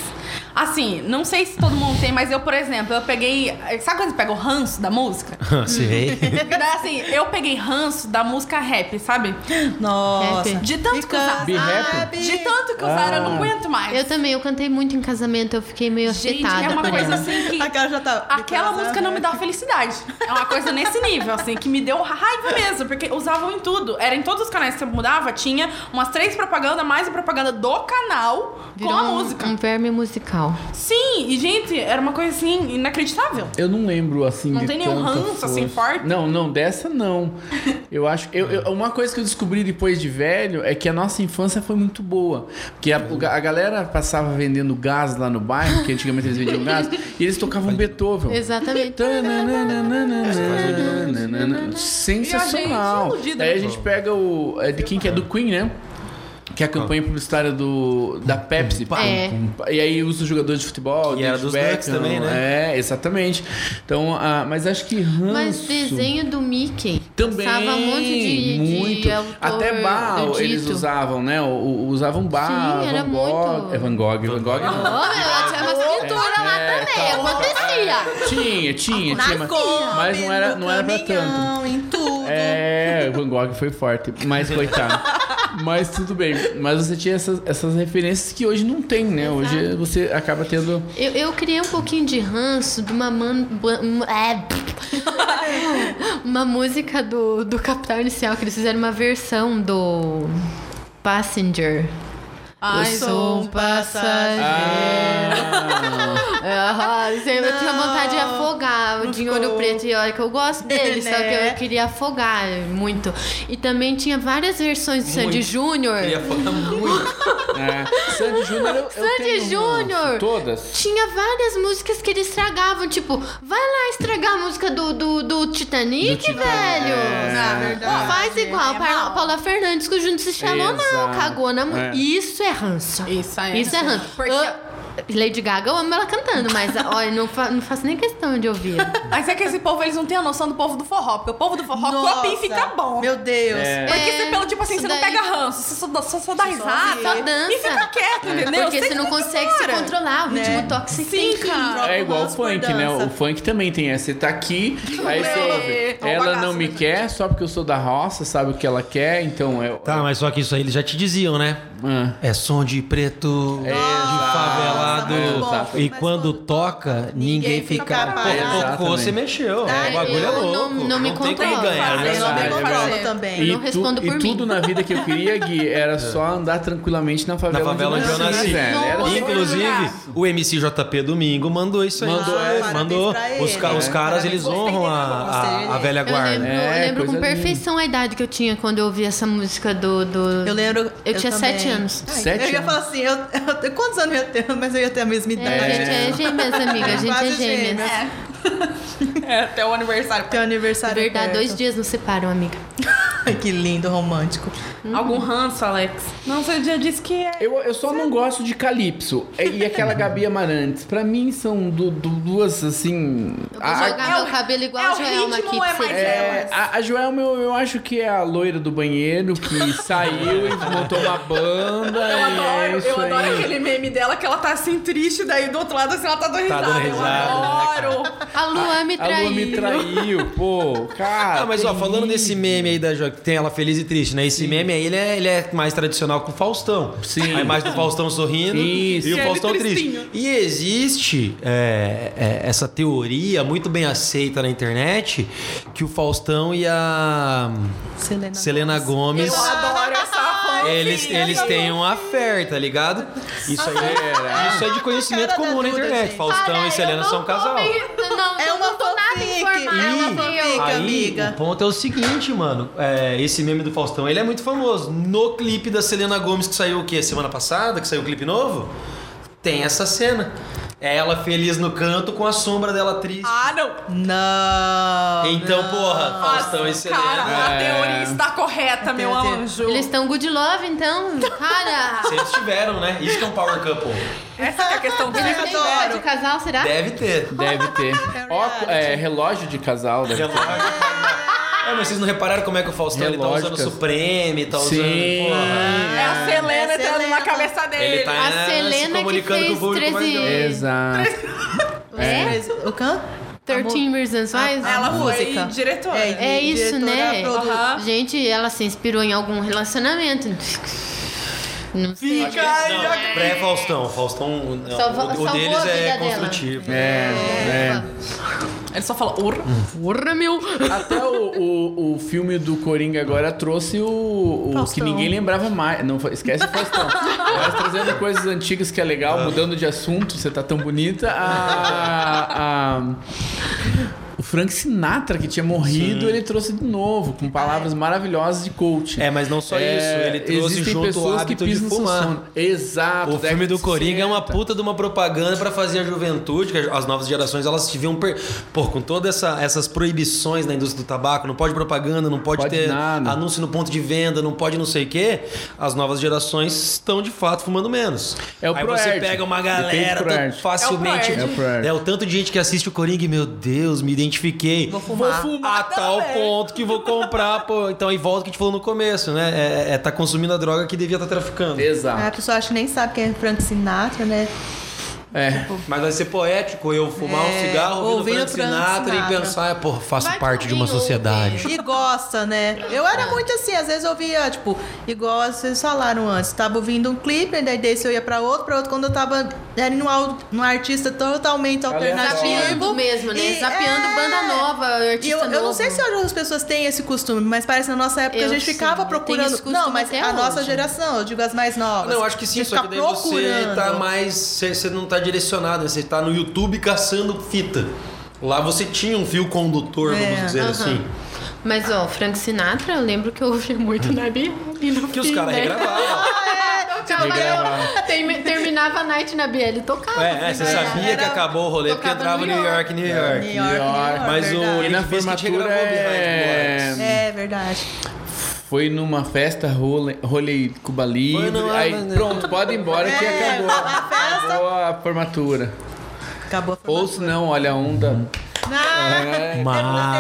Speaker 2: Assim, não sei se todo mundo tem, mas eu, por exemplo, eu peguei. Sabe quando você pega o ranço da música?
Speaker 3: Sei.
Speaker 4: Hum.
Speaker 2: Daí, assim, eu peguei ranço da música rap, sabe?
Speaker 1: Nossa.
Speaker 2: De É, tanto que usaram.
Speaker 5: Be happy.
Speaker 1: Ah, be-
Speaker 2: De tanto que usaram, eu
Speaker 3: Ah.
Speaker 2: não aguento mais.
Speaker 4: Eu também, eu cantei muito em casamento, eu fiquei meio
Speaker 2: Gente,
Speaker 4: afetada
Speaker 2: é uma
Speaker 4: por
Speaker 2: coisa
Speaker 4: ela.
Speaker 2: assim que.
Speaker 1: Aquela já tá.
Speaker 2: Aquela música não me dá felicidade. É uma coisa nesse nível, assim, que me deu raiva mesmo, porque usavam em tudo. Era em todos os canais que você mudava, tinha umas três propagandas, mais a propaganda do canal com a
Speaker 4: um-
Speaker 2: música.
Speaker 4: um verme musical.
Speaker 2: Sim, e gente, era uma coisa assim, inacreditável.
Speaker 5: Eu não lembro assim.
Speaker 2: Não
Speaker 5: de
Speaker 2: tem nenhum
Speaker 5: tanta
Speaker 2: ranço,
Speaker 5: força.
Speaker 2: assim, forte?
Speaker 5: Não, não, dessa não. Eu acho. Eu, eu- uma coisa que eu descobri depois de velho é que a nossa infância foi muito boa. Porque a, o ga- a galera passava vendendo gás lá no bairro, que antigamente eles vendiam gás, e eles tocavam Beethoven.
Speaker 4: Exatamente.
Speaker 5: Tananana. Sensacional.
Speaker 2: E a gente iludida,
Speaker 5: Daí a
Speaker 2: né?
Speaker 5: gente pega o. É de quem que é do Queen, né? Que é a campanha publicitária do, da Pepsi.
Speaker 4: É.
Speaker 5: E aí usa o jogador de futebol.
Speaker 3: E
Speaker 5: David
Speaker 3: era dos Ducks também, né?
Speaker 5: É, exatamente. Então, ah, mas acho que ranço...
Speaker 4: Mas desenho do Mickey.
Speaker 5: Também,
Speaker 4: Passava um monte de,
Speaker 5: muito.
Speaker 4: de autor
Speaker 5: Até Bal
Speaker 4: erudito.
Speaker 5: eles usavam, né? O- o- Usavam Bal,
Speaker 4: Sim, era
Speaker 5: Van Gogh...
Speaker 4: muito.
Speaker 5: É Van Gogh, Van Gogh
Speaker 4: Ô,
Speaker 5: não.
Speaker 4: meu, tinha umas
Speaker 5: É.
Speaker 4: pinturas lá
Speaker 5: tá
Speaker 4: também. Acontecia.
Speaker 5: Tinha, tinha,
Speaker 4: Na
Speaker 5: tinha. mas-
Speaker 1: Kombi,
Speaker 5: Mas não era,
Speaker 1: no
Speaker 5: não era pra tanto.
Speaker 1: caminhão, em tudo.
Speaker 5: É, o Van Gogh foi forte, mas coitado. Mas tudo bem. Mas você tinha essas, essas referências que hoje não tem, né? Hoje você acaba tendo.
Speaker 4: Eu, eu criei um pouquinho de ranço de uma man... ban- um- é. uma música do, do Capital Inicial, que eles fizeram uma versão do Passenger. um
Speaker 2: Ai,
Speaker 4: É. Ah, sempre eu tinha
Speaker 1: Não.
Speaker 4: vontade de afogar o
Speaker 1: Não
Speaker 4: de
Speaker 1: ficou.
Speaker 4: olho preto e olha que eu gosto dele, só que
Speaker 6: É.
Speaker 1: Né?
Speaker 4: eu queria afogar muito. E também tinha várias versões do Sandy
Speaker 3: Muito.
Speaker 4: Júnior.
Speaker 3: Ele ia falar muito.
Speaker 5: É. Sandy Júnior. eu- eu
Speaker 4: Sandy
Speaker 5: tenho
Speaker 4: Júnior!
Speaker 5: Todas.
Speaker 4: Tinha várias músicas que eles estragavam, tipo, vai lá estragar a música do, do, do Titanic, velho.
Speaker 6: Ah,
Speaker 1: Na verdade.
Speaker 4: Faz igual,
Speaker 2: é
Speaker 4: Paula,
Speaker 2: mal.
Speaker 4: Paula Fernandes com o Júnior se chamou, não,
Speaker 5: Exato.
Speaker 4: cagou na música.
Speaker 5: É.
Speaker 4: Isso é ranço.
Speaker 2: Isso aí.
Speaker 4: Isso é ranço.
Speaker 2: Porque
Speaker 4: Ah. Lady Gaga, eu amo ela cantando, mas olha, não, fa- não faço nem questão de ouvir.
Speaker 6: Mas é que esse povo, eles não têm a noção do povo do forró. Porque o povo do forró
Speaker 1: Nossa,
Speaker 6: copia e
Speaker 2: tá
Speaker 6: fica bom.
Speaker 1: Meu Deus.
Speaker 5: É.
Speaker 6: Porque
Speaker 4: É,
Speaker 6: você, pelo tipo assim,
Speaker 4: isso
Speaker 6: você não
Speaker 4: daí-
Speaker 6: pega ranço. Você só, dá- só- só dá risada.
Speaker 4: Só dança. É.
Speaker 6: E fica quieto, entendeu?
Speaker 4: Porque você não consegue se
Speaker 6: ignora.
Speaker 4: controlar, o ritmo
Speaker 1: Né?
Speaker 4: toque tóxico
Speaker 6: Sim,
Speaker 4: tem que
Speaker 6: cara.
Speaker 1: Troca
Speaker 5: É
Speaker 1: o
Speaker 5: igual o
Speaker 1: ranço por
Speaker 5: funk, né?
Speaker 1: dança.
Speaker 5: O funk também tem essa. Você tá aqui, aí você
Speaker 6: Meu,
Speaker 5: ouve.
Speaker 6: é um
Speaker 5: Ela
Speaker 6: bagaço,
Speaker 5: não me
Speaker 6: né,
Speaker 5: quer só porque eu sou da roça, sabe o que ela quer, então eu.
Speaker 3: Tá, mas só que isso aí eles já te diziam, né?
Speaker 5: Ah.
Speaker 3: É som de preto, de
Speaker 1: Ah,
Speaker 5: Exato.
Speaker 3: favelado.
Speaker 5: Muito bom.
Speaker 1: Exato.
Speaker 3: E
Speaker 1: Mas
Speaker 3: quando toca, ninguém
Speaker 1: ninguém fica
Speaker 3: fica.
Speaker 1: parado.
Speaker 3: Pô, É, tocou, você
Speaker 5: Exatamente.
Speaker 3: mexeu.
Speaker 1: Ah,
Speaker 3: o bagulho é
Speaker 4: eu não-
Speaker 3: louco.
Speaker 4: não me
Speaker 3: tem quem
Speaker 4: controla.
Speaker 3: ganhar. né?
Speaker 1: Fazer, não
Speaker 5: verdade,
Speaker 1: tem
Speaker 5: é
Speaker 1: controle
Speaker 6: verdade.
Speaker 1: também.
Speaker 4: Eu não respondo
Speaker 5: e
Speaker 4: por mim.
Speaker 5: tudo na vida que eu queria, Gui, era só andar tranquilamente na favela,
Speaker 3: É. Na favela onde eu nasci.
Speaker 5: velho. Era assim. só-
Speaker 3: Inclusive, o MC JP Domingo mandou isso aí.
Speaker 1: Mandou, é.
Speaker 3: Ah, mandou.
Speaker 1: parabéns pra
Speaker 3: Os, ca-
Speaker 1: ele.
Speaker 3: os caras,
Speaker 1: Parabéns.
Speaker 3: eles honram a, a, a velha
Speaker 4: Eu
Speaker 3: guarda.
Speaker 4: lembro,
Speaker 5: É,
Speaker 4: eu lembro com
Speaker 5: coisa linda.
Speaker 4: perfeição a idade que eu tinha quando eu ouvi essa música do. do-
Speaker 1: Eu lembro.
Speaker 4: Eu tinha
Speaker 1: também.
Speaker 4: sete anos.
Speaker 1: Ai,
Speaker 5: Sete
Speaker 1: Eu ia
Speaker 5: anos.
Speaker 1: falar assim, eu, eu- quantos anos eu ia ter? Mas eu ia ter a mesma
Speaker 4: É, A
Speaker 1: idade.
Speaker 4: gente é gêmeas, amiga. A gente é
Speaker 1: Quase
Speaker 4: gêmeas.
Speaker 1: gêmeas. tá
Speaker 6: É, até o aniversário.
Speaker 1: Teu aniversário.
Speaker 4: É Verdade,
Speaker 1: perto.
Speaker 4: dois dias nos separam, amiga.
Speaker 1: Ai, que lindo, romântico.
Speaker 2: Algum ranço, Alex?
Speaker 6: Não, você já disse que é.
Speaker 5: Eu, eu só não gosto de Calypso. E e aquela Gabi Amarantes. Pra mim são du- du- duas, assim.
Speaker 4: Eu vou
Speaker 5: a- a-
Speaker 4: jogar
Speaker 6: é
Speaker 4: meu
Speaker 6: o-
Speaker 4: cabelo igual
Speaker 6: é
Speaker 4: a
Speaker 6: o ritmo,
Speaker 4: Joelma aqui.
Speaker 6: é
Speaker 4: pra você
Speaker 6: mais
Speaker 4: ver.
Speaker 5: É,
Speaker 3: ah,
Speaker 5: a, a Joelma, eu, eu acho que é a loira do banheiro que saiu e montou uma banda.
Speaker 6: Eu
Speaker 5: e
Speaker 6: adoro,
Speaker 5: é isso
Speaker 6: eu adoro
Speaker 5: aí.
Speaker 6: aquele meme dela que ela tá assim triste, daí do outro lado assim ela tá dando
Speaker 3: Tá
Speaker 6: risada.
Speaker 3: dando
Speaker 6: Eu
Speaker 3: risada,
Speaker 6: adoro.
Speaker 4: A Lua me
Speaker 5: A
Speaker 4: traiu.
Speaker 5: lua me traiu, pô. Cara.
Speaker 3: Ah, mas ó,
Speaker 5: tem
Speaker 3: falando
Speaker 5: isso.
Speaker 3: desse meme aí da Jo, que tem ela feliz e triste, né? Esse meme aí, ele é, ele é mais tradicional com o Faustão.
Speaker 5: Sim.
Speaker 3: A imagem do Faustão sorrindo
Speaker 5: Isso.
Speaker 3: e o
Speaker 6: E ele
Speaker 3: Faustão triste.
Speaker 6: tristinho.
Speaker 3: E existe é, é, essa teoria muito bem aceita na internet que o Faustão e a
Speaker 1: Selena.
Speaker 3: Selena Gomes,
Speaker 6: Eu adoro essa foto.
Speaker 3: eles, eles têm uma affair, tá ligado? Isso aí é, isso é de conhecimento
Speaker 1: Cara da
Speaker 3: comum na
Speaker 1: Duda,
Speaker 3: internet.
Speaker 1: gente.
Speaker 3: Faustão
Speaker 4: Cara,
Speaker 3: e
Speaker 4: eu
Speaker 3: Selena
Speaker 4: não
Speaker 3: são um
Speaker 4: tô
Speaker 3: casal.
Speaker 4: bem- Não,
Speaker 1: É
Speaker 4: eu
Speaker 1: uma
Speaker 4: não tô nada
Speaker 1: fanfic.
Speaker 4: informada.
Speaker 1: É uma
Speaker 4: meu
Speaker 1: fanfic.
Speaker 4: Deus.
Speaker 1: Fica,
Speaker 3: Aí,
Speaker 1: amiga.
Speaker 3: o ponto é o seguinte, mano. é, esse meme do Faustão, ele é muito famoso. No clipe da Selena Gomes, que saiu o quê? Semana passada? Que saiu o clipe novo? Tem essa cena. É ela feliz no canto com a sombra dela triste.
Speaker 6: Ah, não. Ah,
Speaker 1: Não.
Speaker 3: então,
Speaker 1: Ah, não.
Speaker 3: porra, Faustão e Selena.
Speaker 6: Cara, a
Speaker 5: É.
Speaker 6: teoria está correta, meu
Speaker 1: Entendi.
Speaker 6: anjo.
Speaker 4: Eles estão good love, então? Cara!
Speaker 3: Se eles tiveram, né? Isso que é um power couple.
Speaker 6: Essa que é a questão dele.
Speaker 4: Eles têm roupa de casal,
Speaker 1: É?
Speaker 4: será?
Speaker 3: Deve ter.
Speaker 5: Deve ter. Ó, é, relógio de casal. né? Deve ter.
Speaker 3: Relógio. É, mas vocês não repararam como é que o Faustão ele tá
Speaker 5: Relógio,
Speaker 3: usando o
Speaker 5: cara.
Speaker 3: Supreme, tá usando.
Speaker 5: Sim.
Speaker 3: Porra.
Speaker 6: É a Selena
Speaker 1: É a
Speaker 6: entrando na
Speaker 1: Selena.
Speaker 6: cabeça dele.
Speaker 3: Ele tá
Speaker 4: A
Speaker 3: né, se
Speaker 4: Selena que
Speaker 3: comunicando
Speaker 4: fez
Speaker 3: com o público, mas
Speaker 4: 13
Speaker 3: não.
Speaker 5: Exato.
Speaker 4: É?
Speaker 1: Mas o can?
Speaker 4: 13 Reasons Why?
Speaker 6: Ela
Speaker 1: música.
Speaker 6: foi diretora.
Speaker 1: É,
Speaker 4: É isso,
Speaker 1: diretora,
Speaker 4: né?
Speaker 1: produ-
Speaker 6: Aham.
Speaker 4: Gente, ela se inspirou em algum relacionamento. Não sei.
Speaker 6: Fica aí, ó.
Speaker 3: Não, pré-Faustão. Faustão. não,
Speaker 4: Salvou-
Speaker 3: o- o
Speaker 4: salvou
Speaker 3: deles
Speaker 4: a
Speaker 3: é
Speaker 4: vida dela.
Speaker 3: construtivo.
Speaker 5: É, é.
Speaker 6: Ele só fala, urra.
Speaker 4: Porra, meu!
Speaker 5: Até o, o, o filme do Coringa agora trouxe o, o que
Speaker 1: Faustão.
Speaker 5: ninguém lembrava mais. Não, fa- esquece o Faustão. Mas trazendo coisas antigas que é
Speaker 3: Ah.
Speaker 5: legal, mudando de assunto, você tá tão bonita. A, a- o Frank Sinatra, que tinha morrido, ele trouxe de novo, com palavras maravilhosas de coach.
Speaker 3: É, mas não só isso. Ele trouxe
Speaker 5: existem
Speaker 3: junto o
Speaker 5: pessoas que
Speaker 3: hábito de
Speaker 5: pisam no seu
Speaker 3: fumar.
Speaker 5: sono. Exato.
Speaker 3: O filme
Speaker 5: década
Speaker 3: do
Speaker 5: de
Speaker 3: Coringa é uma
Speaker 5: 60.
Speaker 3: puta de uma propaganda pra fazer a juventude, que as novas gerações elas tiveram per... pô, com todas essa- essas proibições na indústria do tabaco, não pode propaganda, não pode,
Speaker 5: Pode
Speaker 3: ter
Speaker 5: nada.
Speaker 3: anúncio no ponto de venda, não pode não sei o quê. As novas gerações estão de fato fumando menos.
Speaker 5: É o
Speaker 3: Aí você
Speaker 5: Proerd.
Speaker 3: pega uma
Speaker 5: Depende do
Speaker 3: galera tanto-
Speaker 5: Proerd.
Speaker 3: facilmente,
Speaker 5: É o Proerd.
Speaker 3: é o tanto de gente que assiste o Coringa, e, meu Deus, me identifiquei. Vou
Speaker 1: fumar.
Speaker 3: Vou fumar a tal ponto que vou comprar, pô. Então aí volta o que a gente falou no começo, né? É, é tá consumindo a droga que devia estar traficando.
Speaker 1: A
Speaker 5: Exato.
Speaker 1: pessoa acha que nem sabe quem é Frank Sinatra, né?
Speaker 5: É.
Speaker 3: Mas vai ser poético eu fumar
Speaker 1: É,
Speaker 3: um cigarro, ouvindo
Speaker 1: ouvindo
Speaker 3: Frank
Speaker 1: Frank
Speaker 3: Sinatra,
Speaker 1: Sinatra.
Speaker 3: e pensar, pô, faço
Speaker 4: Vai
Speaker 3: parte
Speaker 4: que
Speaker 3: de uma
Speaker 4: alguém ouve.
Speaker 3: sociedade.
Speaker 1: E gosta, né? Eu
Speaker 3: É.
Speaker 1: era muito assim, às vezes eu via, tipo, igual vocês falaram antes, tava ouvindo um clipe, daí desse eu ia pra outro, pra outro, quando eu tava era num, au- num artista totalmente alternativo.
Speaker 4: Zapeando Tá mesmo, né?
Speaker 1: E-
Speaker 4: Zapeando
Speaker 1: é.
Speaker 4: banda nova, artista
Speaker 1: E eu,
Speaker 4: novo.
Speaker 1: eu não sei se hoje as pessoas têm esse costume, mas parece que na nossa época
Speaker 4: Eu
Speaker 1: a gente
Speaker 4: sim,
Speaker 1: ficava
Speaker 4: eu tenho
Speaker 1: procurando.
Speaker 4: esse costume
Speaker 1: Não, mas
Speaker 4: até
Speaker 1: a nossa
Speaker 4: hoje.
Speaker 1: geração, eu digo as mais novas.
Speaker 3: Ah, Não, acho que sim,
Speaker 1: de
Speaker 3: só que
Speaker 1: ficar
Speaker 3: daí você tá
Speaker 1: procurando.
Speaker 3: mais. Você você não tá direcionado, né? Você tá no YouTube caçando fita. Lá você tinha um fio condutor,
Speaker 1: É,
Speaker 3: vamos dizer
Speaker 4: aham.
Speaker 3: assim.
Speaker 4: Mas, ó, Frank Sinatra, eu lembro que eu ouvi muito na Biele. no
Speaker 3: Que os
Speaker 4: fim,
Speaker 3: caras
Speaker 4: né?
Speaker 3: regravavam.
Speaker 4: Tocava,
Speaker 5: Regravavam.
Speaker 4: eu- tem- Terminava a night na Biele, tocava. né?
Speaker 3: É, é, você sabia que acabou o rolê porque
Speaker 4: Tocava
Speaker 3: entrava
Speaker 4: New
Speaker 3: New York, New
Speaker 1: New
Speaker 3: York.
Speaker 1: York, New York,
Speaker 3: Mas o
Speaker 1: verdade.
Speaker 5: E na
Speaker 3: Limp Bizkit
Speaker 5: formatura
Speaker 3: regravou Behind the Boys.
Speaker 5: é...
Speaker 1: É verdade.
Speaker 5: foi numa festa role, role Cuba Livre.
Speaker 3: Foi numa-
Speaker 5: aí pronto, pode ir embora que
Speaker 1: É,
Speaker 5: acabou. Acabou a formatura.
Speaker 1: Acabou a
Speaker 5: Ou se não, olha a onda. É,
Speaker 1: Ah,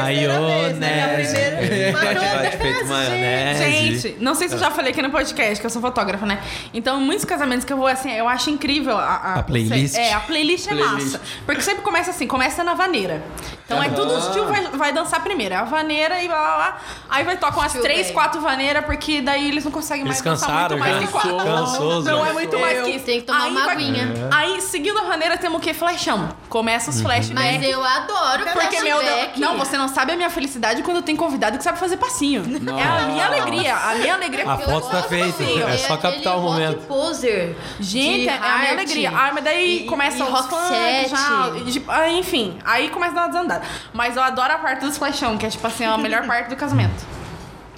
Speaker 3: Maionese.
Speaker 1: É a
Speaker 3: Bate,
Speaker 1: primeira
Speaker 3: bate, feito maionese.
Speaker 2: Gente, não
Speaker 3: É.
Speaker 2: sei se eu já falei aqui no podcast que eu sou fotógrafa, né? Então, muitos casamentos que eu vou, assim, eu acho incrível a...
Speaker 3: A playlist?
Speaker 2: É, a playlist é
Speaker 5: Playlist.
Speaker 2: massa. Porque sempre começa assim, começa na vaneira. Então, é tudo os tio vai, vai dançar primeiro. É a vaneira e blá, blá, blá. Aí vai tocam as
Speaker 4: Tio
Speaker 2: três,
Speaker 4: bem.
Speaker 2: quatro vaneiras, porque daí eles não conseguem
Speaker 4: tá
Speaker 3: Eles
Speaker 2: mais
Speaker 3: cansaram,
Speaker 2: dançar
Speaker 3: já.
Speaker 2: muito mais que quatro.
Speaker 3: Cansou, É.
Speaker 2: Não
Speaker 3: já.
Speaker 2: é muito mais que
Speaker 4: Eu
Speaker 2: isso.
Speaker 4: tenho que tomar
Speaker 2: Aí
Speaker 4: uma
Speaker 2: vai-
Speaker 4: aguinha.
Speaker 2: Aí, seguindo a vaneira, temos o quê? Flashão. Começa
Speaker 3: Uhum.
Speaker 2: os flash
Speaker 4: Mas eu adoro
Speaker 2: porque, meu Deus,
Speaker 4: flashback.
Speaker 2: não, você não sabe a minha felicidade quando tem convidado que sabe fazer passinho. É a minha alegria. A minha alegria.
Speaker 3: A
Speaker 2: Eu
Speaker 3: foto tá
Speaker 2: gosto
Speaker 3: feita,
Speaker 2: assim, ó.
Speaker 3: é só
Speaker 4: aquele
Speaker 3: captar o
Speaker 4: rock
Speaker 3: momento.
Speaker 4: Poser
Speaker 2: Gente,
Speaker 4: de
Speaker 2: é a minha
Speaker 4: heart.
Speaker 2: alegria. Ah, mas daí
Speaker 4: E-
Speaker 2: começa
Speaker 4: e
Speaker 2: os
Speaker 4: rock
Speaker 2: funk,
Speaker 4: set.
Speaker 2: já, e de- ah, enfim, aí começa a dar uma desandada. Mas eu adoro a parte dos flashão, que é tipo assim, a melhor parte do casamento.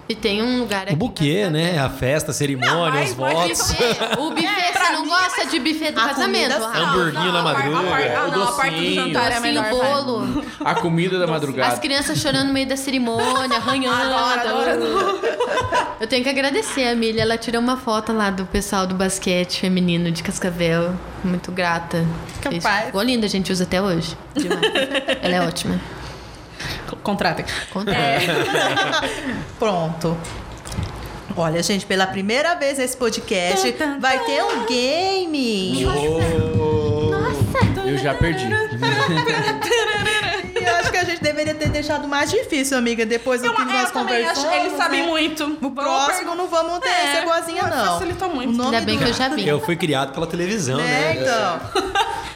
Speaker 4: E tem um lugar aqui.
Speaker 3: O buquê, né? A festa, a cerimônia,
Speaker 2: Não,
Speaker 3: os
Speaker 2: mas- mas
Speaker 3: votos.
Speaker 2: isso
Speaker 4: É, o buffet,
Speaker 2: É, pra
Speaker 4: você não
Speaker 2: mim,
Speaker 4: gosta de buffet do
Speaker 1: a
Speaker 4: casamento?
Speaker 1: comida
Speaker 4: Ah,
Speaker 2: Não,
Speaker 3: Hamburguinho
Speaker 2: não,
Speaker 3: na
Speaker 2: a par- A parte,
Speaker 3: madruga.
Speaker 2: ah, não, a parte do
Speaker 5: Docinho.
Speaker 2: jantar é a
Speaker 4: assim,
Speaker 2: melhor.
Speaker 4: o
Speaker 2: parte.
Speaker 4: bolo.
Speaker 5: A comida da
Speaker 4: As
Speaker 5: madrugada.
Speaker 4: crianças chorando no meio da cerimônia, arranhando.
Speaker 2: Adoro, adoro.
Speaker 4: Eu tenho que agradecer a Emília. Ela tirou uma foto lá do pessoal do basquete feminino de Cascavel. Muito grata.
Speaker 1: Capaz.
Speaker 4: Fez- Ficou linda, a gente usa até hoje. Demais. Ela é ótima.
Speaker 2: Contratem.
Speaker 4: Conta.
Speaker 1: Pronto. Olha, gente, pela primeira vez nesse podcast vai ter um game.
Speaker 5: Eu
Speaker 3: tá
Speaker 5: já perdi.
Speaker 1: E eu acho que a gente deveria ter deixado mais difícil, amiga, depois do
Speaker 2: Eu,
Speaker 1: que
Speaker 2: é,
Speaker 1: nós
Speaker 2: eu também
Speaker 1: conversamos.
Speaker 2: acho que eles sabem
Speaker 1: né?
Speaker 2: muito.
Speaker 1: O
Speaker 2: Vamos
Speaker 1: próximo não vamos ter
Speaker 2: É,
Speaker 1: cegozinha, não.
Speaker 2: facilitou muito.
Speaker 1: O nome
Speaker 4: Ainda bem
Speaker 1: do-
Speaker 4: que eu já vim.
Speaker 3: Eu fui criado pela televisão,
Speaker 1: É,
Speaker 3: né?
Speaker 1: então.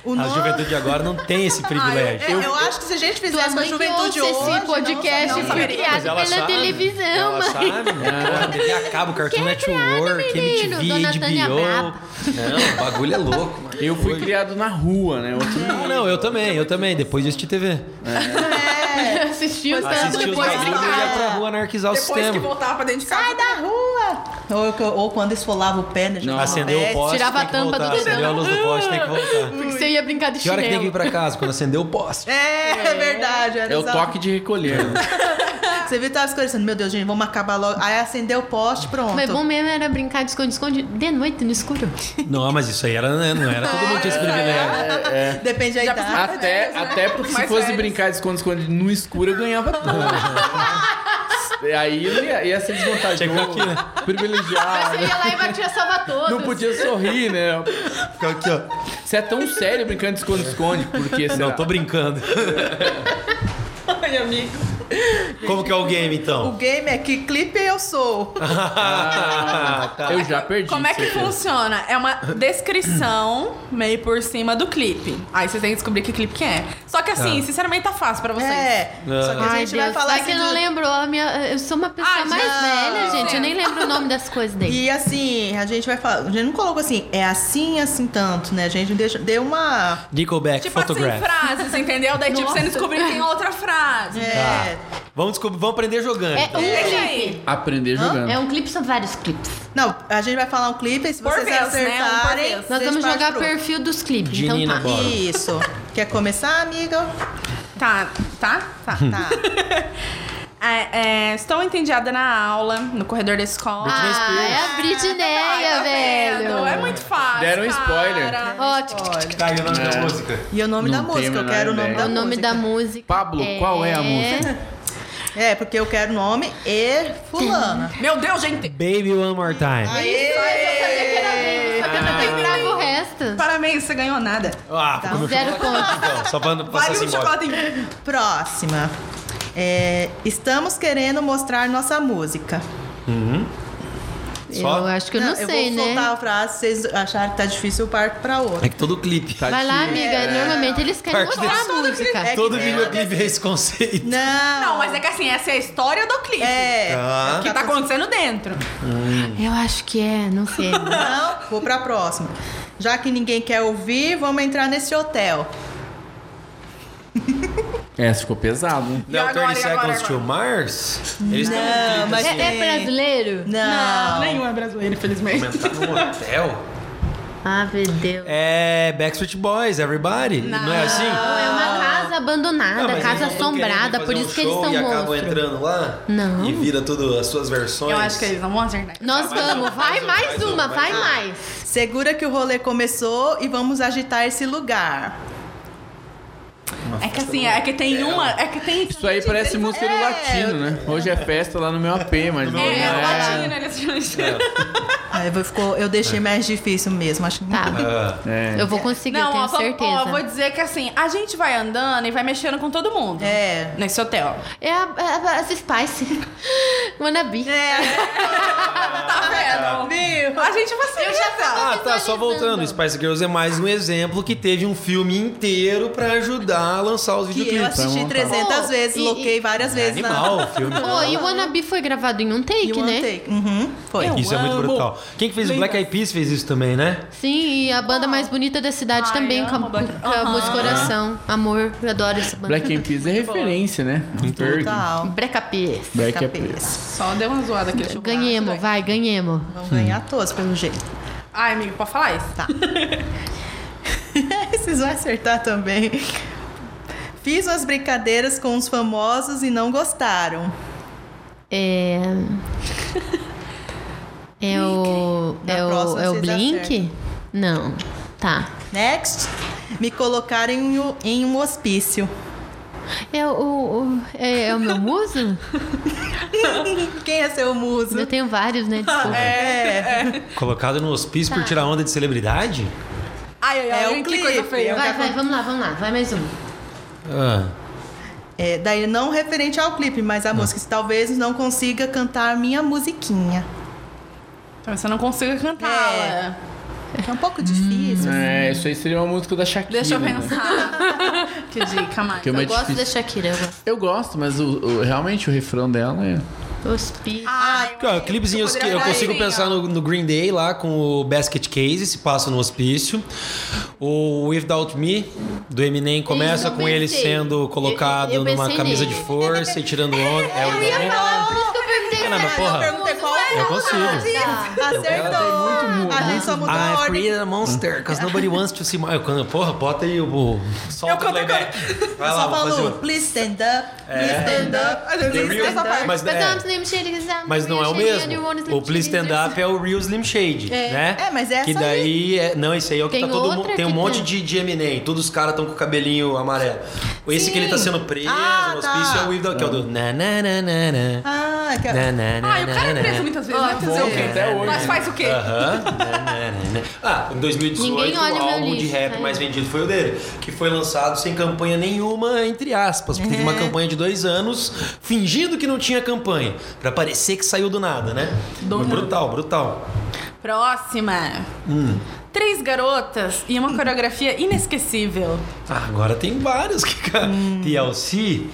Speaker 1: O
Speaker 3: A
Speaker 1: nome...
Speaker 3: juventude agora não tem esse privilégio.
Speaker 1: É, eu, acho que se a gente
Speaker 4: Tua
Speaker 1: fizesse com a
Speaker 4: mãe que
Speaker 1: juventude
Speaker 4: ouça
Speaker 1: hoje...
Speaker 4: esse podcast
Speaker 1: não, não,
Speaker 4: foi
Speaker 1: saberia.
Speaker 4: criado
Speaker 3: Mas ela
Speaker 4: pela
Speaker 3: sabe.
Speaker 4: televisão,
Speaker 3: Ela
Speaker 4: mãe.
Speaker 3: sabe, né? TV a cabo, Cartoon
Speaker 4: Quem é criado,
Speaker 3: Network,
Speaker 4: menino? Dona
Speaker 3: MTV,
Speaker 4: Tânia
Speaker 3: HBO.
Speaker 4: Braba.
Speaker 3: Não, o bagulho é louco, mano.
Speaker 5: Eu fui criado na rua, né? Eu fui-
Speaker 3: Ah, não, eu também, eu também. Depois de assistir TV.
Speaker 1: É,
Speaker 4: Assistiu tanto
Speaker 3: Assistir os
Speaker 4: depois
Speaker 3: bagulhos e
Speaker 4: de
Speaker 3: ia pra rua anarquizar o
Speaker 2: Depois que
Speaker 3: sistema.
Speaker 2: voltava pra dentro de casa.
Speaker 1: Sai da rua! Ou, que- ou quando esfolava o pé, né?
Speaker 5: Não,
Speaker 1: jogava
Speaker 3: Acendeu
Speaker 1: pé.
Speaker 3: o poste,
Speaker 4: É, tirava
Speaker 3: tem
Speaker 4: a
Speaker 3: que
Speaker 4: tampa do
Speaker 3: voltar. Acendeu a
Speaker 4: dedão.
Speaker 3: luz do poste, tem que voltar.
Speaker 4: Porque você ia brincar de
Speaker 3: Que hora que tem que ir
Speaker 4: chinelo.
Speaker 3: pra casa? Quando acendeu o poste.
Speaker 1: É, é verdade. Era
Speaker 5: É o
Speaker 1: exato.
Speaker 5: toque de recolher. né?
Speaker 1: Você viu, tava escurecendo. Meu Deus, gente, vamos acabar logo. Aí acendeu o poste, pronto.
Speaker 4: Mas bom mesmo era brincar de esconde-esconde de noite no escuro.
Speaker 3: Não, mas isso aí era, né? não era todo mundo tinha esse privilégio.
Speaker 1: Depende da idade.
Speaker 5: Até, até porque se
Speaker 2: Mais
Speaker 5: fosse
Speaker 2: velhos.
Speaker 5: brincar de esconde-esconde no escuro, eu ganhava tudo. E Aí ia, ia ser desvantajoso.
Speaker 3: Chegou aqui, né?
Speaker 5: Privilegiado.
Speaker 4: Você ia lá e batia salva todos.
Speaker 5: Não podia sorrir, né?
Speaker 3: Ficou aqui, ó.
Speaker 5: Você é tão sério brincando de esconde-esconde, porque sei
Speaker 3: Não,
Speaker 5: lá,
Speaker 3: tô brincando.
Speaker 2: Ai, amigo.
Speaker 3: Como que é o game,
Speaker 1: O
Speaker 3: então?
Speaker 1: game é que clipe eu sou.
Speaker 5: Ah, tá. eu já perdi.
Speaker 2: Como é que
Speaker 5: certeza.
Speaker 2: funciona? É uma descrição meio por cima do clipe. Aí você tem que descobrir que clipe que é. Só que assim,
Speaker 3: Tá.
Speaker 2: sinceramente, tá fácil pra vocês.
Speaker 1: É. Só que a
Speaker 4: Ai,
Speaker 1: gente
Speaker 4: Deus,
Speaker 1: vai falar
Speaker 4: que
Speaker 1: assim.
Speaker 4: eu não Ah,
Speaker 1: de-
Speaker 4: lembro. a minha- eu sou uma pessoa
Speaker 2: Ai,
Speaker 4: mais
Speaker 2: não.
Speaker 4: velha, gente. Eu nem lembro o nome das coisas dele.
Speaker 1: E assim, a gente vai falar. A gente não colocou assim, é assim, assim tanto, né? A gente deixa, deu uma.
Speaker 3: Nickelback
Speaker 2: Tipo
Speaker 3: Photograph.
Speaker 2: assim, frases, entendeu? Daí tipo, você
Speaker 4: Nossa.
Speaker 2: descobre que tem outra frase.
Speaker 1: É.
Speaker 3: Tá. Vamos, descobrir, vamos aprender jogando.
Speaker 4: É
Speaker 3: então.
Speaker 4: um
Speaker 2: É.
Speaker 4: clipe.
Speaker 5: Aprender jogando.
Speaker 4: É um clipe, são vários clipes.
Speaker 1: Não, a gente vai falar um clipe e se
Speaker 2: Por
Speaker 1: vocês
Speaker 2: vez, né? Um por
Speaker 1: acertarem.
Speaker 2: vez.
Speaker 4: Nós
Speaker 1: vocês
Speaker 4: vamos
Speaker 1: partem
Speaker 4: jogar
Speaker 1: pro outro.
Speaker 4: perfil dos clipes.
Speaker 3: Ginny
Speaker 4: então tá.
Speaker 3: Bora.
Speaker 1: Isso. Quer começar, amiga?
Speaker 2: Tá, tá, tá.
Speaker 1: Tá.
Speaker 2: É, é, estou entediada na aula, no corredor da escola.
Speaker 4: Ah, é a
Speaker 2: Ai,
Speaker 4: Britneia,
Speaker 2: tá vendo?
Speaker 4: velho.
Speaker 2: É muito fácil.
Speaker 5: Deram um spoiler.
Speaker 2: cara.
Speaker 4: Ó, tic, tic,
Speaker 3: Tá aí o nome da música.
Speaker 1: E o nome
Speaker 5: Não
Speaker 1: da
Speaker 5: tem
Speaker 1: música,
Speaker 5: a
Speaker 1: eu
Speaker 5: menor
Speaker 1: quero o nome
Speaker 5: ideia.
Speaker 1: da
Speaker 4: o nome
Speaker 1: música.
Speaker 4: da música.
Speaker 5: Pablo, qual é a música?
Speaker 1: É, porque eu quero o nome e fulana.
Speaker 2: Meu Deus, gente.
Speaker 3: Baby One
Speaker 1: é
Speaker 3: More Time.
Speaker 4: Só É que eu também gravo o resto.
Speaker 2: Parabéns, você ganhou nada.
Speaker 3: Ah, ficou meu
Speaker 4: Zero pontos.
Speaker 3: Então, só pra não passar
Speaker 2: Vale
Speaker 3: assim
Speaker 2: um chocolate em mim.
Speaker 1: Próxima. É, estamos querendo mostrar nossa música.
Speaker 3: Só?
Speaker 4: Eu acho que eu não, sei,
Speaker 1: eu vou
Speaker 4: né?
Speaker 1: soltar a frase, se vocês acharem que tá difícil, eu parto pra outra.
Speaker 3: É que todo clipe.
Speaker 5: Tá
Speaker 4: Vai lá,
Speaker 5: aqui.
Speaker 4: amiga. Normalmente eles querem
Speaker 3: Parte
Speaker 4: mostrar
Speaker 3: desse-
Speaker 4: a música.
Speaker 1: É que
Speaker 3: Todo
Speaker 1: tem
Speaker 3: videoclipe é esse conceito.
Speaker 1: Não.
Speaker 2: Não, mas é que assim, essa é a história do clipe.
Speaker 1: É.
Speaker 3: Tá.
Speaker 2: que tá acontecendo dentro.
Speaker 4: Eu acho que é, não sei.
Speaker 1: Não, vou pra próxima. Já que ninguém quer ouvir, vamos entrar nesse hotel.
Speaker 5: Essa É, ficou pesado. hein?
Speaker 2: E
Speaker 3: Não,
Speaker 2: agora,
Speaker 3: 30
Speaker 2: e agora,
Speaker 3: Seconds
Speaker 2: agora?
Speaker 3: to Mars? Eles têm um clipe
Speaker 1: mas
Speaker 4: É,
Speaker 3: assim,
Speaker 4: é brasileiro?
Speaker 1: Não.
Speaker 2: é brasileiro, infelizmente.
Speaker 3: comentar num hotel.
Speaker 4: Ah, meu Deus.
Speaker 3: É Backstreet Boys, Everybody. Não, é assim?
Speaker 4: É uma casa casa abandonada,
Speaker 3: mas eles
Speaker 4: casa
Speaker 3: não tão querendo
Speaker 4: assombrada,
Speaker 3: fazer
Speaker 4: por
Speaker 3: um
Speaker 4: isso que eles
Speaker 3: show
Speaker 4: são
Speaker 3: e acabam
Speaker 4: monstros.
Speaker 3: entrando lá
Speaker 4: Não.
Speaker 3: e vira tudo as suas versões.
Speaker 2: Eu acho que é eles não né? vão acertar.
Speaker 4: Nós
Speaker 3: mais
Speaker 4: vamos,
Speaker 3: uma,
Speaker 4: vai
Speaker 3: mais uma,
Speaker 4: mais
Speaker 3: mais
Speaker 4: uma,
Speaker 3: uma,
Speaker 4: vai
Speaker 3: mais uma.
Speaker 4: mais.
Speaker 1: Segura que o rolê começou e vamos agitar esse lugar.
Speaker 2: É que assim, é que tem uma. É que tem.
Speaker 5: Isso aí parece música do latino, né? Hoje é festa lá no meu AP, mas não
Speaker 2: É, é
Speaker 5: é.
Speaker 2: latino, eles
Speaker 1: Aí eu, É, ficou, eu deixei
Speaker 3: É.
Speaker 1: mais difícil mesmo, acho que
Speaker 4: Tá,
Speaker 3: Ah,
Speaker 5: É.
Speaker 4: eu vou conseguir, eu
Speaker 2: Não,
Speaker 4: tenho
Speaker 2: ó, vamos-
Speaker 4: certeza.
Speaker 2: ó, vou dizer que assim, a gente vai andando e vai mexendo com todo mundo.
Speaker 1: É.
Speaker 2: Nesse hotel.
Speaker 4: É a, a- as Spice. Wannabe.
Speaker 1: É,
Speaker 2: Tá vendo? Viu? A gente vai ser. Eu já
Speaker 3: Ah, tá, só voltando. Spice Girls é mais um exemplo que teve um filme inteiro pra ajudar a lançar os
Speaker 1: Que eu
Speaker 3: videoclipes.
Speaker 1: assisti
Speaker 5: Vamos,
Speaker 1: 300
Speaker 4: Pô,
Speaker 1: vezes,
Speaker 4: Oh, e-
Speaker 1: loquei várias
Speaker 3: É
Speaker 1: vezes. na-
Speaker 3: animal o filme.
Speaker 4: Oh, e o Wannabe foi gravado em um take,
Speaker 1: You Wanna
Speaker 4: né? um
Speaker 1: Take. Uhum, foi.
Speaker 3: Isso é muito
Speaker 5: amo.
Speaker 3: brutal. Quem que fez o Black Eyed Peas fez isso também, né?
Speaker 4: Sim, e a banda mais bonita da cidade
Speaker 2: Ai,
Speaker 4: também, com a,
Speaker 2: amo Black-
Speaker 4: com a
Speaker 2: Aham.
Speaker 4: música Coração. Amor, eu adoro essa banda.
Speaker 5: Black and Peas é referência, né? Perdi. é
Speaker 1: Total.
Speaker 4: Black Eyed
Speaker 2: Tá
Speaker 4: Peas.
Speaker 5: Black and Peas.
Speaker 1: Cabeça.
Speaker 2: Só deu uma zoada aqui.
Speaker 4: Ganhemos, vai, ganhemos.
Speaker 1: Vão ganhar todos, pelo jeito.
Speaker 2: Ai, amigo, pode falar isso?
Speaker 1: Tá. Vocês vão acertar também. Fiz umas brincadeiras com os famosos e não gostaram.
Speaker 4: É. É o.
Speaker 1: Na
Speaker 4: É o,
Speaker 1: próxima
Speaker 4: é o
Speaker 1: vocês
Speaker 4: Blink? Não. Tá.
Speaker 1: Next, me colocaram em um, em um hospício.
Speaker 4: É o. o- é, é o meu muso?
Speaker 1: Quem é seu muso?
Speaker 4: eu tenho vários, né? Desculpa.
Speaker 1: É,
Speaker 3: Colocado no hospício
Speaker 4: Tá.
Speaker 3: por tirar onda de celebridade?
Speaker 2: Ai, ai, ai,
Speaker 1: É o
Speaker 2: um que
Speaker 1: clipe,
Speaker 2: coisa
Speaker 1: é
Speaker 2: feia.
Speaker 1: o
Speaker 4: Vai, vai, vamos lá, vamos lá. Vai mais um.
Speaker 3: Ah,
Speaker 1: É, daí não referente ao clipe, mas a música. Talvez não consiga cantar minha musiquinha.
Speaker 2: Talvez você não consiga cantá-la.
Speaker 1: É um pouco difícil.
Speaker 5: É, isso aí seria uma música da Shakira.
Speaker 2: Deixa eu
Speaker 5: né?
Speaker 2: pensar. que dica, mais.
Speaker 5: Que é
Speaker 4: Eu
Speaker 5: uma
Speaker 4: gosto da
Speaker 5: difícil.
Speaker 4: Shakira. eu gosto.
Speaker 5: Eu gosto, mas o- o- realmente o refrão dela é.
Speaker 4: Os pi.
Speaker 2: Ai,
Speaker 3: Cara, clipezinhos que eu
Speaker 2: poderia
Speaker 3: consigo
Speaker 2: dar
Speaker 3: pensar no, no Green Day lá com o Basket Case, se passa no hospício. O Without Me, do Eminem, começa
Speaker 4: eu
Speaker 3: com ele
Speaker 4: pensei.
Speaker 3: sendo colocado
Speaker 4: Eu- eu
Speaker 3: numa
Speaker 4: pensei
Speaker 3: camisa
Speaker 4: nele.
Speaker 3: de força e tirando onda. É o Eminem?
Speaker 4: por isso que eu perguntei se
Speaker 3: Caramba,
Speaker 4: era
Speaker 3: porra.
Speaker 4: meu
Speaker 1: Perguntei
Speaker 4: muso,
Speaker 1: qual
Speaker 4: mas
Speaker 1: é.
Speaker 4: não,
Speaker 3: Eu consigo.
Speaker 4: tá.
Speaker 1: Acertou! A gente só mudou a
Speaker 3: I
Speaker 1: ordem.
Speaker 3: created a é monster, because nobody wants to see my... Quando- Porra, bota aí o... o- Solta o playback. Vai
Speaker 1: Eu
Speaker 3: lá,
Speaker 1: só
Speaker 3: vou fazer
Speaker 1: falo,
Speaker 3: o...
Speaker 1: please stand up, please stand up,
Speaker 3: The
Speaker 1: please
Speaker 3: real-
Speaker 1: stand up.
Speaker 3: Mas,
Speaker 4: But
Speaker 3: é,
Speaker 4: I'm Slim Shady, 'cause I'm
Speaker 3: mas não é o
Speaker 4: Slim Shady,
Speaker 3: mesmo.
Speaker 4: you want Slim
Speaker 3: O Please
Speaker 4: Shady,
Speaker 3: Stand Up é o Real Slim Shade, né?
Speaker 1: É, mas é
Speaker 3: Que
Speaker 1: essa
Speaker 3: daí... É, não, esse aí é o que
Speaker 4: Tem
Speaker 3: tá todo mundo...
Speaker 4: outra
Speaker 3: Tem um
Speaker 4: que
Speaker 3: monte
Speaker 4: tem.
Speaker 3: de, de Eminem. Todos os caras estão com o cabelinho amarelo. Esse que ele tá sendo preso
Speaker 1: Ah,
Speaker 3: no
Speaker 1: tá.
Speaker 3: hospício é o Without... Que é o do... Na, na, na, na, na.
Speaker 1: Ah, que...
Speaker 3: Na, na, na,
Speaker 2: Ai, o cara
Speaker 3: na,
Speaker 2: é preso
Speaker 3: na.
Speaker 2: muitas vezes, né? Fazer o quê? né?
Speaker 5: até hoje.
Speaker 2: Mas faz o quê?
Speaker 3: É. Aham. Nananana. Ah, em 2018
Speaker 4: Ninguém
Speaker 3: o
Speaker 4: olha meu
Speaker 3: álbum de
Speaker 4: lixo,
Speaker 3: rap
Speaker 4: né?
Speaker 3: mais vendido foi o dele, que foi lançado sem campanha nenhuma, entre aspas, porque teve uma campanha de dois anos, fingindo que não tinha campanha, Pra parecer que saiu do nada, né? Foi brutal, brutal.
Speaker 2: Próxima. Três garotas e uma coreografia inesquecível.
Speaker 3: Ah, agora tem vários que cara. TLC.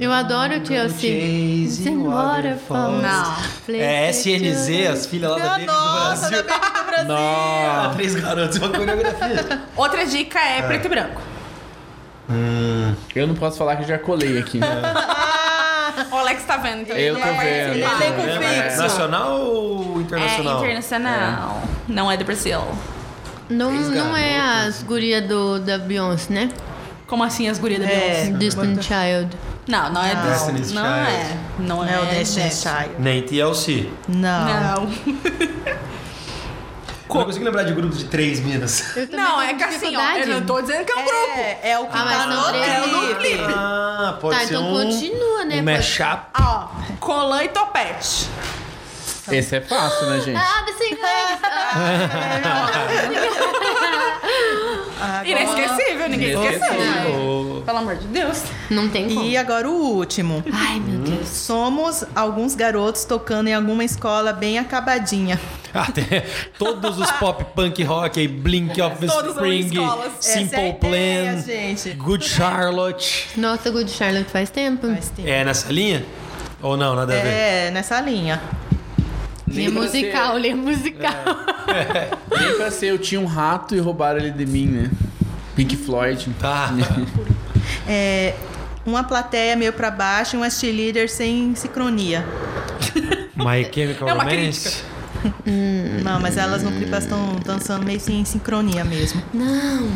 Speaker 4: Eu adoro o Chelsea.
Speaker 3: Chasing Waterfalls.
Speaker 2: Não.
Speaker 3: É SNZ, as filhas lá da Baby do
Speaker 1: Nossa, da
Speaker 3: Brasil.
Speaker 1: Baby do Brasil.
Speaker 3: Ah, três garotos, uma coreografia.
Speaker 2: Outra dica é preto e branco.
Speaker 5: Eu não posso falar que eu já colei aqui. Né?
Speaker 2: O Alex tá vendo. então
Speaker 5: Eu
Speaker 2: ele
Speaker 5: tô
Speaker 2: vai
Speaker 5: vendo.
Speaker 2: participar.
Speaker 1: Ele é com fixo.
Speaker 3: Nacional ou internacional?
Speaker 2: É internacional. Não é do Brasil.
Speaker 4: Não, não é as guria do, da Beyoncé, né?
Speaker 2: Como assim as gurias da
Speaker 1: É.
Speaker 2: Beyoncé?
Speaker 4: Destiny Child.
Speaker 2: Não, não é
Speaker 3: Destiny's
Speaker 2: do... Não
Speaker 3: Child.
Speaker 2: é. Não é.
Speaker 1: Não, deixa
Speaker 2: Destiny.
Speaker 3: Nem TLC.
Speaker 1: Não.
Speaker 2: Não.
Speaker 3: Eu não consigo lembrar de grupos de três minas.
Speaker 4: Eu também
Speaker 2: Não,
Speaker 4: tenho
Speaker 2: é que assim, ó,
Speaker 4: dificuldade.
Speaker 2: eu não tô dizendo que é um grupo.
Speaker 1: É, é o que
Speaker 4: Ah, mas
Speaker 1: tá
Speaker 4: são três
Speaker 1: no
Speaker 4: livros.
Speaker 1: clipe.
Speaker 3: Ah, pode
Speaker 4: Tá,
Speaker 3: ser
Speaker 4: então
Speaker 3: um...
Speaker 4: continua, né?
Speaker 3: Um
Speaker 4: Pode-
Speaker 3: mashup.
Speaker 2: Ó, colã e topete.
Speaker 5: Esse é fácil, né, gente?
Speaker 4: Ah, the Sing Legs. Ah,
Speaker 2: Inesquecível, ninguém esqueceu.
Speaker 3: Ou-
Speaker 2: Pelo amor de Deus.
Speaker 4: Não tem como.
Speaker 1: E agora o último.
Speaker 4: Ai, meu
Speaker 2: Hum?
Speaker 4: Deus.
Speaker 1: Somos alguns garotos tocando em alguma escola bem acabadinha.
Speaker 3: Até Ah, todos os pop punk rock aí, Blink of
Speaker 2: Todos são
Speaker 3: Spring,
Speaker 2: escolas.
Speaker 1: Essa é a
Speaker 3: Simple
Speaker 1: ideia,
Speaker 3: Plan,
Speaker 1: gente.
Speaker 3: Good Charlotte.
Speaker 4: Nossa, Good Charlotte faz tempo.
Speaker 1: Mas tem-
Speaker 3: É nessa linha? Ou não, nada a ver?
Speaker 1: É, nessa linha.
Speaker 4: Lê
Speaker 5: Nem pra ser-
Speaker 4: musical, lê musical.
Speaker 5: Nem pra ser, eu tinha um rato e roubaram ele de mim, né? Pink Floyd. então.
Speaker 3: Tá.
Speaker 1: É, uma plateia meio pra baixo e um umas cheerleaders sem sincronia.
Speaker 3: My Chemical
Speaker 2: É uma
Speaker 3: Romance.
Speaker 1: Não, mas elas no clipe elas estão dançando meio sem sincronia mesmo.
Speaker 4: Não.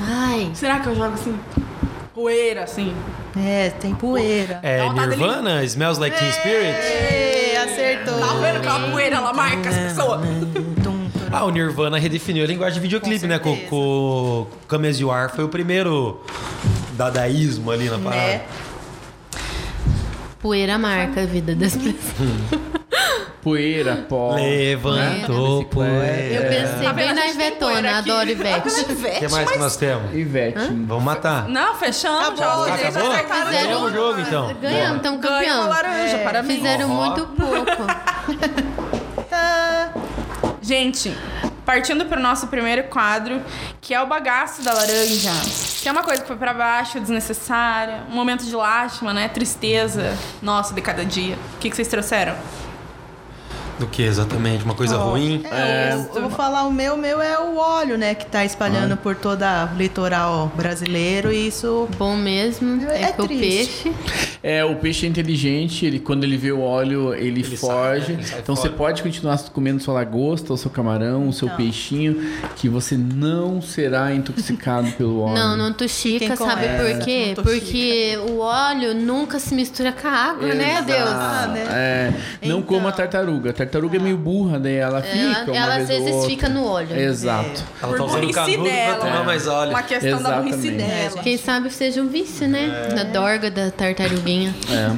Speaker 4: Ai.
Speaker 2: Será que eu jogo assim? Poeira, assim.
Speaker 1: É, tem poeira.
Speaker 3: É
Speaker 2: Então tá
Speaker 3: Nirvana, Smells Like Teen Spirit?
Speaker 1: Ei, acertou.
Speaker 2: Tá
Speaker 3: um
Speaker 2: vendo aquela poeira? Ela marca as pessoas.
Speaker 1: Tum, tum.
Speaker 3: Ah, o Nirvana redefiniu a linguagem de videoclipe, né? Com,
Speaker 1: certeza.
Speaker 3: com Come As You Are foi o primeiro dadaísmo ali na parada.
Speaker 1: Né?
Speaker 4: Poeira marca a vida das pessoas.
Speaker 5: Poeira, pó.
Speaker 3: Levantou
Speaker 4: Eu
Speaker 3: poeira.
Speaker 4: pensei
Speaker 2: Tá vendo?
Speaker 4: bem
Speaker 2: A
Speaker 4: na
Speaker 2: gente tem poeira
Speaker 4: Ivetona,
Speaker 2: aqui.
Speaker 4: adoro Ivete.
Speaker 3: O que mais que nós temos?
Speaker 5: Ivete.
Speaker 3: Vamos matar.
Speaker 2: Não, fechamos.
Speaker 1: Acabou,
Speaker 2: já, gente,
Speaker 3: acabou?
Speaker 2: acertaram
Speaker 4: Fizeram
Speaker 2: tudo.
Speaker 3: Ganhamos o jogo, então.
Speaker 4: Ganhamos, estamos
Speaker 2: Ganhou a
Speaker 4: campeão.
Speaker 2: laranja, parabéns.
Speaker 4: Fizeram
Speaker 3: Ó.
Speaker 4: muito pouco.
Speaker 1: Tá.
Speaker 2: Gente, partindo pro nosso primeiro quadro, que é o bagaço da laranja. Que é uma coisa que foi pra baixo, desnecessária, um momento de lástima, né? Tristeza nossa de cada dia. O que, que vocês trouxeram?
Speaker 3: Do que exatamente? Uma coisa
Speaker 1: Ó,
Speaker 3: ruim?
Speaker 1: é, eu- Eu vou falar o meu, o meu é o óleo, né? Que tá espalhando
Speaker 3: Ah.
Speaker 1: por todo o litoral brasileiro e isso.
Speaker 4: Bom mesmo, é,
Speaker 1: É
Speaker 4: que o peixe.
Speaker 1: triste.
Speaker 5: É, o peixe é inteligente, ele, quando ele vê o óleo, ele, foge.
Speaker 3: sai, ele sai
Speaker 5: então
Speaker 3: fora.
Speaker 5: você pode continuar comendo sua lagosta, o seu camarão, o seu peixinho, que você não será intoxicado pelo óleo.
Speaker 4: Não, não tuxica,
Speaker 1: Quem
Speaker 4: sabe
Speaker 1: conhece,
Speaker 4: por quê?
Speaker 1: não tuxica.
Speaker 4: Porque o óleo nunca se mistura com a água, né, Deus?
Speaker 5: Exato.
Speaker 1: né?
Speaker 5: É, não
Speaker 1: Então.
Speaker 5: coma tartaruga. A tartaruga é meio burra, daí ela fica.
Speaker 4: Ela,
Speaker 5: uma
Speaker 4: ela às
Speaker 5: vez ou
Speaker 4: vezes
Speaker 5: outra.
Speaker 4: fica no óleo.
Speaker 5: Exato.
Speaker 3: Ela tá usando canudo pra tomar mais óleo.
Speaker 2: Uma questão da burrice
Speaker 5: Exatamente.
Speaker 2: dela.
Speaker 4: Quem sabe seja um vício, né? Da dorga da tartaruguinha.
Speaker 5: É.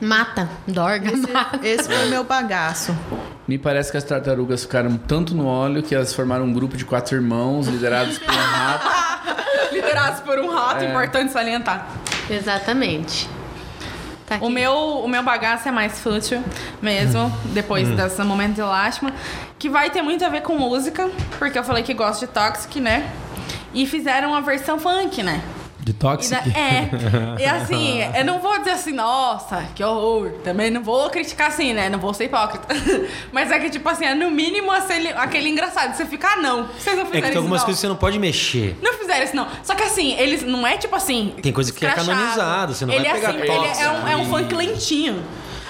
Speaker 4: Mata, dorga, mata.
Speaker 1: Esse foi o meu bagaço.
Speaker 5: Me parece que as tartarugas ficaram tanto no óleo que elas formaram um grupo de quatro irmãos liderados por um rato.
Speaker 2: Liderados por um rato,
Speaker 3: É.
Speaker 2: importante salientar.
Speaker 4: Exatamente. Tá aqui.
Speaker 2: O meu, o meu bagaço é mais fútil mesmo, depois
Speaker 3: Hum.
Speaker 2: desse momento de lástima, que vai ter muito a ver com música, porque eu falei que gosto de Toxic, né? E fizeram uma versão funk, né?
Speaker 3: De
Speaker 2: E
Speaker 3: tóxico?
Speaker 2: da- é. E assim, eu não vou dizer assim, nossa, que horror. Também não vou criticar assim, né? Não vou ser hipócrita. Mas é que, tipo assim, é no mínimo aquele, aquele engraçado. Você fica, ah, não. Vocês não
Speaker 3: É
Speaker 2: fizeram
Speaker 3: que tem
Speaker 2: isso,
Speaker 3: algumas
Speaker 2: não.
Speaker 3: coisas que você não pode mexer.
Speaker 2: Não fizeram isso, não. Só que assim, eles não é tipo assim.
Speaker 3: Tem coisa que é
Speaker 2: escrachado.
Speaker 3: canonizado, você não vai
Speaker 2: Ele é
Speaker 3: pegar
Speaker 2: assim,
Speaker 3: tóxico
Speaker 2: Ele é um, é um
Speaker 3: e-
Speaker 2: funk lentinho.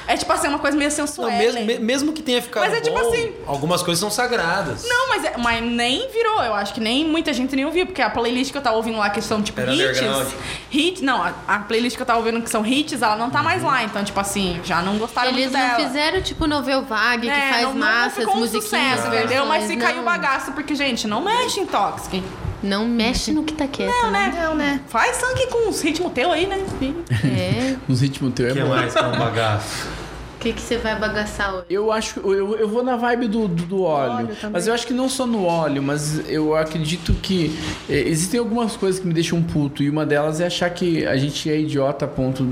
Speaker 2: É tipo assim, uma coisa meio sensual.
Speaker 3: Não, mesmo, me- mesmo que tenha ficado
Speaker 2: né? Mas é tipo
Speaker 3: bom,
Speaker 2: assim-
Speaker 3: algumas coisas são sagradas.
Speaker 2: Não, mas, é- mas nem virou. Eu acho que nem muita gente nem ouviu, porque a playlist que eu tava ouvindo lá, que são tipo
Speaker 3: Era
Speaker 2: hits.
Speaker 3: underground.
Speaker 2: Hit, não, a, a playlist que eu tava ouvindo que são hits, ela não tá mais
Speaker 3: Uhum.
Speaker 2: lá. Então, tipo assim, já não gostaram
Speaker 4: Eles
Speaker 2: muito
Speaker 4: não
Speaker 2: dela.
Speaker 4: fizeram tipo novel vague que
Speaker 2: É,
Speaker 4: faz
Speaker 2: não- não
Speaker 4: massas,
Speaker 2: ficou um
Speaker 4: musiquinhas,
Speaker 2: sucesso, entendeu? Mas
Speaker 4: versões,
Speaker 2: se caiu
Speaker 4: não.
Speaker 2: o bagaço, porque, gente, não mexe em Toxic.
Speaker 4: Não mexe no que tá quieto.
Speaker 2: Não,
Speaker 4: né?
Speaker 2: né? Não, né? Faz sangue com os ritmos teu aí, né?
Speaker 4: É.
Speaker 5: Os ritmos teu
Speaker 3: O
Speaker 5: é
Speaker 3: que
Speaker 5: bom.
Speaker 3: mais que é um bagaço?
Speaker 4: O que, que você vai bagaçar hoje?
Speaker 5: Eu acho que eu, eu vou na vibe do, do, do óleo.
Speaker 1: óleo também.
Speaker 5: mas eu acho que não só no óleo, mas eu acredito que eh, existem algumas coisas que me deixam puto. E uma delas é achar que a gente é idiota a ponto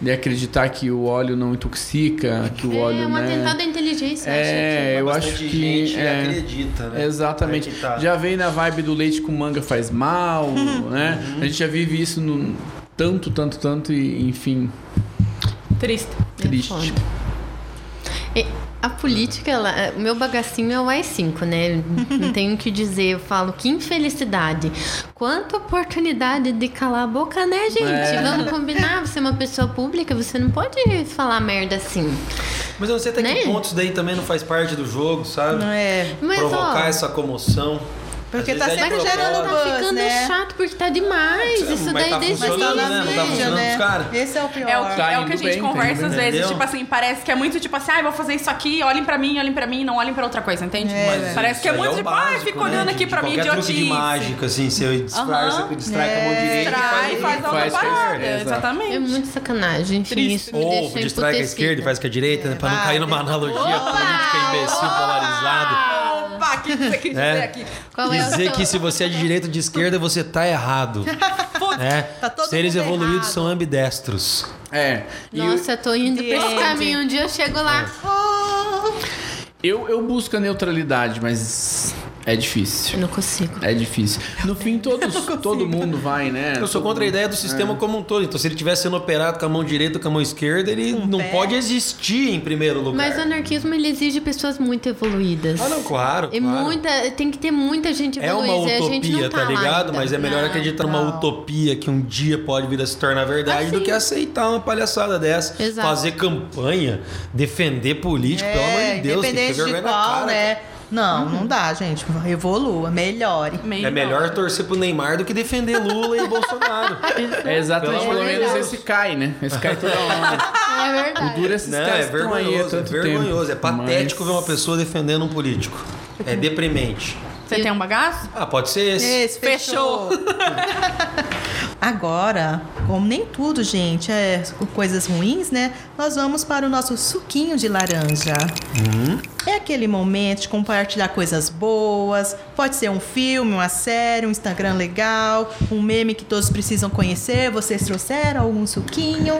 Speaker 5: de acreditar que o óleo não intoxica, que o óleo.
Speaker 4: é um
Speaker 5: né...
Speaker 4: atentado à inteligência,
Speaker 5: É, eu acho que. é,
Speaker 3: acredita, né?
Speaker 5: Exatamente.
Speaker 4: Tá.
Speaker 5: Já vem na vibe do leite com manga faz mal,
Speaker 4: Uhum.
Speaker 5: né? A gente já vive isso no tanto, tanto, tanto e enfim,
Speaker 2: Triste.
Speaker 5: triste.
Speaker 4: É foda. E A política, ela- o meu bagacinho é o AI5, né? Não tenho o que dizer. Eu falo que infelicidade. Quanta oportunidade de calar a boca, né, gente?
Speaker 5: É.
Speaker 4: Vamos combinar, você é uma pessoa pública, você não pode falar merda assim.
Speaker 3: Mas eu não sei até
Speaker 4: Né?
Speaker 3: que ponto isso daí também não faz parte do jogo, sabe?
Speaker 1: Não é?
Speaker 4: Mas,
Speaker 3: Provocar
Speaker 4: ó,
Speaker 3: essa comoção.
Speaker 1: Porque
Speaker 3: Às
Speaker 1: tá
Speaker 3: vezes é de
Speaker 1: sempre
Speaker 3: propósito.
Speaker 1: gerando
Speaker 4: tá
Speaker 1: buzz,
Speaker 4: ficando
Speaker 1: né?
Speaker 4: chato porque tá demais.
Speaker 3: Mas
Speaker 4: Isso
Speaker 3: tá
Speaker 4: daí
Speaker 1: Mas tá
Speaker 3: funcionando,
Speaker 4: desde
Speaker 1: na
Speaker 3: né? Não tá
Speaker 1: mídia,
Speaker 3: funcionando
Speaker 1: né?
Speaker 3: pros caras.
Speaker 1: Esse é o pior.
Speaker 2: É o,
Speaker 5: Tá
Speaker 2: é o
Speaker 5: indo
Speaker 2: que a gente
Speaker 5: bem, tá
Speaker 2: conversa
Speaker 5: indo
Speaker 2: às
Speaker 5: bem.
Speaker 2: vezes,
Speaker 3: Entendeu?
Speaker 2: tipo assim, parece que é muito tipo assim, ah, eu vou fazer isso aqui, olhem pra mim, olhem pra mim, não olhem pra outra coisa, entende?
Speaker 3: Mas
Speaker 2: parece que é
Speaker 3: isso aí
Speaker 2: muito
Speaker 3: o
Speaker 2: tipo, ah,
Speaker 3: básico,
Speaker 2: fico
Speaker 3: né?
Speaker 2: olhando aqui
Speaker 3: De
Speaker 2: pra mim,
Speaker 3: Qualquer truque
Speaker 2: idiotice.
Speaker 3: de mágica, assim, você disfarça,
Speaker 2: Aham.
Speaker 3: distrai com a mão direita um e
Speaker 2: Trai e faz a outra
Speaker 5: faz, faz,
Speaker 2: parada.
Speaker 5: exato.
Speaker 2: Exatamente.
Speaker 4: É muito sacanagem, enfim, isso me
Speaker 3: Ou
Speaker 4: deixa
Speaker 3: distrai com a esquerda e
Speaker 4: emputecida.
Speaker 3: faz com a direita, né? Pra não
Speaker 1: vai.
Speaker 3: cair numa analogia política imbecil polarizada.
Speaker 2: Opa, o que você quis
Speaker 3: É.
Speaker 2: dizer aqui?
Speaker 4: Qual é o
Speaker 3: Dizer
Speaker 4: seu-
Speaker 3: que se você é de direita ou de esquerda, você tá errado. É.
Speaker 1: tá todo
Speaker 3: Seres
Speaker 1: mundo
Speaker 3: evoluídos
Speaker 1: errado.
Speaker 3: são ambidestros.
Speaker 5: É. E eu-
Speaker 4: Nossa, eu tô indo pra esse
Speaker 1: Gente.
Speaker 4: caminho. Um dia eu chego lá.
Speaker 5: eu, eu busco a neutralidade, mas é difícil.
Speaker 4: Eu não consigo.
Speaker 5: É difícil. No fim, todos, todo mundo vai, né?
Speaker 3: Eu sou
Speaker 5: Todo
Speaker 3: contra a
Speaker 5: mundo- É.
Speaker 3: ideia do sistema como um todo. Então, se ele estiver sendo operado com a mão direita ou com a mão esquerda, ele não
Speaker 1: pé.
Speaker 3: pode existir em primeiro lugar.
Speaker 4: Mas o anarquismo ele exige pessoas muito evoluídas.
Speaker 3: Ah, não, claro.
Speaker 4: E
Speaker 3: claro.
Speaker 4: muita, tem que ter muita gente
Speaker 3: É uma
Speaker 4: evoluída. e tipo a gente
Speaker 3: utopia,
Speaker 4: não
Speaker 3: tá,
Speaker 4: lá
Speaker 3: ligado?
Speaker 4: ainda.
Speaker 3: Mas é melhor
Speaker 4: Não. Assim.
Speaker 3: acreditar numa utopia que um dia pode vir a se tornar verdade do que aceitar uma palhaçada dessa.
Speaker 4: Exato.
Speaker 3: Fazer campanha, defender político, pelo amor de Deus. tem que
Speaker 4: É,
Speaker 1: É, independente
Speaker 3: ter
Speaker 1: de
Speaker 3: vergonha na
Speaker 1: qual,
Speaker 3: cara,
Speaker 1: né?
Speaker 3: cara. Hum.
Speaker 1: Não, não dá, gente. Evolua, melhore.
Speaker 3: É melhor torcer pro Neymar do que defender Lula e Bolsonaro.
Speaker 5: É exatamente,
Speaker 3: Pelo
Speaker 5: pelo
Speaker 3: amor de
Speaker 5: menos
Speaker 3: Deus.
Speaker 5: esse cai, né? Esse cai toda hora.
Speaker 4: É
Speaker 5: O
Speaker 4: verdade.
Speaker 5: duro é esses
Speaker 3: Não,
Speaker 5: caras
Speaker 3: é
Speaker 5: que tão aí há
Speaker 3: vergonhoso, é
Speaker 5: tanto
Speaker 3: vergonhoso. É
Speaker 5: tempo.
Speaker 3: patético
Speaker 5: Mas-
Speaker 3: ver uma pessoa defendendo um político. É deprimente.
Speaker 2: Você tem um bagaço?
Speaker 3: Ah, pode ser esse.
Speaker 1: É Esse, fechou. Agora, como nem tudo, gente, é coisas ruins, né? Nós vamos para o nosso suquinho de laranja.
Speaker 3: Hum?
Speaker 1: É aquele momento de compartilhar coisas boas. Pode ser um filme, uma série, um Instagram legal, um meme que todos precisam conhecer. Vocês trouxeram algum suquinho?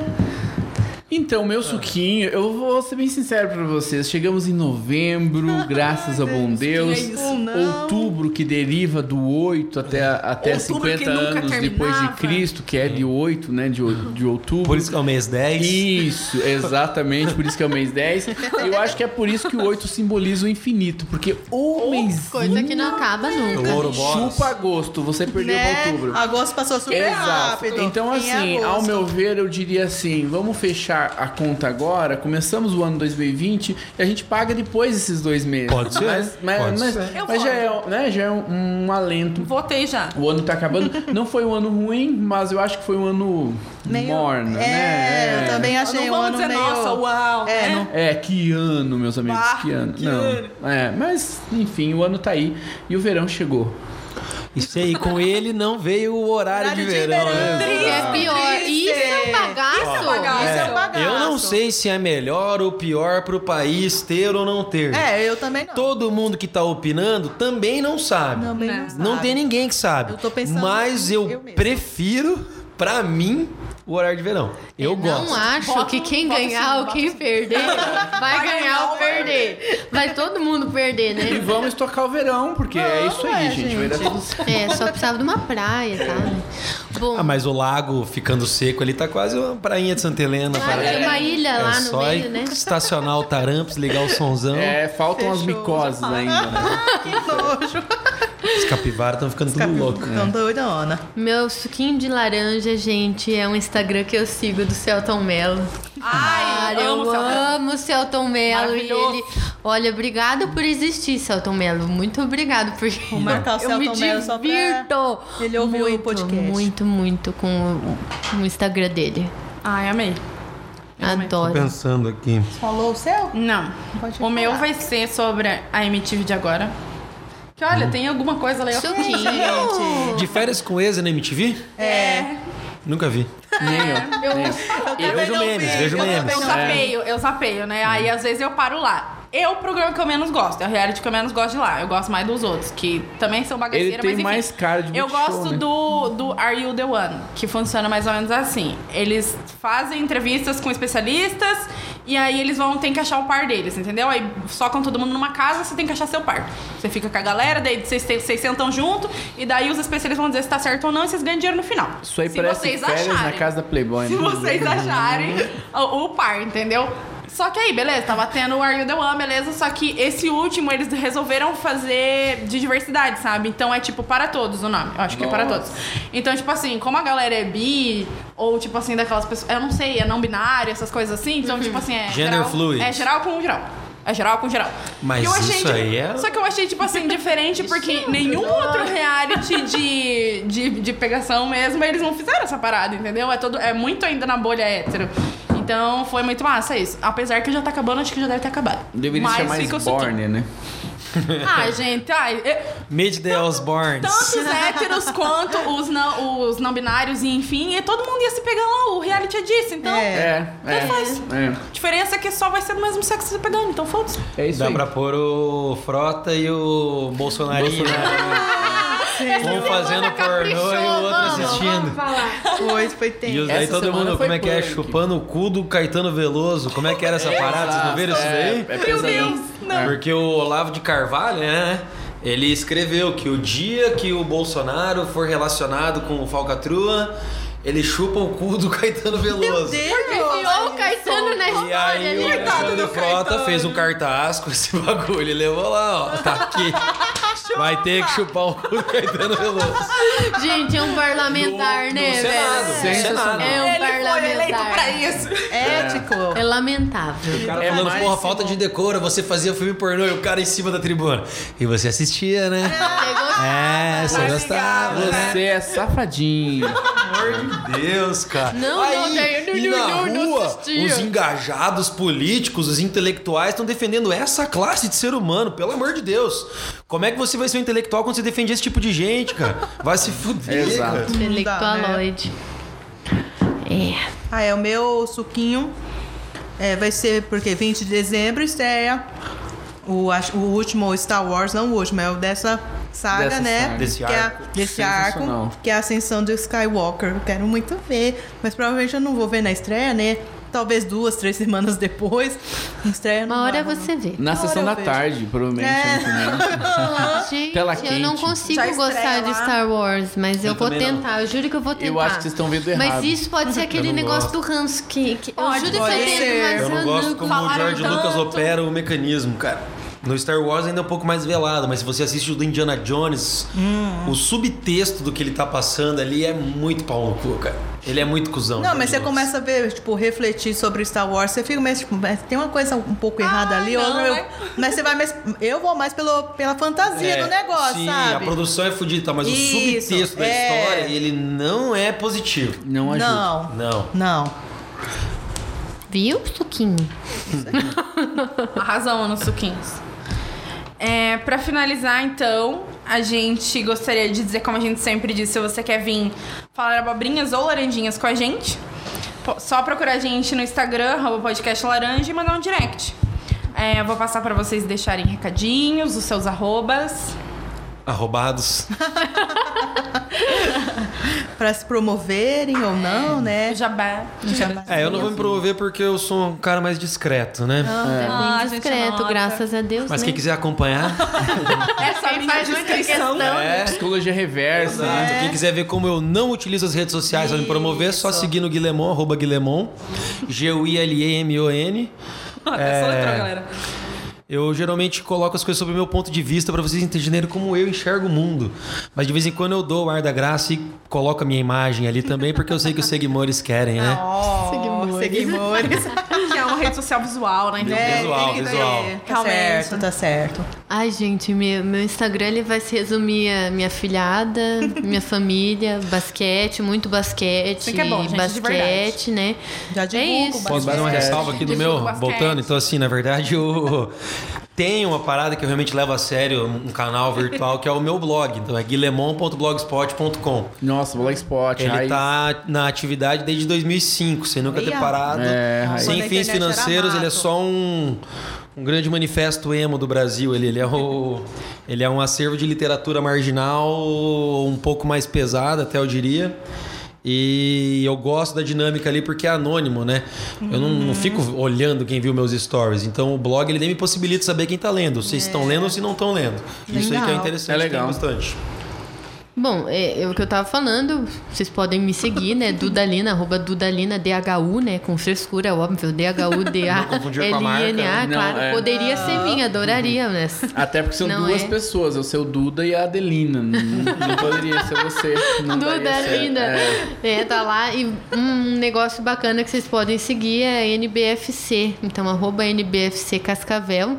Speaker 5: Então, meu suquinho, eu vou ser bem sincero pra vocês. Chegamos em novembro, graças a bom Deus.
Speaker 1: isso? Ou não.
Speaker 5: Outubro, que deriva do 8 até, até
Speaker 2: Outubro que
Speaker 5: 50
Speaker 2: nunca
Speaker 5: anos depois de
Speaker 2: terminava.
Speaker 5: Cristo, que é de 8, né? De, o- de outubro.
Speaker 3: Por isso que é o mês 10.
Speaker 5: Isso, exatamente, por isso que é o mês 10. Eu acho que é por isso que o 8 simboliza o infinito, porque o mês
Speaker 4: Coisa que não acaba
Speaker 3: Hum.
Speaker 4: nunca.
Speaker 3: O Ouroboros.
Speaker 5: chupa agosto, você perdeu
Speaker 1: Né?
Speaker 5: outubro.
Speaker 1: Agosto passou super rápido.
Speaker 5: Então,
Speaker 1: Em
Speaker 5: assim, ao
Speaker 1: agosto.
Speaker 5: meu ver, eu diria assim: vamos fechar a conta agora. Começamos o ano 2020 e a gente paga depois esses dois meses.
Speaker 3: Pode ser,
Speaker 5: Mas, mas,
Speaker 3: pode
Speaker 5: mas-
Speaker 3: ser.
Speaker 2: Eu
Speaker 5: mas já, é,
Speaker 2: voto.
Speaker 5: né, já é um, um alento.
Speaker 2: Votei já.
Speaker 5: O ano tá acabando. Não foi um ano ruim, mas eu acho que foi um ano
Speaker 1: Meio-
Speaker 5: morno,
Speaker 1: é,
Speaker 5: né?
Speaker 1: eu também
Speaker 2: não
Speaker 1: achei um
Speaker 2: vamos
Speaker 1: ano
Speaker 2: dizer,
Speaker 1: meio...
Speaker 2: nossa, uau,
Speaker 1: É,
Speaker 2: né?
Speaker 1: não-
Speaker 5: É, que ano, meus amigos,
Speaker 2: Bah,
Speaker 5: Ah, que ano.
Speaker 2: que
Speaker 5: não.
Speaker 2: ano.
Speaker 5: É, mas enfim, o ano tá aí e o verão chegou.
Speaker 3: Isso aí, com ele não veio o horário,
Speaker 1: Horário
Speaker 3: de
Speaker 1: de
Speaker 3: verão.
Speaker 1: verão.
Speaker 3: né?
Speaker 4: Que é pior.
Speaker 1: Triste.
Speaker 4: Isso é um bagaço.
Speaker 2: bagaço.
Speaker 1: Isso é um bagaço.
Speaker 3: Eu não sei se é melhor ou pior pro país ter ou não ter.
Speaker 1: É, eu também não.
Speaker 3: Todo mundo que tá opinando também não sabe.
Speaker 1: Também
Speaker 2: Não.
Speaker 1: não,
Speaker 3: Não
Speaker 1: sabe.
Speaker 3: tem ninguém que sabe.
Speaker 1: Eu tô pensando
Speaker 3: Mas eu,
Speaker 1: eu mesma.
Speaker 3: prefiro, pra mim, o horário de verão. Eu gosto.
Speaker 4: É, Não acho
Speaker 2: Bota-
Speaker 4: que quem
Speaker 2: bota
Speaker 4: ganhar
Speaker 2: sim,
Speaker 4: ou
Speaker 2: bota
Speaker 4: quem perder vai ganhar ou perder. Vai todo mundo perder,
Speaker 5: E
Speaker 4: né?
Speaker 5: vamos tocar o verão, porque é isso aí,
Speaker 1: é,
Speaker 5: gente. Vai dar tudo certo.
Speaker 4: É, só precisava de uma praia, sabe? Bom,
Speaker 3: Ah, mas o lago ficando seco ali tá quase uma prainha de Santa Helena.
Speaker 4: ah,
Speaker 3: parece.
Speaker 4: tem uma ilha lá
Speaker 3: é
Speaker 4: no
Speaker 3: só
Speaker 4: meio,
Speaker 3: ir
Speaker 4: né?
Speaker 3: estacionar o tarampos, ligar o sonzão.
Speaker 5: É, faltam as micoses ainda, né?
Speaker 1: Que nojo.
Speaker 3: Os capivaras estão ficando tudo louco. né?
Speaker 1: Não doidona.
Speaker 4: Meu suquinho de laranja, gente, é um Instagram que eu sigo do Celton Mello.
Speaker 2: Ai,
Speaker 4: Cara,
Speaker 2: eu amo
Speaker 4: Ah, eu
Speaker 2: essa
Speaker 4: amo o Celton Mello. E
Speaker 2: Maravilhoso.
Speaker 4: ele, olha, obrigado por existir, Celton Mello. Muito obrigado, porque
Speaker 1: Vou marcar o
Speaker 4: eu me
Speaker 1: Celton Mello só pra-
Speaker 4: divirto.
Speaker 1: ele ouvir o
Speaker 4: muito,
Speaker 1: podcast.
Speaker 4: Muito, muito com o, o Instagram dele.
Speaker 2: Ai, amei.
Speaker 4: Adoro.
Speaker 3: Pensando aqui.
Speaker 1: Falou o seu?
Speaker 2: Não.
Speaker 1: Pode
Speaker 2: O meu
Speaker 1: falar.
Speaker 2: vai ser sobre a MTV de agora. Que
Speaker 3: Hum.
Speaker 2: olha, tem alguma coisa legal.
Speaker 4: Suquinho.
Speaker 3: De férias com ex na MTV?
Speaker 1: É.
Speaker 3: Nunca vi.
Speaker 5: Nem eu. Nem eu.
Speaker 3: Eu vejo memes, vejo
Speaker 2: Eu,
Speaker 3: memes.
Speaker 2: eu zapeio, eu zapeio, né? Aí
Speaker 5: Uhum.
Speaker 2: às vezes eu paro lá. É o programa que eu menos gosto, é o reality que eu menos gosto de lá. Eu gosto mais dos outros, que também são
Speaker 5: Ele
Speaker 2: bagaceiros,
Speaker 5: tem
Speaker 2: mas enfim.
Speaker 5: mais cara de
Speaker 2: Eu
Speaker 5: multishow,
Speaker 2: gosto
Speaker 5: né?
Speaker 2: do, do Are You The One, que funciona mais ou menos assim. Eles fazem entrevistas com especialistas e aí eles vão ter que achar o par deles, entendeu? Aí socam todo mundo numa casa, você tem que achar seu par. Você fica com a galera, daí vocês, te- vocês sentam junto e daí os especialistas vão dizer se tá certo ou não e vocês ganham dinheiro no final.
Speaker 5: Isso aí
Speaker 2: se
Speaker 5: parece
Speaker 2: vocês
Speaker 5: férias
Speaker 2: acharem.
Speaker 5: na casa da Playboy,
Speaker 2: Se
Speaker 5: né?
Speaker 2: vocês acharem o, o par, entendeu? Só que aí, beleza, tava tendo o Are You The One, beleza? Só que esse último eles resolveram fazer de diversidade, sabe? Então é tipo para todos o nome. Eu acho que é para
Speaker 5: Nossa.
Speaker 2: todos. Então, tipo assim, como a galera é bi, ou tipo assim, daquelas pessoas. Eu não sei, é não binário, essas coisas assim. Então, tipo assim, é.
Speaker 3: Gender
Speaker 2: geral,
Speaker 3: fluid.
Speaker 2: É geral com geral. É geral com geral.
Speaker 3: Mas
Speaker 2: E eu achei,
Speaker 3: isso
Speaker 2: tipo,
Speaker 3: aí é-
Speaker 2: Só que eu achei, tipo assim, diferente, porque nenhum outro
Speaker 4: é.
Speaker 2: reality de, de, de pegação mesmo, eles não fizeram essa parada, entendeu? É, todo, é muito ainda na bolha hétero. Então foi muito massa isso. Apesar que já tá acabando, acho que já deve ter acabado.
Speaker 5: Deveria
Speaker 2: Mas
Speaker 5: ser mais
Speaker 2: fica o seguinte.
Speaker 5: Borne, né?
Speaker 2: Ah, gente, ai, eu-
Speaker 3: Made the Osborns.
Speaker 2: tanto os héteros quanto os não, os não binários, e enfim, e todo mundo ia se pegando lá. O reality é disso, então.
Speaker 5: É,
Speaker 1: É.
Speaker 5: é.
Speaker 2: Tanto faz.
Speaker 5: É,
Speaker 2: A diferença é que só vai ser do mesmo sexo se pegando, então foda-se.
Speaker 5: é isso
Speaker 3: Dá
Speaker 5: aí.
Speaker 3: pra pôr o Frota e o Bolsonaro. Um fazendo pornô e o outro assistindo.
Speaker 1: Foi, foi
Speaker 3: E os
Speaker 1: tempo.
Speaker 3: daí
Speaker 5: Essa
Speaker 3: todo
Speaker 5: semana
Speaker 3: mundo,
Speaker 5: foi
Speaker 3: como é que é?
Speaker 5: punk.
Speaker 3: Chupando o cu do Caetano Veloso. Como é que era essa parada? Vocês não viram isso
Speaker 5: É,
Speaker 3: daí?
Speaker 5: é pesadão.
Speaker 3: Porque o Olavo de Carvalho, né? Ele escreveu que o dia que o Bolsonaro for relacionado com o Falcatrua, Ele chupa o cu do Caetano Veloso.
Speaker 4: Enfiou o Caetano na
Speaker 3: E
Speaker 4: história
Speaker 3: aí o
Speaker 4: ali.
Speaker 3: Alexandre Frota fez um cartaz com esse bagulho e levou lá, ó. Tá aqui. Vai ter que chupar o cu do Caetano Veloso.
Speaker 4: Gente, é um parlamentar,
Speaker 3: No-
Speaker 4: né,
Speaker 3: no Senado,
Speaker 4: velho?
Speaker 3: no Senado.
Speaker 4: É um é. parlamentar.
Speaker 6: isso.
Speaker 1: Ético.
Speaker 4: É lamentável.
Speaker 3: O cara
Speaker 5: É
Speaker 3: falando, porra, falta de decoro, você fazia o filme pornô e o cara em cima da tribuna. E você assistia, né? É, você gostava.
Speaker 5: Você é safadinho.
Speaker 3: Meu Deus, cara.
Speaker 4: Não, não, daí eu
Speaker 3: e
Speaker 4: não-
Speaker 3: na
Speaker 4: não- não
Speaker 3: rua,
Speaker 4: assistia.
Speaker 3: os engajados políticos, os intelectuais estão defendendo essa classe de ser humano, pelo amor de Deus. Como é que você vai ser um intelectual quando você defende esse tipo de gente, cara? Vai se fuder.
Speaker 5: Exato.
Speaker 3: cara.
Speaker 1: né?
Speaker 4: Intelectualoide. É.
Speaker 1: Ah, é o meu suquinho. É, vai ser porque 20 de dezembro estreia o, acho- o último Star Wars, não o último, é o dessa saga,
Speaker 5: Dessa
Speaker 1: né?
Speaker 5: saga.
Speaker 3: Desse
Speaker 1: que é a-
Speaker 3: arco.
Speaker 1: desse
Speaker 5: Sensacional.
Speaker 1: arco, que é a ascensão do Skywalker. Eu quero muito ver, mas provavelmente eu não vou ver na estreia, né? Talvez duas, três semanas depois. Na Estreia
Speaker 4: Uma
Speaker 1: não
Speaker 4: hora
Speaker 1: vai, não.
Speaker 4: você vê.
Speaker 5: Na
Speaker 1: Agora
Speaker 5: sessão
Speaker 1: eu
Speaker 5: da
Speaker 1: vejo.
Speaker 5: tarde, provavelmente.
Speaker 1: É.
Speaker 5: no cinema.
Speaker 4: Gente,
Speaker 5: Tela
Speaker 4: eu não
Speaker 5: quente.
Speaker 4: consigo
Speaker 6: Já estreia
Speaker 4: gostar de
Speaker 6: lá.
Speaker 4: Star Wars, mas eu,
Speaker 3: Eu
Speaker 4: vou
Speaker 3: também não.
Speaker 4: tentar. Eu juro que eu vou tentar.
Speaker 5: Eu acho que vocês estão vendo errado.
Speaker 4: Mas isso pode ser aquele
Speaker 3: não
Speaker 4: negócio do Hans que, que- eu juro que eu um
Speaker 1: pode
Speaker 4: tento,
Speaker 1: ser.
Speaker 4: mas
Speaker 3: Eu não gosto como o
Speaker 4: falaram
Speaker 3: George
Speaker 4: tanto.
Speaker 3: Lucas opera o mecanismo, cara. No Star Wars ainda é um pouco mais velado, mas se você assiste o do Indiana Jones,
Speaker 1: Hum.
Speaker 3: o subtexto do que ele tá passando ali é muito pau no cu, cara. Ele é muito cuzão.
Speaker 1: Não,
Speaker 3: George
Speaker 1: mas você
Speaker 3: Lucas.
Speaker 1: começa a ver, tipo, refletir sobre Star Wars, você fica mais, tipo, mas tem uma coisa um pouco errada ali,
Speaker 6: não,
Speaker 1: outra-
Speaker 6: né?
Speaker 1: mas você vai mais, eu vou mais pelo, pela fantasia do negócio,
Speaker 3: É, sim, a
Speaker 1: sabe?
Speaker 3: produção é fodida, tá? mas o
Speaker 1: Isso,
Speaker 3: subtexto da
Speaker 1: é.
Speaker 3: história, ele não é positivo.
Speaker 5: Não ajuda.
Speaker 1: Não,
Speaker 3: Não.
Speaker 1: não.
Speaker 4: Viu, Suquinho?
Speaker 2: Arrasão nos suquinhos. É, pra finalizar, então, a gente gostaria de dizer, como a gente sempre diz, se você quer vir falar abobrinhas ou laranjinhas com a gente, po- só procurar a gente no Instagram, arroba podcast laranja, e mandar um direct. É, eu vou passar pra vocês deixarem recadinhos, os seus arrobas.
Speaker 3: Arrobados.
Speaker 1: Pra se promoverem ou não, né?
Speaker 2: Jabá.
Speaker 3: É, eu não vou me promover porque eu sou um cara mais discreto, né?
Speaker 4: É bem
Speaker 2: Ah, a gente
Speaker 4: discreto,
Speaker 2: anota.
Speaker 4: graças a Deus.
Speaker 3: Mas
Speaker 4: né?
Speaker 3: quem quiser
Speaker 1: Ah.
Speaker 3: acompanhar,
Speaker 4: É
Speaker 2: Essa
Speaker 6: Quem
Speaker 2: minha
Speaker 6: faz muita
Speaker 2: descrição.
Speaker 4: né?
Speaker 3: é.
Speaker 5: Psicologia reversa.
Speaker 3: Exato. Quem quiser ver como eu não utilizo as redes sociais pra me promover, é só seguir no Guilemon, arroba Guilemon. G-U-I-L-E-M-O-N. É,
Speaker 2: Até soletrou, é galera.
Speaker 3: Eu geralmente coloco as coisas sobre o meu ponto de vista pra vocês entenderem como eu enxergo o mundo. Mas de vez em quando eu dou o ar da graça e coloco a minha imagem ali também, porque eu sei que os seguidores querem, né?
Speaker 1: Oh, seguimores.
Speaker 2: Que é uma rede social visual né? na internet.
Speaker 3: Visual,
Speaker 1: tem que ter.
Speaker 3: visual.
Speaker 1: Tá
Speaker 2: Realmente.
Speaker 1: certo, tá certo.
Speaker 4: Ai, gente, meu, meu Instagram ele vai se resumir a minha filhada, minha família, basquete, muito basquete.
Speaker 2: Isso que é bom, gente, de
Speaker 4: basquete, né?
Speaker 1: Já
Speaker 4: é
Speaker 1: divulgo
Speaker 4: isso.
Speaker 3: Posso dar uma
Speaker 5: Basquete.
Speaker 3: ressalva aqui do
Speaker 2: Divulga
Speaker 3: meu?
Speaker 2: o um basquete.
Speaker 3: Voltando, então assim, na verdade, eu tenho uma parada que eu realmente levo a sério, um canal virtual, que é o meu blog. Então é guilemon.blogspot.com.
Speaker 5: Nossa, Blogspot.
Speaker 3: Ele
Speaker 5: ai,
Speaker 3: tá na atividade desde 2005, sem nunca ter
Speaker 1: Olha.
Speaker 3: parado.
Speaker 5: É, Quando
Speaker 1: a
Speaker 3: sem fins
Speaker 1: internet era
Speaker 3: financeiros,
Speaker 1: mato.
Speaker 3: ele é só um, um grande manifesto emo do Brasil. Ele, ele é o, ele é um acervo de literatura marginal, um pouco mais pesada, até eu diria. E eu gosto da dinâmica ali porque é anônimo, né? Eu não,
Speaker 1: Uhum.
Speaker 3: não fico olhando quem viu meus stories. Então o blog ele nem me possibilita saber quem tá lendo, se estão lendo ou se não estão lendo. Isso aí que é
Speaker 1: É. Legal.
Speaker 3: interessante,
Speaker 5: É legal.
Speaker 3: tem bastante.
Speaker 4: Bom, é, é o que eu tava falando, vocês podem me seguir, né? Dudalina, arroba Dudalina, DHU, né? Com frescura, óbvio, DHU,
Speaker 3: confundir com a marca,
Speaker 4: D-A-L-I-N-A,
Speaker 5: né?
Speaker 4: claro.
Speaker 5: Não, é.
Speaker 4: Poderia ser minha, adoraria, né?
Speaker 5: Até porque são
Speaker 4: Não
Speaker 5: duas
Speaker 4: é?
Speaker 5: pessoas, eu sei o Duda e a Adelina. Não, não poderia ser você. Não daria
Speaker 4: Duda,
Speaker 5: certo.
Speaker 4: linda.
Speaker 5: É.
Speaker 4: É, tá lá. E um negócio bacana que vocês podem seguir é NBFC. Então, arroba NBFC Cascavel,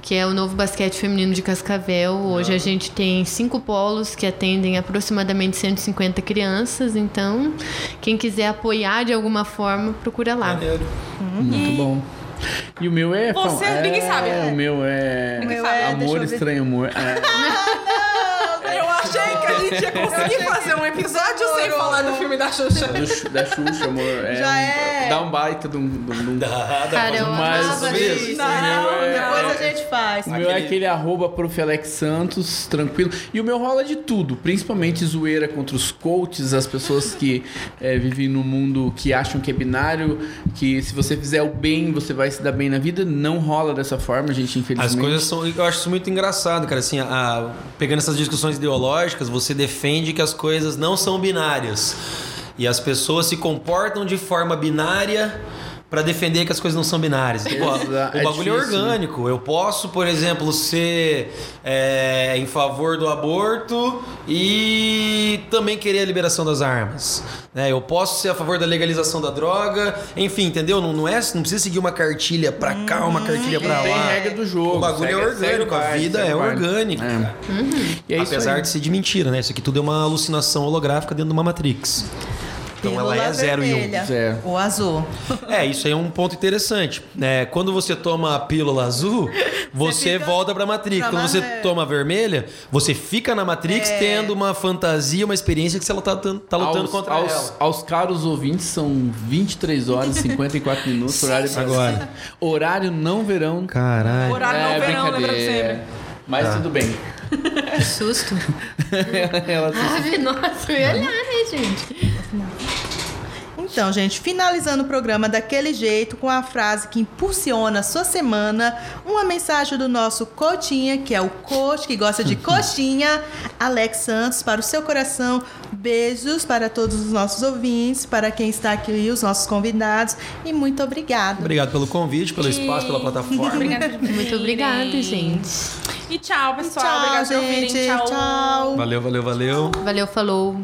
Speaker 4: que é o novo basquete feminino de Cascavel. Hoje a gente tem cinco polos que atendem aproximadamente 150 crianças. Então, quem quiser apoiar de alguma forma, procura lá.
Speaker 3: Maneiro.
Speaker 5: É, Muito bom. E o meu é.
Speaker 2: Você, ninguém sabe.
Speaker 5: O meu é.
Speaker 1: Ninguém sabe. Deixa
Speaker 5: Amor,
Speaker 1: eu ver.
Speaker 5: estranho amor. É.
Speaker 6: Eu achei que a gente ia conseguir fazer um episódio sem falar do filme da Xuxa.
Speaker 5: do Xu- da Xuxa, amor. É
Speaker 1: Já
Speaker 5: um-
Speaker 1: é.
Speaker 5: Dá um baita de um. de um- de um-
Speaker 4: Cara, eu
Speaker 5: mais um
Speaker 4: amava
Speaker 5: ou
Speaker 1: Isso,
Speaker 5: menos.
Speaker 1: isso.
Speaker 5: Esse
Speaker 1: Não,
Speaker 5: meu é-
Speaker 1: depois a gente faz.
Speaker 5: O meu é aquele arroba prof. Alex Santos, tranquilo. E o meu rola de tudo, principalmente zoeira contra os coaches, as pessoas que é, vivem no mundo que acham que é binário, que se você fizer o bem, você vai se dar bem na vida. Não rola dessa forma, gente, infelizmente.
Speaker 3: As coisas são. Eu acho isso muito engraçado, cara. Assim, a- pegando essas discussões ideológicas, você defende que as coisas não são binárias. E as pessoas se comportam de forma binária pra defender que as coisas não são binárias. Tipo, ó,
Speaker 5: Exa-
Speaker 3: o
Speaker 5: é
Speaker 3: bagulho é
Speaker 5: difícil,
Speaker 3: orgânico. Eu posso, por exemplo, ser é, em favor do aborto e também querer a liberação das armas. né? eu posso ser a favor da legalização da droga. Enfim, entendeu? Não, não é, não precisa seguir uma cartilha pra cá, uma cartilha pra lá.
Speaker 5: Uhum. Tem regra do jogo.
Speaker 3: O bagulho
Speaker 5: segue-
Speaker 3: é
Speaker 5: segue o
Speaker 3: orgânico, a
Speaker 5: baile,
Speaker 3: vida
Speaker 5: segue
Speaker 3: é
Speaker 5: o baile.
Speaker 3: orgânica.
Speaker 5: É.
Speaker 3: cara.
Speaker 5: E é isso
Speaker 3: Apesar
Speaker 5: aí.
Speaker 3: de ser de mentira, né? Isso aqui tudo é uma alucinação holográfica dentro de uma Matrix. Então ela é 0 e 1. Um.
Speaker 5: Zero.
Speaker 1: O azul.
Speaker 3: É, isso aí é um ponto interessante. É, quando você toma a pílula azul, você
Speaker 1: fica
Speaker 3: volta pra Matrix.
Speaker 1: pra
Speaker 3: quando você
Speaker 1: Matrix.
Speaker 3: toma a vermelha, você fica na Matrix tendo uma fantasia, uma experiência que você tá, tan- tá lutando
Speaker 5: É. aos,
Speaker 3: contra
Speaker 5: aos,
Speaker 3: ela.
Speaker 5: aos caros ouvintes, são 23 horas e 54 minutos. Horário
Speaker 3: Agora.
Speaker 5: Horário não verão.
Speaker 3: Caralho.
Speaker 2: Horário não verão, lembra pra
Speaker 5: É, brincadeira.
Speaker 2: sempre.
Speaker 5: Mas tudo bem.
Speaker 4: Que susto.
Speaker 5: Ela
Speaker 4: Ave, nossa, eu ia olhar, né, gente?
Speaker 1: Então, gente, finalizando o programa daquele jeito, com a frase que impulsiona a sua semana, uma mensagem do nosso cotinha, que é o coach, que gosta de coxinha, Alex Santos, para o seu coração. Beijos para todos os nossos ouvintes, para quem está aqui, os nossos convidados, e muito obrigada.
Speaker 3: Obrigado pelo convite, pelo espaço, pela plataforma.
Speaker 2: Obrigada por
Speaker 4: Muito obrigada,
Speaker 2: virem.
Speaker 4: gente.
Speaker 2: E tchau, pessoal.
Speaker 1: Tchau,
Speaker 2: Obrigada por ouvirem.
Speaker 1: gente.
Speaker 2: Tchau.
Speaker 1: Tchau.
Speaker 3: Valeu, valeu, valeu.
Speaker 4: Valeu, falou.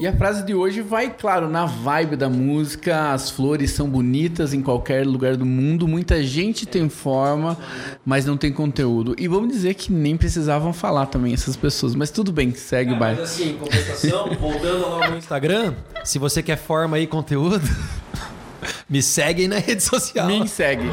Speaker 5: E a frase de hoje vai, claro, na vibe da música. As flores são bonitas em qualquer lugar do mundo. Muita gente tem forma, mas não tem conteúdo. E vamos dizer que nem precisavam falar também essas pessoas. Mas tudo bem, segue o baile.
Speaker 3: assim, em compensação, voltando lá no Instagram, se você quer forma e conteúdo, me segue aí na rede social.
Speaker 5: Me segue.